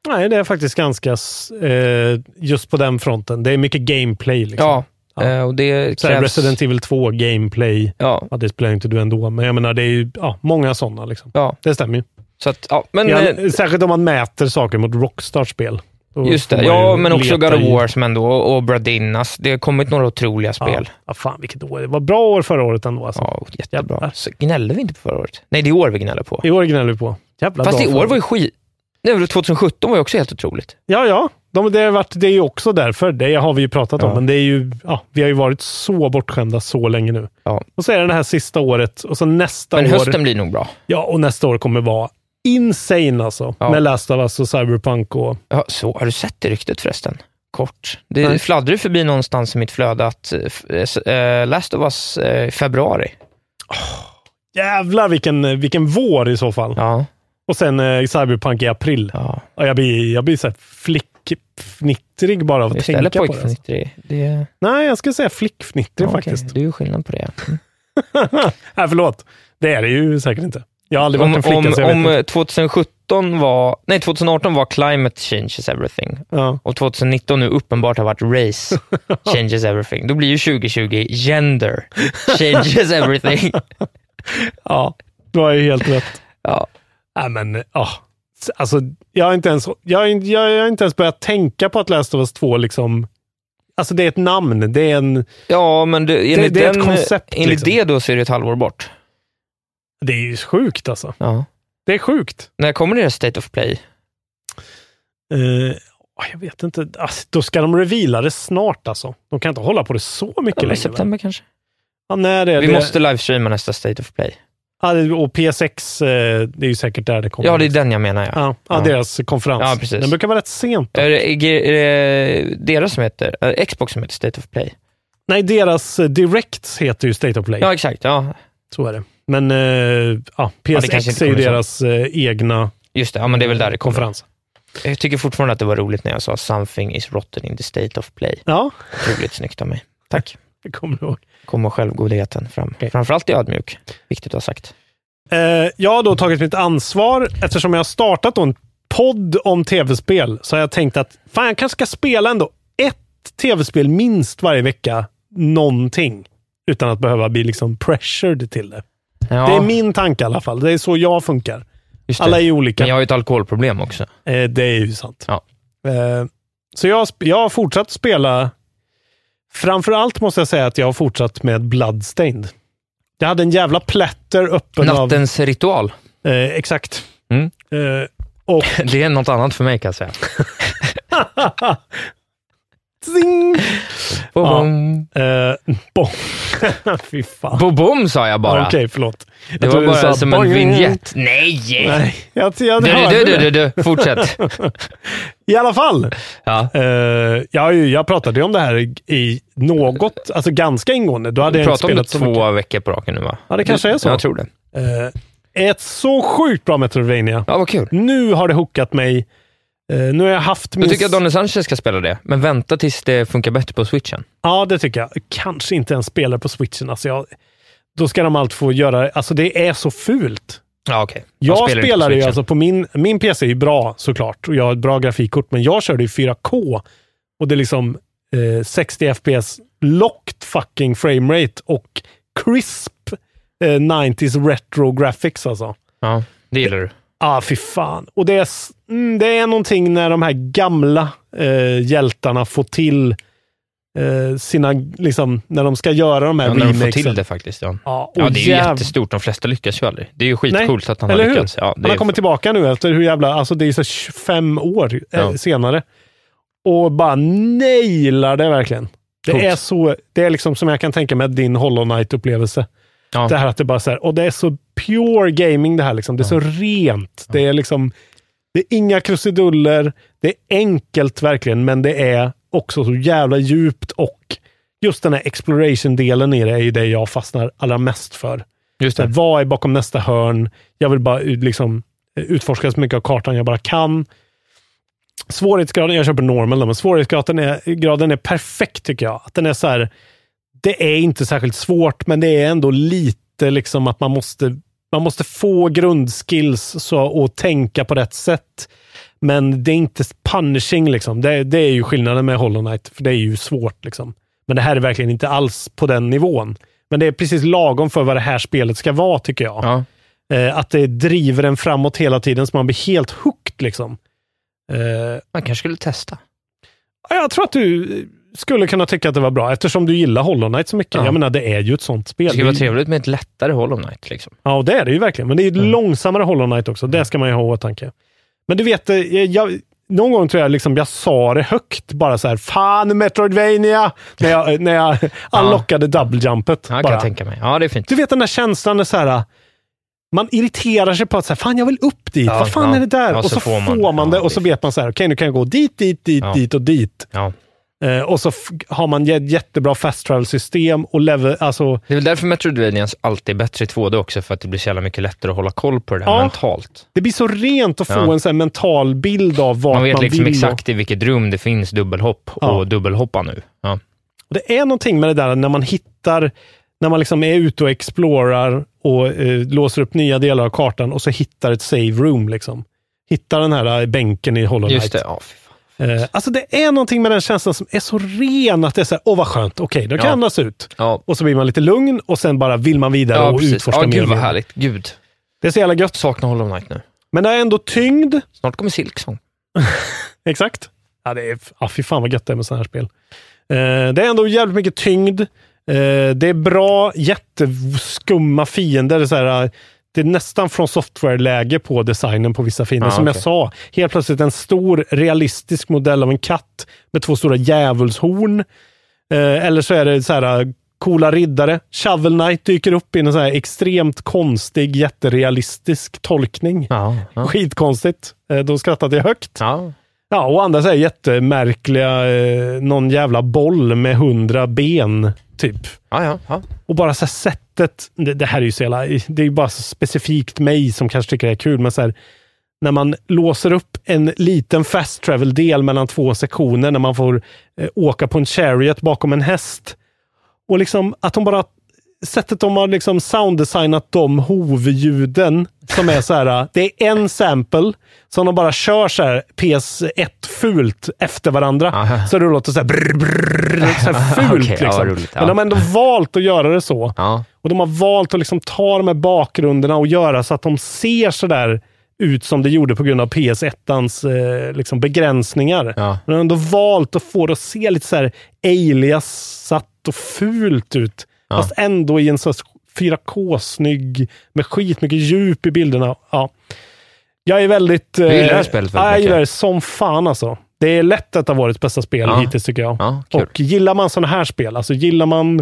[SPEAKER 6] Nej, det är faktiskt ganska... s- Eh, just på den fronten. Det är mycket gameplay. Liksom.
[SPEAKER 7] Ja,
[SPEAKER 6] Ja.
[SPEAKER 7] eh, och det
[SPEAKER 6] Så här,
[SPEAKER 7] krävs...
[SPEAKER 6] Resident Evil 2 gameplay.
[SPEAKER 7] Ja,
[SPEAKER 6] Ja, det spelar ju inte du ändå, men jag menar det är ju ja, många sådana. Liksom.
[SPEAKER 7] ja.
[SPEAKER 6] Det stämmer ju.
[SPEAKER 7] Så att, ja, men, eh,
[SPEAKER 6] Ja, särskilt om man mäter saker mot Rockstars spel. Då
[SPEAKER 7] just
[SPEAKER 6] får
[SPEAKER 7] det.
[SPEAKER 6] man
[SPEAKER 7] Ja,
[SPEAKER 6] ju
[SPEAKER 7] men
[SPEAKER 6] leta
[SPEAKER 7] också God of
[SPEAKER 6] i-
[SPEAKER 7] War som ändå, och och Bradin. Alltså, det har kommit några otroliga spel.
[SPEAKER 6] Ja, ja, fan vilket år. Det var bra år förra året ändå. Alltså.
[SPEAKER 7] Ja, jättebra.
[SPEAKER 6] Jävlar.
[SPEAKER 7] Så gnällde vi inte på förra året? Nej, det är i år vi gnäller på.
[SPEAKER 6] I år gnäller vi på. Jävla
[SPEAKER 7] Fast
[SPEAKER 6] dag
[SPEAKER 7] i
[SPEAKER 6] förra
[SPEAKER 7] år var ju skit... Nej, men 2017 var ju också helt otroligt.
[SPEAKER 6] Ja, ja. De, det, har varit, det är ju också därför. Det har vi ju pratat om. Men det är ju, ja, vi har ju varit så bortskämda så länge nu.
[SPEAKER 7] Ja.
[SPEAKER 6] Och så är det det här sista året och så nästa
[SPEAKER 7] Men
[SPEAKER 6] år.
[SPEAKER 7] hösten blir nog bra.
[SPEAKER 6] Ja, och nästa år kommer vara insane alltså.
[SPEAKER 7] Ja.
[SPEAKER 6] Med Last of Us och Cyberpunk och...
[SPEAKER 7] Ja, så, har du sett det ryktet förresten? Kort. Det
[SPEAKER 6] Nej.
[SPEAKER 7] fladdrar ju förbi någonstans i mitt flöde att eh, f- eh, s- eh, Last of Us eh, i februari.
[SPEAKER 6] Jävlar vilken, vilken vår i så fall.
[SPEAKER 7] Ja,
[SPEAKER 6] Och sen eh, Cyberpunk i april.
[SPEAKER 7] ja.
[SPEAKER 6] Ja, jag blir, jag blir så här flickfnittrig bara av att
[SPEAKER 7] Just det,
[SPEAKER 6] tänka
[SPEAKER 7] eller
[SPEAKER 6] på det. Alltså.
[SPEAKER 7] pojkfnittrig. Det är
[SPEAKER 6] Nej, jag ska säga flickfnittrig
[SPEAKER 7] ja,
[SPEAKER 6] faktiskt.
[SPEAKER 7] okej, Det är ju skillnad på det. Mm.
[SPEAKER 6] Nej, förlåt. Det är det ju säkert inte. Jag har aldrig varit
[SPEAKER 7] Om,
[SPEAKER 6] en flicka, så jag
[SPEAKER 7] om,
[SPEAKER 6] vet
[SPEAKER 7] om
[SPEAKER 6] inte.
[SPEAKER 7] eh, 2017 var, nej 2018 var climate changes everything
[SPEAKER 6] Ja.
[SPEAKER 7] och 2019 nu uppenbart har varit race changes everything. Då blir ju 2020 gender changes everything.
[SPEAKER 6] ja, du har ju helt rätt.
[SPEAKER 7] Ja.
[SPEAKER 6] Nej, men ja. S- Alltså, jag har, inte ens, jag, har, in- jag, jag har inte ens börjat tänka på att Last of Us 2 liksom... Alltså det är ett namn. Det är, en,
[SPEAKER 7] Ja, men du, enligt,
[SPEAKER 6] det är ett
[SPEAKER 7] den,
[SPEAKER 6] koncept,
[SPEAKER 7] enligt
[SPEAKER 6] liksom.
[SPEAKER 7] det då så är det ett halvår bort.
[SPEAKER 6] det är ju sjukt alltså.
[SPEAKER 7] Ja.
[SPEAKER 6] Det är sjukt.
[SPEAKER 7] När kommer deras State of Play?
[SPEAKER 6] Eh, åh, jag vet inte. Alltså, då ska de reveala det snart alltså. De kan inte hålla på det så mycket
[SPEAKER 7] Ja, men
[SPEAKER 6] längre. va?
[SPEAKER 7] september kanske?
[SPEAKER 6] Ja, när är
[SPEAKER 7] Vi
[SPEAKER 6] det?
[SPEAKER 7] måste livestreama nästa State of Play.
[SPEAKER 6] Ja, det- och P6, eh, det är ju säkert där det kommer.
[SPEAKER 7] Ja, det är den jag menar. Ja.
[SPEAKER 6] ja, ja, deras konferens.
[SPEAKER 7] Ja, precis.
[SPEAKER 6] Den brukar vara rätt sent. Då.
[SPEAKER 7] Är det, är det- är det deras som heter, eh, Xbox som heter State of Play?
[SPEAKER 6] Nej, deras eh, Directs heter ju State of Play.
[SPEAKER 7] Ja, exakt. Ja,
[SPEAKER 6] Så är det. Men eh, ja,
[SPEAKER 7] det kanske
[SPEAKER 6] PSX
[SPEAKER 7] inte
[SPEAKER 6] är ju
[SPEAKER 7] kommer
[SPEAKER 6] deras eh, egna
[SPEAKER 7] just det. Ja, men det är väl där det kommer.
[SPEAKER 6] konferens.
[SPEAKER 7] Jag tycker fortfarande att det var roligt när jag sa “Something is rotten in the state of play”.
[SPEAKER 6] Ja,
[SPEAKER 7] Otroligt snyggt av mig. Tack.
[SPEAKER 6] det kommer du ihåg.
[SPEAKER 7] Kommer självgodheten fram.
[SPEAKER 6] Okej.
[SPEAKER 7] Framförallt är jag ödmjuk. Viktigt att ha sagt.
[SPEAKER 6] Eh, jag har då tagit mitt ansvar. Eftersom jag har startat då en podd om tv-spel så har jag tänkt att fan, jag kanske ska spela ändå ett tv-spel minst varje vecka. Någonting. Utan att behöva bli liksom pressured till det.
[SPEAKER 7] Ja,
[SPEAKER 6] Det är min tanke i alla fall. Det är så jag funkar.
[SPEAKER 7] just det.
[SPEAKER 6] Alla är olika.
[SPEAKER 7] Men jag har ju ett alkoholproblem också.
[SPEAKER 6] Eh, det är ju sant.
[SPEAKER 7] Ja.
[SPEAKER 6] Eh, så jag, har sp- jag har fortsatt spela. Framförallt måste jag säga att jag har fortsatt med Bloodstained. Jag hade en jävla platter öppen av...
[SPEAKER 7] Nattens ritual.
[SPEAKER 6] Eh, exakt.
[SPEAKER 7] Mm.
[SPEAKER 6] Eh, och...
[SPEAKER 7] Det är något annat för mig kan jag säga.
[SPEAKER 6] Zing!
[SPEAKER 7] Bom,
[SPEAKER 6] Eh, bong. Fy fan.
[SPEAKER 7] bom. bom sa jag bara.
[SPEAKER 6] Okej, förlåt. Jag
[SPEAKER 7] Det
[SPEAKER 6] trodde
[SPEAKER 7] var
[SPEAKER 6] du
[SPEAKER 7] bara
[SPEAKER 6] sa
[SPEAKER 7] som
[SPEAKER 6] bong.
[SPEAKER 7] en vignett. Nej!
[SPEAKER 6] Nej, jag, jag
[SPEAKER 7] Du,
[SPEAKER 6] hörde
[SPEAKER 7] du, du,
[SPEAKER 6] det.
[SPEAKER 7] du, du, du. Fortsätt.
[SPEAKER 6] I alla fall.
[SPEAKER 7] Ja.
[SPEAKER 6] Eh, jag, har ju- jag pratade ju om det här i- i något, alltså ganska ingående. Då hade
[SPEAKER 7] Vi
[SPEAKER 6] jag inte
[SPEAKER 7] pratar om
[SPEAKER 6] spelat
[SPEAKER 7] det
[SPEAKER 6] så mycket.
[SPEAKER 7] två veckor på raken nu va?
[SPEAKER 6] Ja, det kanske är så.
[SPEAKER 7] Jag tror det.
[SPEAKER 6] Eh, ett så sjukt bra Metroidvania.
[SPEAKER 7] Ja, vad kul.
[SPEAKER 6] Nu har det hookat mig. Eh, nu har jag haft min...
[SPEAKER 7] Jag tycker att Daniel Sanchez ska spela det, men vänta tills det funkar bättre på switchen.
[SPEAKER 6] Ja, det tycker jag. Kanske inte ens spelare på switchen. Alltså jag... Då ska de allt få göra... Alltså det är så fult.
[SPEAKER 7] Ja, okej.
[SPEAKER 6] Jag
[SPEAKER 7] Han
[SPEAKER 6] spelar,
[SPEAKER 7] inte på
[SPEAKER 6] ju
[SPEAKER 7] switchen.
[SPEAKER 6] alltså på min... Min PC är ju bra såklart och jag har ett bra grafikkort, men jag körde i 4K och det är liksom eh, 60 FPS locked fucking framerate och crisp eh, 90s retro graphics alltså.
[SPEAKER 7] Ja, det gillar du.
[SPEAKER 6] Ja, ah, fy fan. Och det är, s- mm, det är någonting när de här gamla eh, hjältarna får till eh, sina, liksom, när de ska göra de här
[SPEAKER 7] Ja, när de
[SPEAKER 6] remakesen.
[SPEAKER 7] får till det faktiskt. Ja.
[SPEAKER 6] Ja, och
[SPEAKER 7] Ja, det är ju
[SPEAKER 6] jäv-
[SPEAKER 7] jättestort. De flesta lyckas ju aldrig. Det är ju
[SPEAKER 6] Nej,
[SPEAKER 7] skitcoolt att han
[SPEAKER 6] eller
[SPEAKER 7] har
[SPEAKER 6] hur?
[SPEAKER 7] lyckats. Ja, det
[SPEAKER 6] Han har
[SPEAKER 7] är-
[SPEAKER 6] kommit tillbaka nu efter hur jävla, alltså det är så 25 år eh,
[SPEAKER 7] Ja.
[SPEAKER 6] senare. Och bara nailar det verkligen. Det
[SPEAKER 7] Coolt.
[SPEAKER 6] är så, det är liksom som jag kan tänka mig din Hollow Knight-upplevelse.
[SPEAKER 7] ja.
[SPEAKER 6] Det här att det bara så här, och det är så pure gaming det här liksom. Det är så rent. Det är liksom, det är inga krusiduller. Det är enkelt verkligen, men det är också så jävla djupt och just den här exploration-delen i det är ju det jag fastnar allra mest för.
[SPEAKER 7] Just
[SPEAKER 6] Så här,
[SPEAKER 7] det.
[SPEAKER 6] vad är bakom nästa hörn? Jag vill bara ut- liksom, utforska så mycket av kartan jag bara kan. Svårighetsgraden, jag köper normal då, men svårighetsgraden är, graden är perfekt tycker jag. Att den är så här, det är inte särskilt svårt, men det är ändå lite liksom att man måste, man måste få grundskills så, och tänka på rätt sätt. Men det är inte punishing. Liksom. Det, det är ju skillnaden med Hollow Knight, för det är ju svårt. Liksom. Men det här är verkligen inte alls på den nivån. Men det är precis lagom för vad det här spelet ska vara, tycker jag.
[SPEAKER 7] Ja.
[SPEAKER 6] Eh, att det driver en framåt hela tiden, så man blir helt hooked. Liksom. Eh,
[SPEAKER 7] Man kanske skulle testa.
[SPEAKER 6] jag tror att du skulle kunna tycka att det var bra, eftersom du gillar Hollow Knight så mycket.
[SPEAKER 7] Ja.
[SPEAKER 6] Jag menar, det är ju ett sånt
[SPEAKER 7] Det
[SPEAKER 6] spel.
[SPEAKER 7] skulle
[SPEAKER 6] Det-
[SPEAKER 7] vara trevligt med ett lättare Hollow Knight. Liksom.
[SPEAKER 6] Ja, och det är det ju verkligen. Men det är ju ett
[SPEAKER 7] Mm.
[SPEAKER 6] långsammare Hollow Knight också. Det ska man ju ha i åtanke. Men du vet, eh, jag, någon gång tror jag liksom jag sa det högt. Bara så här, fan Metroidvania! När jag, eh, när jag unlockade double jumpet.
[SPEAKER 7] Ja, kan
[SPEAKER 6] bara.
[SPEAKER 7] jag tänka mig. Ja, det är fint.
[SPEAKER 6] Du vet den där känslan när så här, man irriterar sig på att så här, fan jag vill upp dit.
[SPEAKER 7] Ja,
[SPEAKER 6] Vad fan
[SPEAKER 7] ja.
[SPEAKER 6] är det där?
[SPEAKER 7] Ja,
[SPEAKER 6] och så, får man, det
[SPEAKER 7] Ja,
[SPEAKER 6] och så
[SPEAKER 7] visst.
[SPEAKER 6] vet man så här, okej nu kan jag gå dit, dit, dit,
[SPEAKER 7] Ja.
[SPEAKER 6] dit och dit.
[SPEAKER 7] Ja.
[SPEAKER 6] Eh, och så f- har man ett jättebra fast travel-system och level, alltså
[SPEAKER 7] Det är väl därför Metroidvanias alltid är bättre i 2D också, för att det blir så jävla mycket lättare att hålla koll på det där
[SPEAKER 6] Ja.
[SPEAKER 7] mentalt.
[SPEAKER 6] Det blir så rent att få
[SPEAKER 7] Ja.
[SPEAKER 6] en sån här mental bild av vart
[SPEAKER 7] Man
[SPEAKER 6] man,
[SPEAKER 7] vet liksom
[SPEAKER 6] vill.
[SPEAKER 7] exakt i vilket rum det finns dubbelhopp
[SPEAKER 6] Ja.
[SPEAKER 7] och dubbelhoppa nu. Ja.
[SPEAKER 6] Och det är någonting med det där när man hittar, när man liksom är ute och explorar och eh, låser upp nya delar av kartan och så hittar ett save room. Liksom. Hittar den här eh, bänken i Hollow
[SPEAKER 7] Just
[SPEAKER 6] Knight.
[SPEAKER 7] det. Ja, fy fan.
[SPEAKER 6] Eh, alltså det är någonting med den känslan som är så ren att det är så här, åh vad skönt, okej, då kan
[SPEAKER 7] Ja.
[SPEAKER 6] jag andas ut.
[SPEAKER 7] Ja.
[SPEAKER 6] Och så blir man lite lugn och sen bara vill man vidare
[SPEAKER 7] Ja,
[SPEAKER 6] och
[SPEAKER 7] precis.
[SPEAKER 6] utforska
[SPEAKER 7] Ja,
[SPEAKER 6] mer.
[SPEAKER 7] gud
[SPEAKER 6] och
[SPEAKER 7] vad
[SPEAKER 6] mer.
[SPEAKER 7] härligt. Gud.
[SPEAKER 6] Det är så jävla gött.
[SPEAKER 7] Saknar Hollow Knight nu.
[SPEAKER 6] Men det är ändå tyngd.
[SPEAKER 7] Snart kommer Silksong.
[SPEAKER 6] Exakt. Ja, det är, ja, fy fan vad gött det är med sådana här spel. Eh, det är ändå jävligt mycket tyngd. Eh, det är bra, jätteskumma fiender. Så här, eh, det är nästan från software-läge på designen på vissa fiender.
[SPEAKER 7] Ah,
[SPEAKER 6] Som jag
[SPEAKER 7] okej.
[SPEAKER 6] sa, helt plötsligt en stor realistisk modell av en katt med två stora djävulshorn. Eh, eller så är det så här eh, coola riddare. Shovel Knight dyker upp i en sån här extremt konstig, jätterealistisk tolkning.
[SPEAKER 7] Ja,
[SPEAKER 6] ah.
[SPEAKER 7] ja.
[SPEAKER 6] Skitkonstigt. Eh, Då skrattade jag högt.
[SPEAKER 7] ja.
[SPEAKER 6] Ja, och andra så här jättemärkliga, eh, någon jävla boll med hundra ben, typ.
[SPEAKER 7] ja, ja, ja.
[SPEAKER 6] Och bara så här sättet, det, det här är ju så jävla, det är ju bara så specifikt mig som kanske tycker det är kul, men så här, när man låser upp en liten fast travel-del mellan två sektioner, när man får eh, åka på en chariot bakom en häst. Och liksom att de bara, sättet de har liksom sounddesignat de hovljuden som är så här, det är en sample som de bara kör så här PS1-fult efter varandra.
[SPEAKER 7] Aha.
[SPEAKER 6] Så det låter så här, brr, brr, så här fult.
[SPEAKER 7] Okej, ja,
[SPEAKER 6] liksom.
[SPEAKER 7] vad roligt, ja.
[SPEAKER 6] Men de har ändå valt att göra det så.
[SPEAKER 7] ja.
[SPEAKER 6] Och de har valt att liksom ta de här bakgrunderna och göra så att de ser så där ut som det gjorde på grund av PS1-ans eh, liksom begränsningar.
[SPEAKER 7] Ja.
[SPEAKER 6] Men de har ändå valt att få det att se lite så här aliasat och fult ut. Fast ändå i en så här 4K-snygg, med skitmycket djup i bilderna. Ja. Jag är väldigt... Eh,
[SPEAKER 7] Du gillar det här spelet väldigt
[SPEAKER 6] ja, Jag
[SPEAKER 7] mycket.
[SPEAKER 6] gillar det som fan alltså. Det är lätt ett av årets bästa spel
[SPEAKER 7] Ja.
[SPEAKER 6] hittills tycker jag.
[SPEAKER 7] Ja, kul.
[SPEAKER 6] Och gillar man sådana här spel, alltså gillar man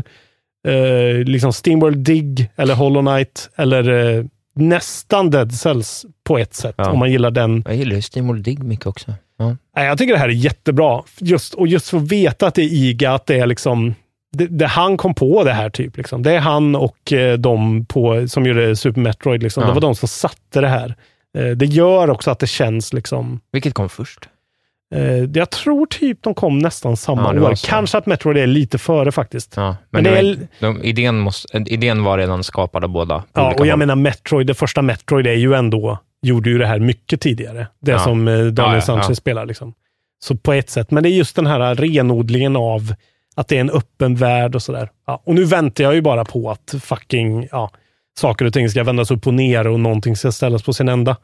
[SPEAKER 6] eh, liksom Steamworld Dig eller Hollow Knight eller eh, nästan Dead Cells på ett sätt,
[SPEAKER 7] Ja.
[SPEAKER 6] om man gillar den.
[SPEAKER 7] Jag gillar ju Steamworld Dig mycket också. Ja.
[SPEAKER 6] Nej, jag tycker det här är jättebra. Just, och just för att veta att det är IGA, att det är liksom det, det han kom på det här typ. Liksom. Det är han och eh, de på, som gjorde Super Metroid. Liksom.
[SPEAKER 7] Ja.
[SPEAKER 6] Det var de som satte det här. Eh, det gör också att det känns liksom,
[SPEAKER 7] Vilket kom först?
[SPEAKER 6] Eh, jag tror typ de kom nästan
[SPEAKER 7] Ja,
[SPEAKER 6] samma
[SPEAKER 7] det var
[SPEAKER 6] år.
[SPEAKER 7] så.
[SPEAKER 6] Kanske att Metroid är lite före faktiskt.
[SPEAKER 7] Ja,
[SPEAKER 6] Men
[SPEAKER 7] men,
[SPEAKER 6] det
[SPEAKER 7] det
[SPEAKER 6] är-
[SPEAKER 7] var, de, idén, måste, idén var redan skapad av båda. på
[SPEAKER 6] Ja,
[SPEAKER 7] olika
[SPEAKER 6] och jag
[SPEAKER 7] håll.
[SPEAKER 6] menar Metroid, det första Metroid är ju ändå, gjorde ju det här mycket tidigare. Det
[SPEAKER 7] Ja.
[SPEAKER 6] som eh, Daniel
[SPEAKER 7] Ja, ja,
[SPEAKER 6] Sanchez
[SPEAKER 7] ja.
[SPEAKER 6] spelar liksom. Så på ett sätt, men det är just den här renodlingen av att det är en öppen värld och sådär. Ja, och nu väntar jag ju bara på att fucking, ja, saker och ting ska vändas upp och ner och någonting ska ställas på sin ända.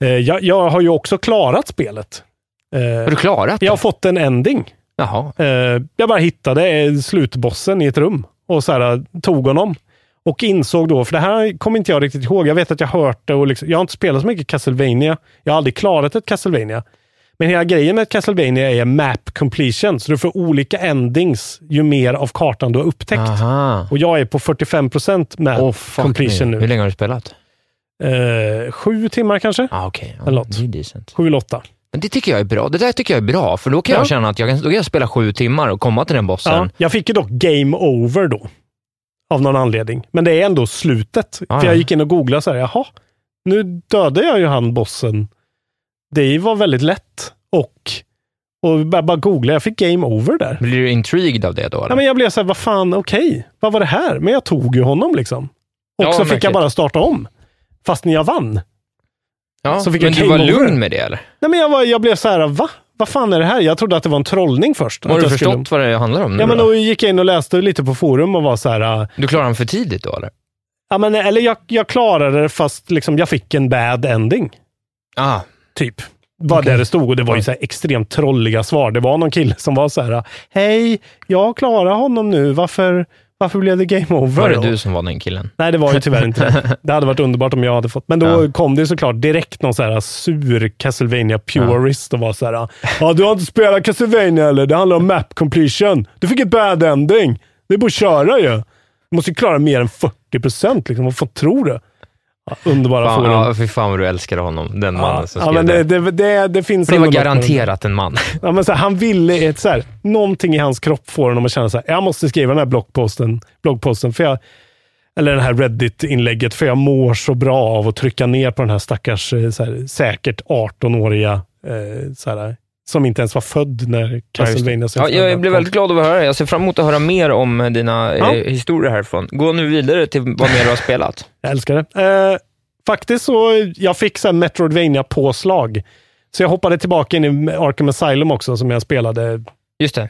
[SPEAKER 6] Eh, jag, jag har ju också klarat spelet.
[SPEAKER 7] Har
[SPEAKER 6] Eh,
[SPEAKER 7] du klarat det?
[SPEAKER 6] jag har fått en ending.
[SPEAKER 7] Jaha.
[SPEAKER 6] Eh, jag bara hittade eh, slutbossen i ett rum och så här, eh, tog honom. Och insåg då, för det här kommer inte jag riktigt ihåg. Jag vet att jag hört det och liksom, jag har inte spelat så mycket Castlevania. Jag har aldrig klarat ett Castlevania. Men hela grejen med Castlevania är map completion, så du får olika endings ju mer av kartan du har upptäckt.
[SPEAKER 7] Aha.
[SPEAKER 6] Och jag är på 45 procent map
[SPEAKER 7] Åh, fuck
[SPEAKER 6] completion
[SPEAKER 7] me. Hur
[SPEAKER 6] nu.
[SPEAKER 7] länge har du spelat?
[SPEAKER 6] Eh, sju timmar kanske?
[SPEAKER 7] Ah, okay. ja,
[SPEAKER 6] Eller något.
[SPEAKER 7] Det är decent.
[SPEAKER 6] Sju eller åtta.
[SPEAKER 7] Men det tycker jag är bra. Det där tycker jag är bra, för då kan
[SPEAKER 6] Ja.
[SPEAKER 7] jag känna att jag kan, då kan jag spela sju timmar och komma till den bossen.
[SPEAKER 6] Ja, jag fick ju dock game over då. Av någon anledning. Men det är ändå slutet.
[SPEAKER 7] Ah,
[SPEAKER 6] För jag
[SPEAKER 7] ja.
[SPEAKER 6] gick in och googlade så här, jaha, nu dödade jag ju han bossen. Det var väldigt lätt. Och, och bara, bara googla, jag fick game over där.
[SPEAKER 7] Blir du intrigued av det då?
[SPEAKER 6] Ja,
[SPEAKER 7] Eller?
[SPEAKER 6] men jag blev så här, vad fan, okej, vad var det här? Men jag tog ju honom liksom. Och
[SPEAKER 7] Ja,
[SPEAKER 6] så fick jag
[SPEAKER 7] märkligt.
[SPEAKER 6] bara starta om. Fast när jag vann.
[SPEAKER 7] ja,
[SPEAKER 6] så fick jag
[SPEAKER 7] men du
[SPEAKER 6] game
[SPEAKER 7] var
[SPEAKER 6] over.
[SPEAKER 7] lugn med det, eller?
[SPEAKER 6] Nej, men jag, var, jag blev så här, va? Vad fan är det här? Jag trodde att det var en trollning först.
[SPEAKER 7] Har
[SPEAKER 6] Att
[SPEAKER 7] du
[SPEAKER 6] jag skulle-
[SPEAKER 7] förstått vad det handlar om nu
[SPEAKER 6] Ja, men
[SPEAKER 7] då?
[SPEAKER 6] då gick jag in och läste lite på forum och var så här, äh,
[SPEAKER 7] Du klarar den för tidigt då, eller?
[SPEAKER 6] Ja, men, eller jag, jag klarade det fast liksom, jag fick en bad ending.
[SPEAKER 7] Ah,
[SPEAKER 6] Typ. Var där det stod och det var ju så här extremt trolliga svar. Det var någon kille som var så här, hej, jag klarar honom nu. Varför, varför blev det game over?
[SPEAKER 7] var det
[SPEAKER 6] då?"
[SPEAKER 7] du som var den killen?
[SPEAKER 6] Nej, det var ju tyvärr inte det. Det hade varit underbart om jag hade fått. Men då
[SPEAKER 7] Ja.
[SPEAKER 6] kom det ju såklart direkt någon så här sur Castlevania purist och var så här, ja, du har inte spelat Castlevania eller? Det handlar om map completion. Du fick ett bad ending. Det är bara att köra ju. Du måste ju klara mer än 40 procent. Liksom. Vad fan tror du? Ja, underbara
[SPEAKER 7] Fan,
[SPEAKER 6] forum.
[SPEAKER 7] ja, fy fan vad du älskar honom, den
[SPEAKER 6] Ja,
[SPEAKER 7] mannen som
[SPEAKER 6] ja,
[SPEAKER 7] skrev
[SPEAKER 6] men det, det,
[SPEAKER 7] det.
[SPEAKER 6] det, det finns
[SPEAKER 7] Det var
[SPEAKER 6] underbart forum.
[SPEAKER 7] garanterat en man.
[SPEAKER 6] Ja, men så här, han ville, ett, så här, någonting i hans kropp får honom att känna så här, jag måste skriva den här bloggposten, bloggposten för jag, eller den här Reddit-inlägget, för jag mår så bra av att trycka ner på den här stackars, eh, så här, säkert 18-åriga, eh, så här, som inte ens var född när Castlevania
[SPEAKER 7] Ja, jag blev väldigt glad över att höra det. Jag ser fram emot att höra mer om dina
[SPEAKER 6] Ja.
[SPEAKER 7] eh, historier härifrån. Gå nu vidare till vad mer du har spelat.
[SPEAKER 6] Jag älskar det. Eh, faktiskt så, eh, jag fick så här Metroidvania-påslag. Så jag hoppade tillbaka in i Arkham Asylum också, som jag spelade
[SPEAKER 7] Just det.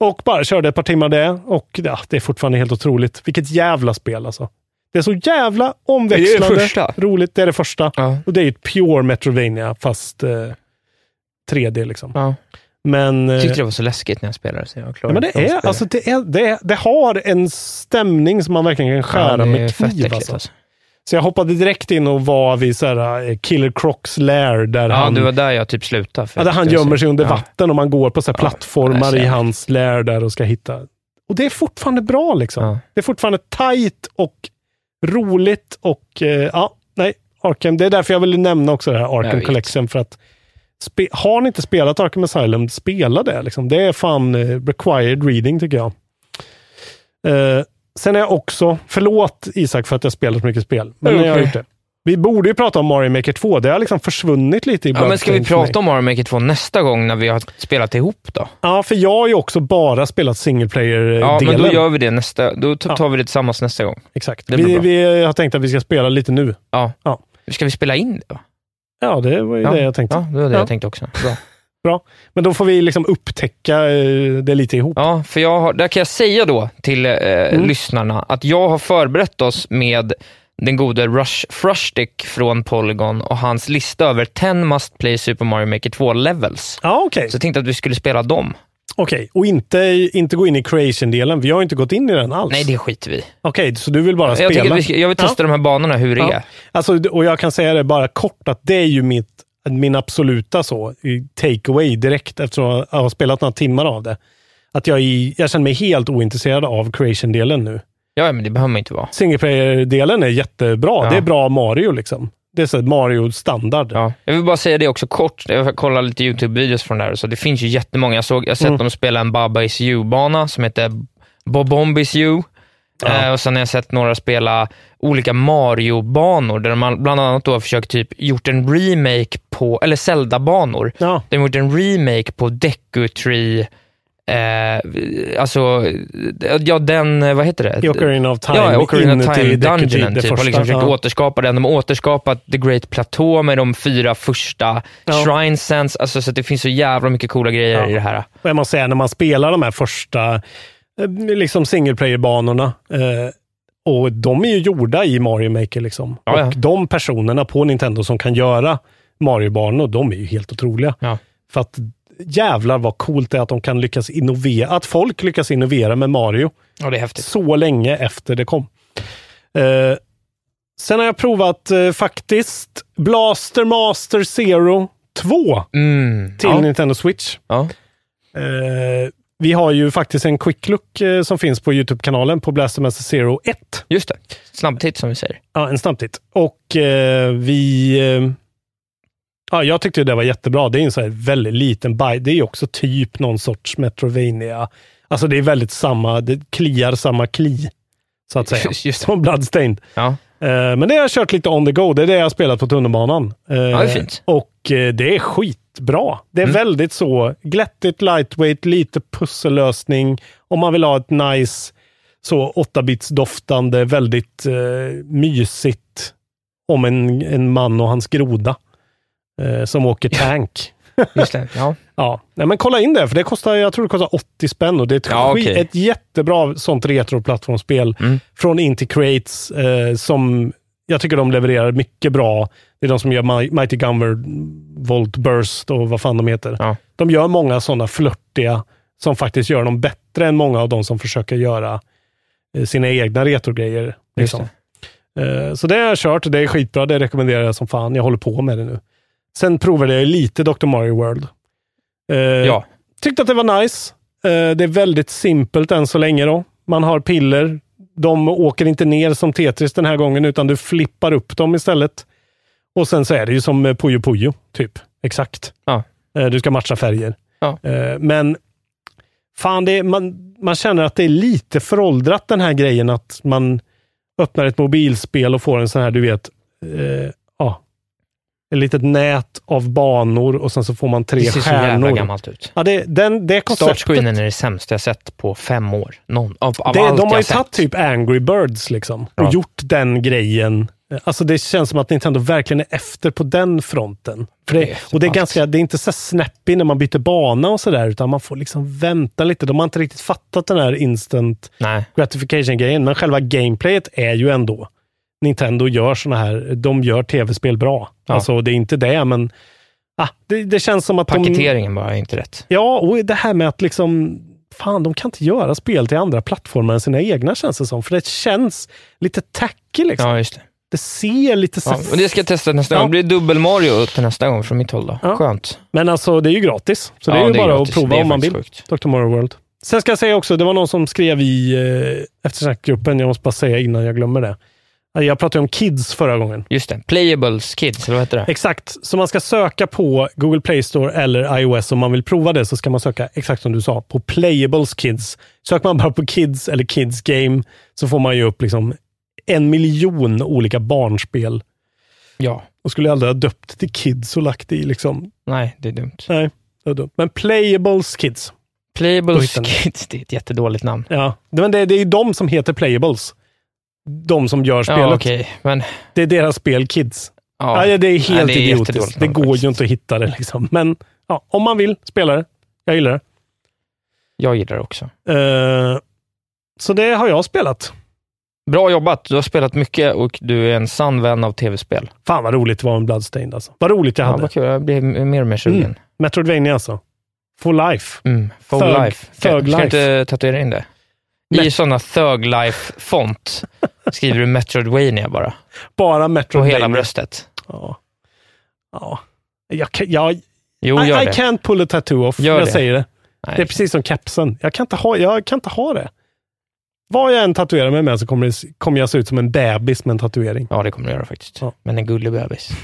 [SPEAKER 6] Och bara körde ett par timmar det och ja, det är fortfarande helt otroligt. Vilket jävla spel alltså. Det är så jävla omväxlande.
[SPEAKER 7] Det är det första.
[SPEAKER 6] Roligt. Det är det första.
[SPEAKER 7] Ja.
[SPEAKER 6] Och det är ju ett pure Metrovania fast eh, 3D liksom.
[SPEAKER 7] Ja.
[SPEAKER 6] Men, eh,
[SPEAKER 7] Jag tyckte det var så läskigt när jag spelade, så jag
[SPEAKER 6] ja,
[SPEAKER 7] klarade
[SPEAKER 6] men det,
[SPEAKER 7] inte av att
[SPEAKER 6] är,
[SPEAKER 7] spela.
[SPEAKER 6] alltså, det, är, det, är, det har en stämning som man verkligen kan skära
[SPEAKER 7] det är
[SPEAKER 6] med
[SPEAKER 7] fett
[SPEAKER 6] kniv.
[SPEAKER 7] äckligt,
[SPEAKER 6] Alltså. Så jag hoppade direkt in och var vid så här, eh, Killer Crocs lair där
[SPEAKER 7] Ja,
[SPEAKER 6] han,
[SPEAKER 7] det var där jag typ slutade. för
[SPEAKER 6] ja, där
[SPEAKER 7] jag
[SPEAKER 6] han
[SPEAKER 7] tyckte det var
[SPEAKER 6] gömmer
[SPEAKER 7] så-
[SPEAKER 6] sig under
[SPEAKER 7] ja.
[SPEAKER 6] vatten och man går på så här
[SPEAKER 7] Ja, det är så
[SPEAKER 6] plattformar i
[SPEAKER 7] jävligt.
[SPEAKER 6] hans lair där och ska hitta. Och det är fortfarande bra liksom.
[SPEAKER 7] Ja.
[SPEAKER 6] Det är fortfarande tight och roligt och eh, ja, nej, Arkham. Det är därför jag ville nämna också det här
[SPEAKER 7] Jag
[SPEAKER 6] Arkham
[SPEAKER 7] vet.
[SPEAKER 6] Collection för att spe- har ni inte spelat Arkham Asylum, spela det liksom. Det är fan eh, required reading tycker jag. Eh, sen är jag också, förlåt Isak för att jag spelar så mycket spel, men
[SPEAKER 7] Det är
[SPEAKER 6] jag har
[SPEAKER 7] okej.
[SPEAKER 6] gjort det. Vi borde ju prata om Mario Maker 2. Det har liksom försvunnit lite i
[SPEAKER 7] Ja, men ska vi
[SPEAKER 6] Bloodstained för mig.
[SPEAKER 7] prata om Mario Maker 2 nästa gång när vi har spelat ihop då?
[SPEAKER 6] Ja, för jag har ju också bara spelat single
[SPEAKER 7] Ja,
[SPEAKER 6] player-delen.
[SPEAKER 7] men då gör vi det nästa. Då t-
[SPEAKER 6] Ja.
[SPEAKER 7] tar vi det tillsammans nästa gång.
[SPEAKER 6] Exakt.
[SPEAKER 7] Det blir
[SPEAKER 6] Vi,
[SPEAKER 7] bra.
[SPEAKER 6] vi har tänkt att vi ska spela lite nu.
[SPEAKER 7] Ja.
[SPEAKER 6] Ja.
[SPEAKER 7] Ska vi spela in det? Då?
[SPEAKER 6] Ja, det var ju
[SPEAKER 7] Ja.
[SPEAKER 6] det jag tänkte.
[SPEAKER 7] Ja, det var det
[SPEAKER 6] Ja.
[SPEAKER 7] jag tänkte också. Bra.
[SPEAKER 6] Men då får vi liksom upptäcka eh, det lite ihop.
[SPEAKER 7] Ja, för jag har, där kan jag säga då till eh,
[SPEAKER 6] Mm.
[SPEAKER 7] lyssnarna att jag har förberett oss med den gode Rush Frushtick från Polygon och hans lista över 10 must play Super Mario Maker 2 levels.
[SPEAKER 6] Ja, okej.
[SPEAKER 7] Så jag tänkte att vi skulle spela dem.
[SPEAKER 6] Okej. Och inte, inte gå in i creation-delen. Vi har inte gått in i den alls.
[SPEAKER 7] Nej, det skiter vi i.
[SPEAKER 6] Okej, så du vill bara
[SPEAKER 7] Jag, tycker
[SPEAKER 6] spela?
[SPEAKER 7] att vi ska, jag vill testa de här banorna, hur det är.
[SPEAKER 6] Alltså, och jag kan säga det bara kort, att det är ju mitt, min absoluta så, i takeaway direkt eftersom jag har spelat några timmar av det. Att jag, i, jag känner mig helt ointresserad av creation-delen nu.
[SPEAKER 7] Ja, men det behöver man inte vara.
[SPEAKER 6] Single player-delen är jättebra.
[SPEAKER 7] Ja.
[SPEAKER 6] Det är bra Mario liksom. Det är så här Mario-standard.
[SPEAKER 7] Ja. Jag vill bara säga det också kort. Jag kollar lite YouTube-videos från det här. Så det finns ju jättemånga. Jag, såg, jag har sett dem spela en Baba Is You-bana som heter Bobombis You. Eh, och sen har jag sett några spela olika Mario-banor, där man bland annat då har försökt typ gjort en remake på, eller Zelda-banor.
[SPEAKER 6] Ja.
[SPEAKER 7] De har gjort en remake på Deku Tree, eh, alltså, ja den, eh, vad heter det?
[SPEAKER 6] I Ocarina of Time,
[SPEAKER 7] Ja, Ocarina of
[SPEAKER 6] inuti
[SPEAKER 7] Time
[SPEAKER 6] Decade,
[SPEAKER 7] Dungeonen
[SPEAKER 6] det
[SPEAKER 7] typ, och
[SPEAKER 6] första,
[SPEAKER 7] liksom försökt
[SPEAKER 6] ja.
[SPEAKER 7] återskapa den. De har återskapat The Great Plateau med de fyra första
[SPEAKER 6] Ja.
[SPEAKER 7] Shrine Sands. Alltså, så att det finns så jävla mycket coola grejer
[SPEAKER 6] Ja.
[SPEAKER 7] i det här.
[SPEAKER 6] Vad man säger när man spelar de här första eh, liksom single player-banorna. Eh, och de är ju gjorda i Mario Maker. Liksom.
[SPEAKER 7] Ja, ja.
[SPEAKER 6] Och de personerna på Nintendo som kan göra Mario-banor, de är ju helt otroliga.
[SPEAKER 7] Ja.
[SPEAKER 6] För att jävlar vad coolt det är att de kan lyckas innovera, att folk lyckas innovera med Mario
[SPEAKER 7] Och det är häftigt.
[SPEAKER 6] så länge efter det kom. Eh, sen har jag provat eh, faktiskt Blaster Master Zero 2
[SPEAKER 7] Mm.
[SPEAKER 6] till
[SPEAKER 7] ja.
[SPEAKER 6] Nintendo Switch.
[SPEAKER 7] Ja.
[SPEAKER 6] Eh, vi har ju faktiskt en quick look eh, som finns på Youtube-kanalen på Blastermaster Zero 1.
[SPEAKER 7] Just det. Snabbtitt som vi säger.
[SPEAKER 6] Ja, en snabbtitt. Och eh, vi... Eh, ja, jag tyckte det var jättebra. Det är en så här väldigt liten baj. Det är ju också typ någon sorts Metrovania. Alltså det är väldigt samma, det kliar samma kli. Så att säga.
[SPEAKER 7] Just- just det.
[SPEAKER 6] Som Bloodstained.
[SPEAKER 7] Ja.
[SPEAKER 6] Eh, men det har jag kört lite on the go. Det är det jag har spelat på tunnelbanan. Eh,
[SPEAKER 7] det är fint. Mm.
[SPEAKER 6] Och eh, det är skitbra. Det är väldigt så glättigt, lightweight, lite pussellösning. Om man vill ha ett nice, så 8-bits doftande, väldigt eh, mysigt om en, en man och hans groda eh, som åker tank.
[SPEAKER 7] Just det. Ja.
[SPEAKER 6] Ja, Nej, men kolla in det, för det kostar, jag tror det kostar 80 spänn och det är ett,
[SPEAKER 7] Ja,
[SPEAKER 6] skit-
[SPEAKER 7] okej.
[SPEAKER 6] ett jättebra sånt retroplattformsspel
[SPEAKER 7] Mm.
[SPEAKER 6] från Inti Creates eh, som jag tycker de levererar mycket bra. Det är de som gör Mi- Mighty Gunner, Volt Burst och vad fan de heter.
[SPEAKER 7] Ja.
[SPEAKER 6] De gör många sådana flörtiga som faktiskt gör dem bättre än många av de som försöker göra eh, sina egna retrogrejer.
[SPEAKER 7] Just
[SPEAKER 6] Liksom. Eh, Så det har jag kört och det är skitbra. Det rekommenderar jag som fan. Jag håller på med det nu. Sen provade jag lite Dr. Mario World. Eh,
[SPEAKER 7] ja.
[SPEAKER 6] Tyckte att det var nice. Eh, Det är väldigt simpelt än så länge. då. Man har piller. De åker inte ner som Tetris den här gången, utan du flippar upp dem istället. Och sen så är det ju som eh, Puyo Puyo, typ. Exakt.
[SPEAKER 7] Ja.
[SPEAKER 6] Eh, Du ska matcha färger.
[SPEAKER 7] Ja.
[SPEAKER 6] Eh, Men fan, det är, man, man känner att det är lite föråldrat den här grejen att man öppnar ett mobilspel och får en sån här, du vet, eh, ja, ett litet nät av banor och sen så får man tre
[SPEAKER 7] Det ser så jävla
[SPEAKER 6] stjärnor.
[SPEAKER 7] gammalt ut.
[SPEAKER 6] Ja, det, den, det konceptet.
[SPEAKER 7] Startscreenen är det sämsta jag sett på fem år. Någon, av, av
[SPEAKER 6] Det,
[SPEAKER 7] allt
[SPEAKER 6] de
[SPEAKER 7] jag
[SPEAKER 6] har ju
[SPEAKER 7] sett.
[SPEAKER 6] tagit typ Angry Birds liksom och
[SPEAKER 7] Ja.
[SPEAKER 6] gjort den grejen. Alltså Det känns som att Nintendo verkligen är efter på den fronten. För
[SPEAKER 7] Det
[SPEAKER 6] det,
[SPEAKER 7] är så
[SPEAKER 6] och det är
[SPEAKER 7] allt.
[SPEAKER 6] ganska, det är inte så snappy när man byter bana och sådär, utan man får liksom vänta lite. De har inte riktigt fattat den här instant
[SPEAKER 7] Nej.
[SPEAKER 6] gratification-grejen, men själva gameplayet är ju ändå... Nintendo gör såna här, de gör tv-spel bra.
[SPEAKER 7] Ja.
[SPEAKER 6] Alltså det är inte det, men ah, det, det känns som att de...
[SPEAKER 7] Paketeringen bara är inte rätt.
[SPEAKER 6] Ja, och det här med att liksom, fan, de kan inte göra spel till andra plattformar än sina egna känns det som. För det känns lite tacky liksom.
[SPEAKER 7] Ja, just det.
[SPEAKER 6] Det ser lite så...
[SPEAKER 7] Ja, och det ska jag testa nästa
[SPEAKER 6] Ja.
[SPEAKER 7] gång. Det blir dubbel Mario till nästa gång från mitt håll då.
[SPEAKER 6] Ja.
[SPEAKER 7] Skönt.
[SPEAKER 6] Men alltså, det är ju gratis. Så det
[SPEAKER 7] Ja,
[SPEAKER 6] är ju
[SPEAKER 7] det är
[SPEAKER 6] bara
[SPEAKER 7] gratis.
[SPEAKER 6] att prova
[SPEAKER 7] Det är
[SPEAKER 6] om man vill.
[SPEAKER 7] faktiskt
[SPEAKER 6] Dr. Mario World. Sen ska jag säga också, det var någon som skrev i eh, eftersnackgruppen, jag måste bara säga innan jag glömmer det. Jag pratade om kids förra gången.
[SPEAKER 7] Just det. Playables Kids, eller vad heter det?
[SPEAKER 6] Exakt, så man ska söka på Google Play Store eller iOS. Om man vill prova det så ska man söka, exakt som du sa, på Playables Kids. Söker man bara på Kids eller Kids Game så får man ju upp liksom en miljon olika barnspel.
[SPEAKER 7] Ja.
[SPEAKER 6] Och skulle jag aldrig ha döpt till Kids och lagt det i liksom...
[SPEAKER 7] Nej, det är dumt.
[SPEAKER 6] Nej, det var dumt. Men Playables Kids. Då
[SPEAKER 7] Playables
[SPEAKER 6] hittar ni.
[SPEAKER 7] Kids, det är ett jättedåligt namn.
[SPEAKER 6] Ja, men det, det är ju de som heter Playables. De som gör spelet.
[SPEAKER 7] Ja, okej. Men,
[SPEAKER 6] Det är deras spel Kids.
[SPEAKER 7] ja.
[SPEAKER 6] Ja. det är helt
[SPEAKER 7] det är
[SPEAKER 6] idiotiskt.
[SPEAKER 7] jättedåligt
[SPEAKER 6] Det
[SPEAKER 7] namn
[SPEAKER 6] går
[SPEAKER 7] faktiskt.
[SPEAKER 6] ju inte att hitta det. Liksom. Men ja, om man vill spela det. Jag gillar det.
[SPEAKER 7] Jag gillar det också.
[SPEAKER 6] Eh, så det har jag spelat.
[SPEAKER 7] Bra jobbat. Du har spelat mycket och du är en sann vän av tv-spel.
[SPEAKER 6] Fan vad roligt det var med Bloodstained. Alltså. Vad roligt jag
[SPEAKER 7] Ja,
[SPEAKER 6] hade.
[SPEAKER 7] vad kul. Jag blir mer och mer sugen.
[SPEAKER 6] Metroidvania alltså. For life.
[SPEAKER 7] Mm. Full
[SPEAKER 6] Thug-
[SPEAKER 7] life. Ska-
[SPEAKER 6] Thug
[SPEAKER 7] Ska
[SPEAKER 6] life.
[SPEAKER 7] du inte tatuera in det?
[SPEAKER 6] Met-
[SPEAKER 7] I sådana thug life-font skriver du Metroidvania bara.
[SPEAKER 6] Bara
[SPEAKER 7] På
[SPEAKER 6] Metroidvania.
[SPEAKER 7] hela bröstet.
[SPEAKER 6] Ja. ja. Jag, kan, jag, I,
[SPEAKER 7] Jo, gör
[SPEAKER 6] I
[SPEAKER 7] det.
[SPEAKER 6] can't pull a tattoo off.
[SPEAKER 7] Gör
[SPEAKER 6] jag
[SPEAKER 7] det.
[SPEAKER 6] säger det.
[SPEAKER 7] Nej.
[SPEAKER 6] Det är precis som kepsen. Jag kan inte ha, jag kan inte ha det. Vad jag än tatuerar mig med så kommer, det, kommer jag se ut som en bebis med en tatuering.
[SPEAKER 7] Ja, det kommer du göra faktiskt.
[SPEAKER 6] Ja.
[SPEAKER 7] Men en gullig bebis.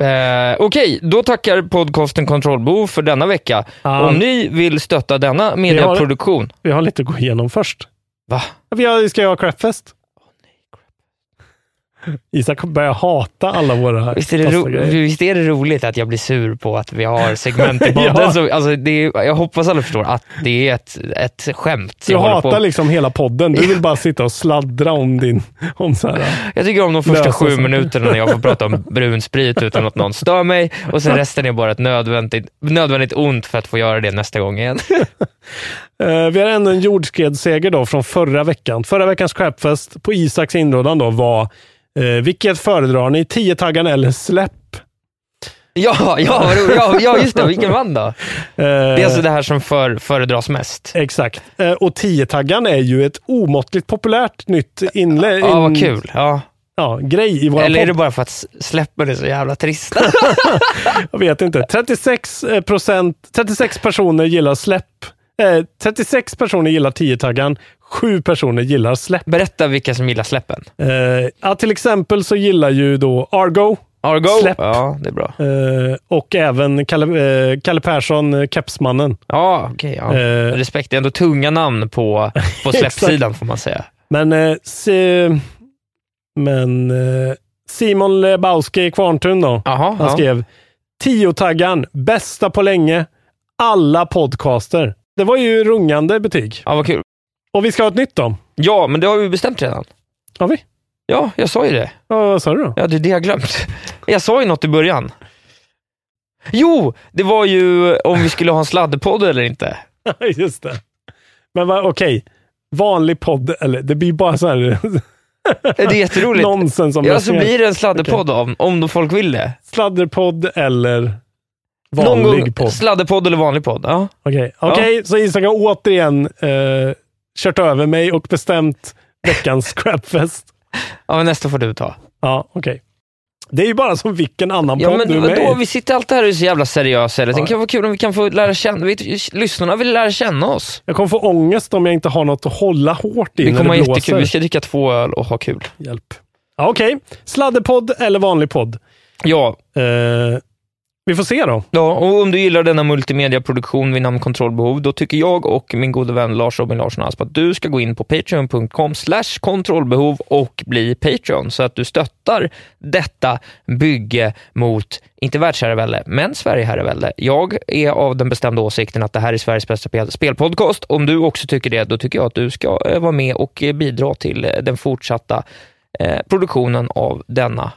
[SPEAKER 7] Eh, Okej, då tackar podcasten Kontrollbo för denna vecka.
[SPEAKER 6] Ja.
[SPEAKER 7] Om ni vill stötta denna
[SPEAKER 6] det.
[SPEAKER 7] mediaproduktion.
[SPEAKER 6] Vi har lite att gå igenom först.
[SPEAKER 7] Va?
[SPEAKER 6] Vi har, ska jag ha crapfest? Isak börjar hata alla våra
[SPEAKER 7] Visst är, det
[SPEAKER 6] fasta
[SPEAKER 7] ro-
[SPEAKER 6] grejer.
[SPEAKER 7] visst är det roligt att jag blir sur på att vi har segment i podden?
[SPEAKER 6] Ja.
[SPEAKER 7] så, alltså, det är, jag hoppas alla förstår att det är ett, ett skämt.
[SPEAKER 6] Du
[SPEAKER 7] jag, håller
[SPEAKER 6] hatar
[SPEAKER 7] på.
[SPEAKER 6] liksom hela podden. Du vill bara sitta och sladdra om din... Om så här.
[SPEAKER 7] jag tycker om de första
[SPEAKER 6] Lösa
[SPEAKER 7] sju
[SPEAKER 6] saker.
[SPEAKER 7] minuterna när jag får prata om brun sprit utan att någon stör mig och sen resten är bara ett nödvändigt, nödvändigt ont för att få göra det nästa gång igen.
[SPEAKER 6] Eh, vi har ändå en jordskredsseger då från förra veckan. Förra veckans crapfest på Isaks inrådan då var eh, Vilket föredrar ni? 10-taggarna eller släpp?
[SPEAKER 7] Ja, ja, vad roligt. ja, ja just det. Vilken vann då?
[SPEAKER 6] Eh,
[SPEAKER 7] Det är alltså det här som för, föredras mest.
[SPEAKER 6] Exakt. Eh, och 10-taggan är ju ett omåttligt populärt nytt inlägg.
[SPEAKER 7] Ja, vad kul. Ja.
[SPEAKER 6] Ja, grej i vår
[SPEAKER 7] Eller är det
[SPEAKER 6] Mm. podd.
[SPEAKER 7] bara för att s- släppen är så jävla trista?
[SPEAKER 6] Jag vet inte. 36, eh, procent, 36 personer gillar släpp. Eh, 36 personer gillar 10-taggan. 7 personer gillar släpp.
[SPEAKER 7] Berätta vilka som gillar släppen.
[SPEAKER 6] Eh, ja, till exempel så gillar ju då Argo
[SPEAKER 7] Argo.
[SPEAKER 6] Släpp.
[SPEAKER 7] Ja, det är bra.
[SPEAKER 6] eh, och även Kalle, eh, Kalle Persson, eh, Kepsmannen.
[SPEAKER 7] Ja, okej. ja.
[SPEAKER 6] Eh.
[SPEAKER 7] Respekt. Det är ändå tunga namn på, på släppsidan får man säga.
[SPEAKER 6] Men, eh, se, men eh, Simon Lebowski i Kvarntun då.
[SPEAKER 7] Jaha,
[SPEAKER 6] Han
[SPEAKER 7] ja.
[SPEAKER 6] skrev Tiotaggan, bästa på länge, alla podcaster. Det var ju rungande betyg.
[SPEAKER 7] ja, vad kul.
[SPEAKER 6] Och vi ska ha ett nytt då.
[SPEAKER 7] Ja, men det har vi bestämt redan.
[SPEAKER 6] Har vi?
[SPEAKER 7] Ja, jag sa ju det.
[SPEAKER 6] Ja, vad sa du då?
[SPEAKER 7] Ja, det är det jag glömt. Jag sa ju något i början. Jo, det var ju om vi skulle ha en sladdepodd eller inte.
[SPEAKER 6] Just det. Men va, okej, vanlig podd, eller det blir bara så här
[SPEAKER 7] Det är jätteroligt.
[SPEAKER 6] nonsens om
[SPEAKER 7] Ja,
[SPEAKER 6] jag
[SPEAKER 7] så
[SPEAKER 6] ser.
[SPEAKER 7] blir det en sladderpodd om, om folk vill det.
[SPEAKER 6] Sladderpodd eller
[SPEAKER 7] Någon
[SPEAKER 6] vanlig
[SPEAKER 7] gång-
[SPEAKER 6] podd.
[SPEAKER 7] Sladderpodd eller vanlig podd. Ja.
[SPEAKER 6] Okej, Okej, så Isak har återigen eh, kört över mig och bestämt veckans scrapfest.
[SPEAKER 7] ja, men nästa får du ta.
[SPEAKER 6] Ja, okej. Det är ju bara som vilken annan
[SPEAKER 7] Ja,
[SPEAKER 6] podd du är
[SPEAKER 7] men
[SPEAKER 6] med
[SPEAKER 7] vadå,
[SPEAKER 6] i.
[SPEAKER 7] vi sitter alltid här och är så jävla seriösa. eller? Det
[SPEAKER 6] Ja.
[SPEAKER 7] kan vara kul om vi kan få lära känna, vi, lyssnarna vill lära känna oss.
[SPEAKER 6] Jag kommer få ångest om jag inte har något att hålla hårt i
[SPEAKER 7] Vi
[SPEAKER 6] när
[SPEAKER 7] kommer ha
[SPEAKER 6] det blåser.
[SPEAKER 7] jättekul, vi ska dricka två öl och ha kul.
[SPEAKER 6] Hjälp. Ja, okej. Sladderpodd eller vanlig podd.
[SPEAKER 7] Ja,
[SPEAKER 6] Eh, vi får se då.
[SPEAKER 7] ja, och om du gillar denna multimediaproduktion vid namn Kontrollbehov, då tycker jag och min gode vän Lars Robin Larsson Asp att du ska gå in på patreon.com slash kontrollbehov och bli Patreon, så att du stöttar detta bygge mot, inte världsherravälde, men Sverigeherravälde. Jag är av den bestämda åsikten att det här är Sveriges bästa spel- spelpodcast. Om du också tycker det, då tycker jag att du ska eh, vara med och eh, bidra till eh, den fortsatta eh, produktionen av denna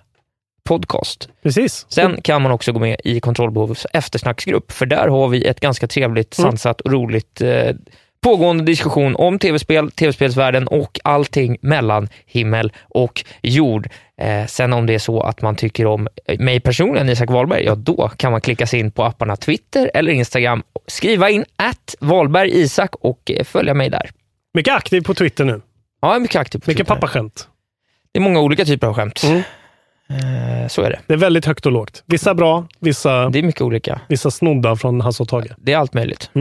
[SPEAKER 7] podcast.
[SPEAKER 6] Precis.
[SPEAKER 7] Sen kan man också gå med i kontrollbehovets eftersnacksgrupp, för där har vi ett ganska trevligt,
[SPEAKER 6] Mm.
[SPEAKER 7] sansat och roligt eh, pågående diskussion om tv-spel, tv-spelsvärlden och allting mellan himmel och jord. Eh, sen om det är så att man tycker om eh, mig personligen, Isak Wahlberg, ja då kan man klicka sig in på apparna Twitter eller Instagram, skriva in att Wahlberg Isak och eh, följa mig där.
[SPEAKER 6] Mycket aktiv på Twitter nu.
[SPEAKER 7] Ja, jag är mycket aktiv på
[SPEAKER 6] Mycket
[SPEAKER 7] Twitter.
[SPEAKER 6] pappaskämt.
[SPEAKER 7] Det är många olika typer av skämt.
[SPEAKER 6] Mm.
[SPEAKER 7] Eh, så är det.
[SPEAKER 6] Det är väldigt högt och lågt. Vissa bra, vissa,
[SPEAKER 7] Det är mycket olika.
[SPEAKER 6] vissa snodda från Hasse och Tage.
[SPEAKER 7] Det är allt möjligt.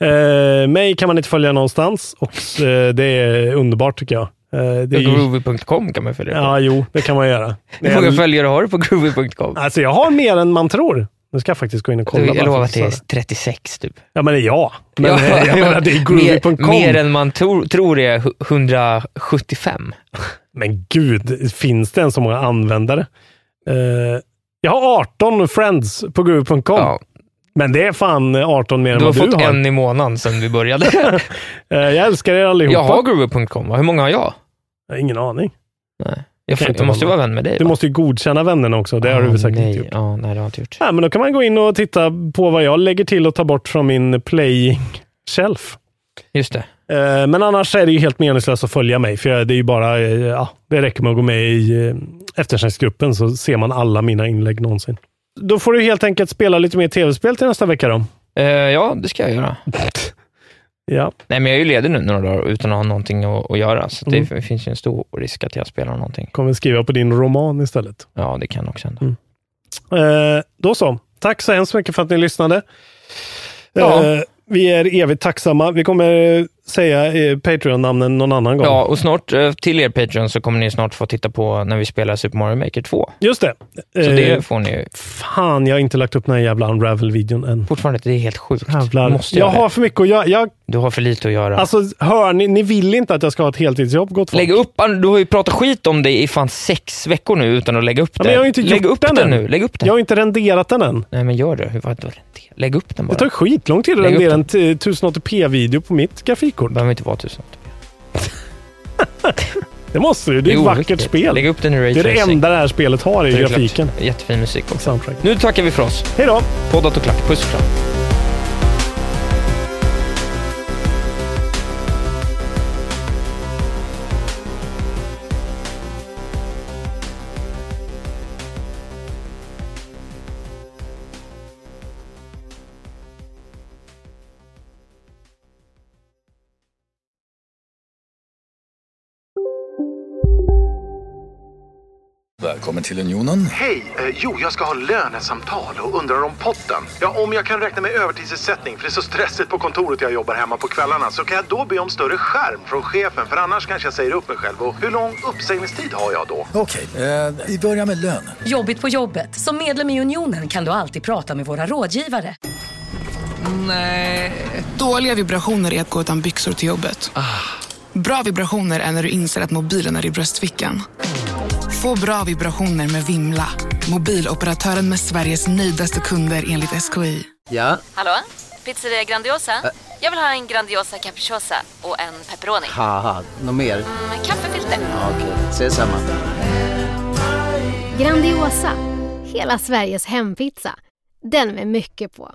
[SPEAKER 6] Eh, mig kan man inte följa någonstans och eh, det är underbart tycker jag. Eh, det är ju-
[SPEAKER 7] Groovy.com kan man följa på.
[SPEAKER 6] ja, jo, det kan man göra.
[SPEAKER 7] Hur
[SPEAKER 6] Det är-
[SPEAKER 7] många följare har du på groovy.com?
[SPEAKER 6] Alltså jag har mer än man tror. Nu ska jag faktiskt gå in och kolla.
[SPEAKER 7] Du,
[SPEAKER 6] bara
[SPEAKER 7] jag
[SPEAKER 6] för
[SPEAKER 7] lovar att
[SPEAKER 6] att
[SPEAKER 7] det är
[SPEAKER 6] så här.
[SPEAKER 7] 36 typ.
[SPEAKER 6] Ja, men det är jag. Men eh, jag menar, det är
[SPEAKER 7] mer,
[SPEAKER 6] groovy.com.
[SPEAKER 7] mer än man tror, tror är hu- 175.
[SPEAKER 6] Men gud, finns det än så många användare? Eh, jag har 18 friends på groovy.com.
[SPEAKER 7] Ja,
[SPEAKER 6] Men det är fan 18 mer än
[SPEAKER 7] du har
[SPEAKER 6] vad
[SPEAKER 7] fått
[SPEAKER 6] du har.
[SPEAKER 7] en i månaden sedan vi började.
[SPEAKER 6] Eh, jag älskar er allihopa.
[SPEAKER 7] jag har groovy.com, va? hur många har jag?
[SPEAKER 6] Jag har ingen aning.
[SPEAKER 7] Nej. Jag
[SPEAKER 6] Kan
[SPEAKER 7] får,
[SPEAKER 6] jag
[SPEAKER 7] jag måste ju
[SPEAKER 6] hålla.
[SPEAKER 7] vara vän med dig.
[SPEAKER 6] Du
[SPEAKER 7] va?
[SPEAKER 6] måste ju godkänna vännerna också. Det har du
[SPEAKER 7] Ah,
[SPEAKER 6] väl säkert
[SPEAKER 7] nej.
[SPEAKER 6] inte gjort.
[SPEAKER 7] Ja, nej, det har jag inte gjort.
[SPEAKER 6] Ja, men då kan man gå in och titta på vad jag lägger till och tar bort från min playing-shelf.
[SPEAKER 7] Just det.
[SPEAKER 6] Eh, Men annars är det ju helt meningslöst att följa mig, för jag- det är ju bara, eh, ja, det räcker med att gå med i eh, eftersnacksgruppen så ser man alla mina inlägg någonsin. Då får du helt enkelt spela lite mer tv-spel till nästa vecka då.
[SPEAKER 7] Eh, ja, det ska jag göra.
[SPEAKER 6] Ja,
[SPEAKER 7] Nej, men jag är ju ledig nu några dagar utan att ha någonting att, att göra, så att det
[SPEAKER 6] Mm.
[SPEAKER 7] finns ju en stor risk att jag spelar någonting.
[SPEAKER 6] kommer skriva på din roman istället.
[SPEAKER 7] Ja, det kan också hända.
[SPEAKER 6] Eh, Då så. Tack så hemskt mycket för att ni lyssnade.
[SPEAKER 7] Ja.
[SPEAKER 6] Eh, Vi är evigt tacksamma. Vi kommer eh, säga eh, Patreon-namnen någon annan gång.
[SPEAKER 7] Ja, och snart, eh, till er Patreon, så kommer ni snart få titta på när vi spelar Super Mario Maker 2.
[SPEAKER 6] Just det.
[SPEAKER 7] Så
[SPEAKER 6] Eh,
[SPEAKER 7] det får ni ju
[SPEAKER 6] Fan, jag har inte lagt upp den här jävla Unravel-videon än.
[SPEAKER 7] fortfarande, det är helt sjukt.
[SPEAKER 6] Jävlar.
[SPEAKER 7] Måste
[SPEAKER 6] jag
[SPEAKER 7] jag
[SPEAKER 6] har
[SPEAKER 7] det?
[SPEAKER 6] för mycket att göra. Jag,
[SPEAKER 7] Du har för lite att göra.
[SPEAKER 6] alltså, hör ni, ni vill inte att jag ska ha ett heltidsjobb, gott folk.
[SPEAKER 7] Lägg upp, du har ju pratat skit om dig i fan sex veckor nu utan att lägga upp
[SPEAKER 6] Ja,
[SPEAKER 7] det.
[SPEAKER 6] men jag har ju inte
[SPEAKER 7] Lägg
[SPEAKER 6] gjort
[SPEAKER 7] upp
[SPEAKER 6] den
[SPEAKER 7] den,
[SPEAKER 6] än.
[SPEAKER 7] nu. Lägg upp den.
[SPEAKER 6] Jag har inte renderat den än.
[SPEAKER 7] Nej, men gör det. Hur var det? Lägg upp den
[SPEAKER 6] Det
[SPEAKER 7] bara.
[SPEAKER 6] tar skitlång tid att
[SPEAKER 7] Lägg upp
[SPEAKER 6] rendera en t- 1080p-video på mitt grafikkort.
[SPEAKER 7] Det behöver inte vara tusen.
[SPEAKER 6] Det måste du. Det är ett vackert spel.
[SPEAKER 7] Lägg upp den i Ray
[SPEAKER 6] Det är det
[SPEAKER 7] Tracing.
[SPEAKER 6] enda det här spelet har, i
[SPEAKER 7] Det är klart.
[SPEAKER 6] grafiken.
[SPEAKER 7] Jättefin musik också.
[SPEAKER 6] Soundtrack.
[SPEAKER 7] Nu tackar vi för oss.
[SPEAKER 6] Hej då!
[SPEAKER 7] Poddat och klart. Puss och kram.
[SPEAKER 2] Välkommen till Unionen.
[SPEAKER 8] Hej! Eh, jo, jag ska ha lönesamtal och undrar om potten. Ja, om jag kan räkna med övertidsersättning för det är så stressigt på kontoret jag jobbar hemma på kvällarna så kan jag då be om större skärm från chefen för annars kanske jag säger upp mig själv. Och hur lång uppsägningstid har jag då?
[SPEAKER 2] Okej, eh, vi börjar med lön.
[SPEAKER 9] Jobbigt på jobbet. Som medlem i Unionen kan du alltid prata med våra rådgivare.
[SPEAKER 8] Dåliga vibrationer är att gå utan byxor till jobbet.
[SPEAKER 9] Ah.
[SPEAKER 8] Bra vibrationer är när du inser att mobilen är i bröstfickan. Få bra vibrationer med Vimla. Mobiloperatören med Sveriges nöjdaste kunder enligt SKI.
[SPEAKER 10] Ja,
[SPEAKER 9] Hallå? Pizzeria Grandiosa? Jag vill ha en Grandiosa capriciosa och en pepperoni.
[SPEAKER 10] haha, något mer?
[SPEAKER 9] Med kaffefilter.
[SPEAKER 10] Okej, ses samma.
[SPEAKER 11] Grandiosa, hela Sveriges hempizza. Den med mycket på.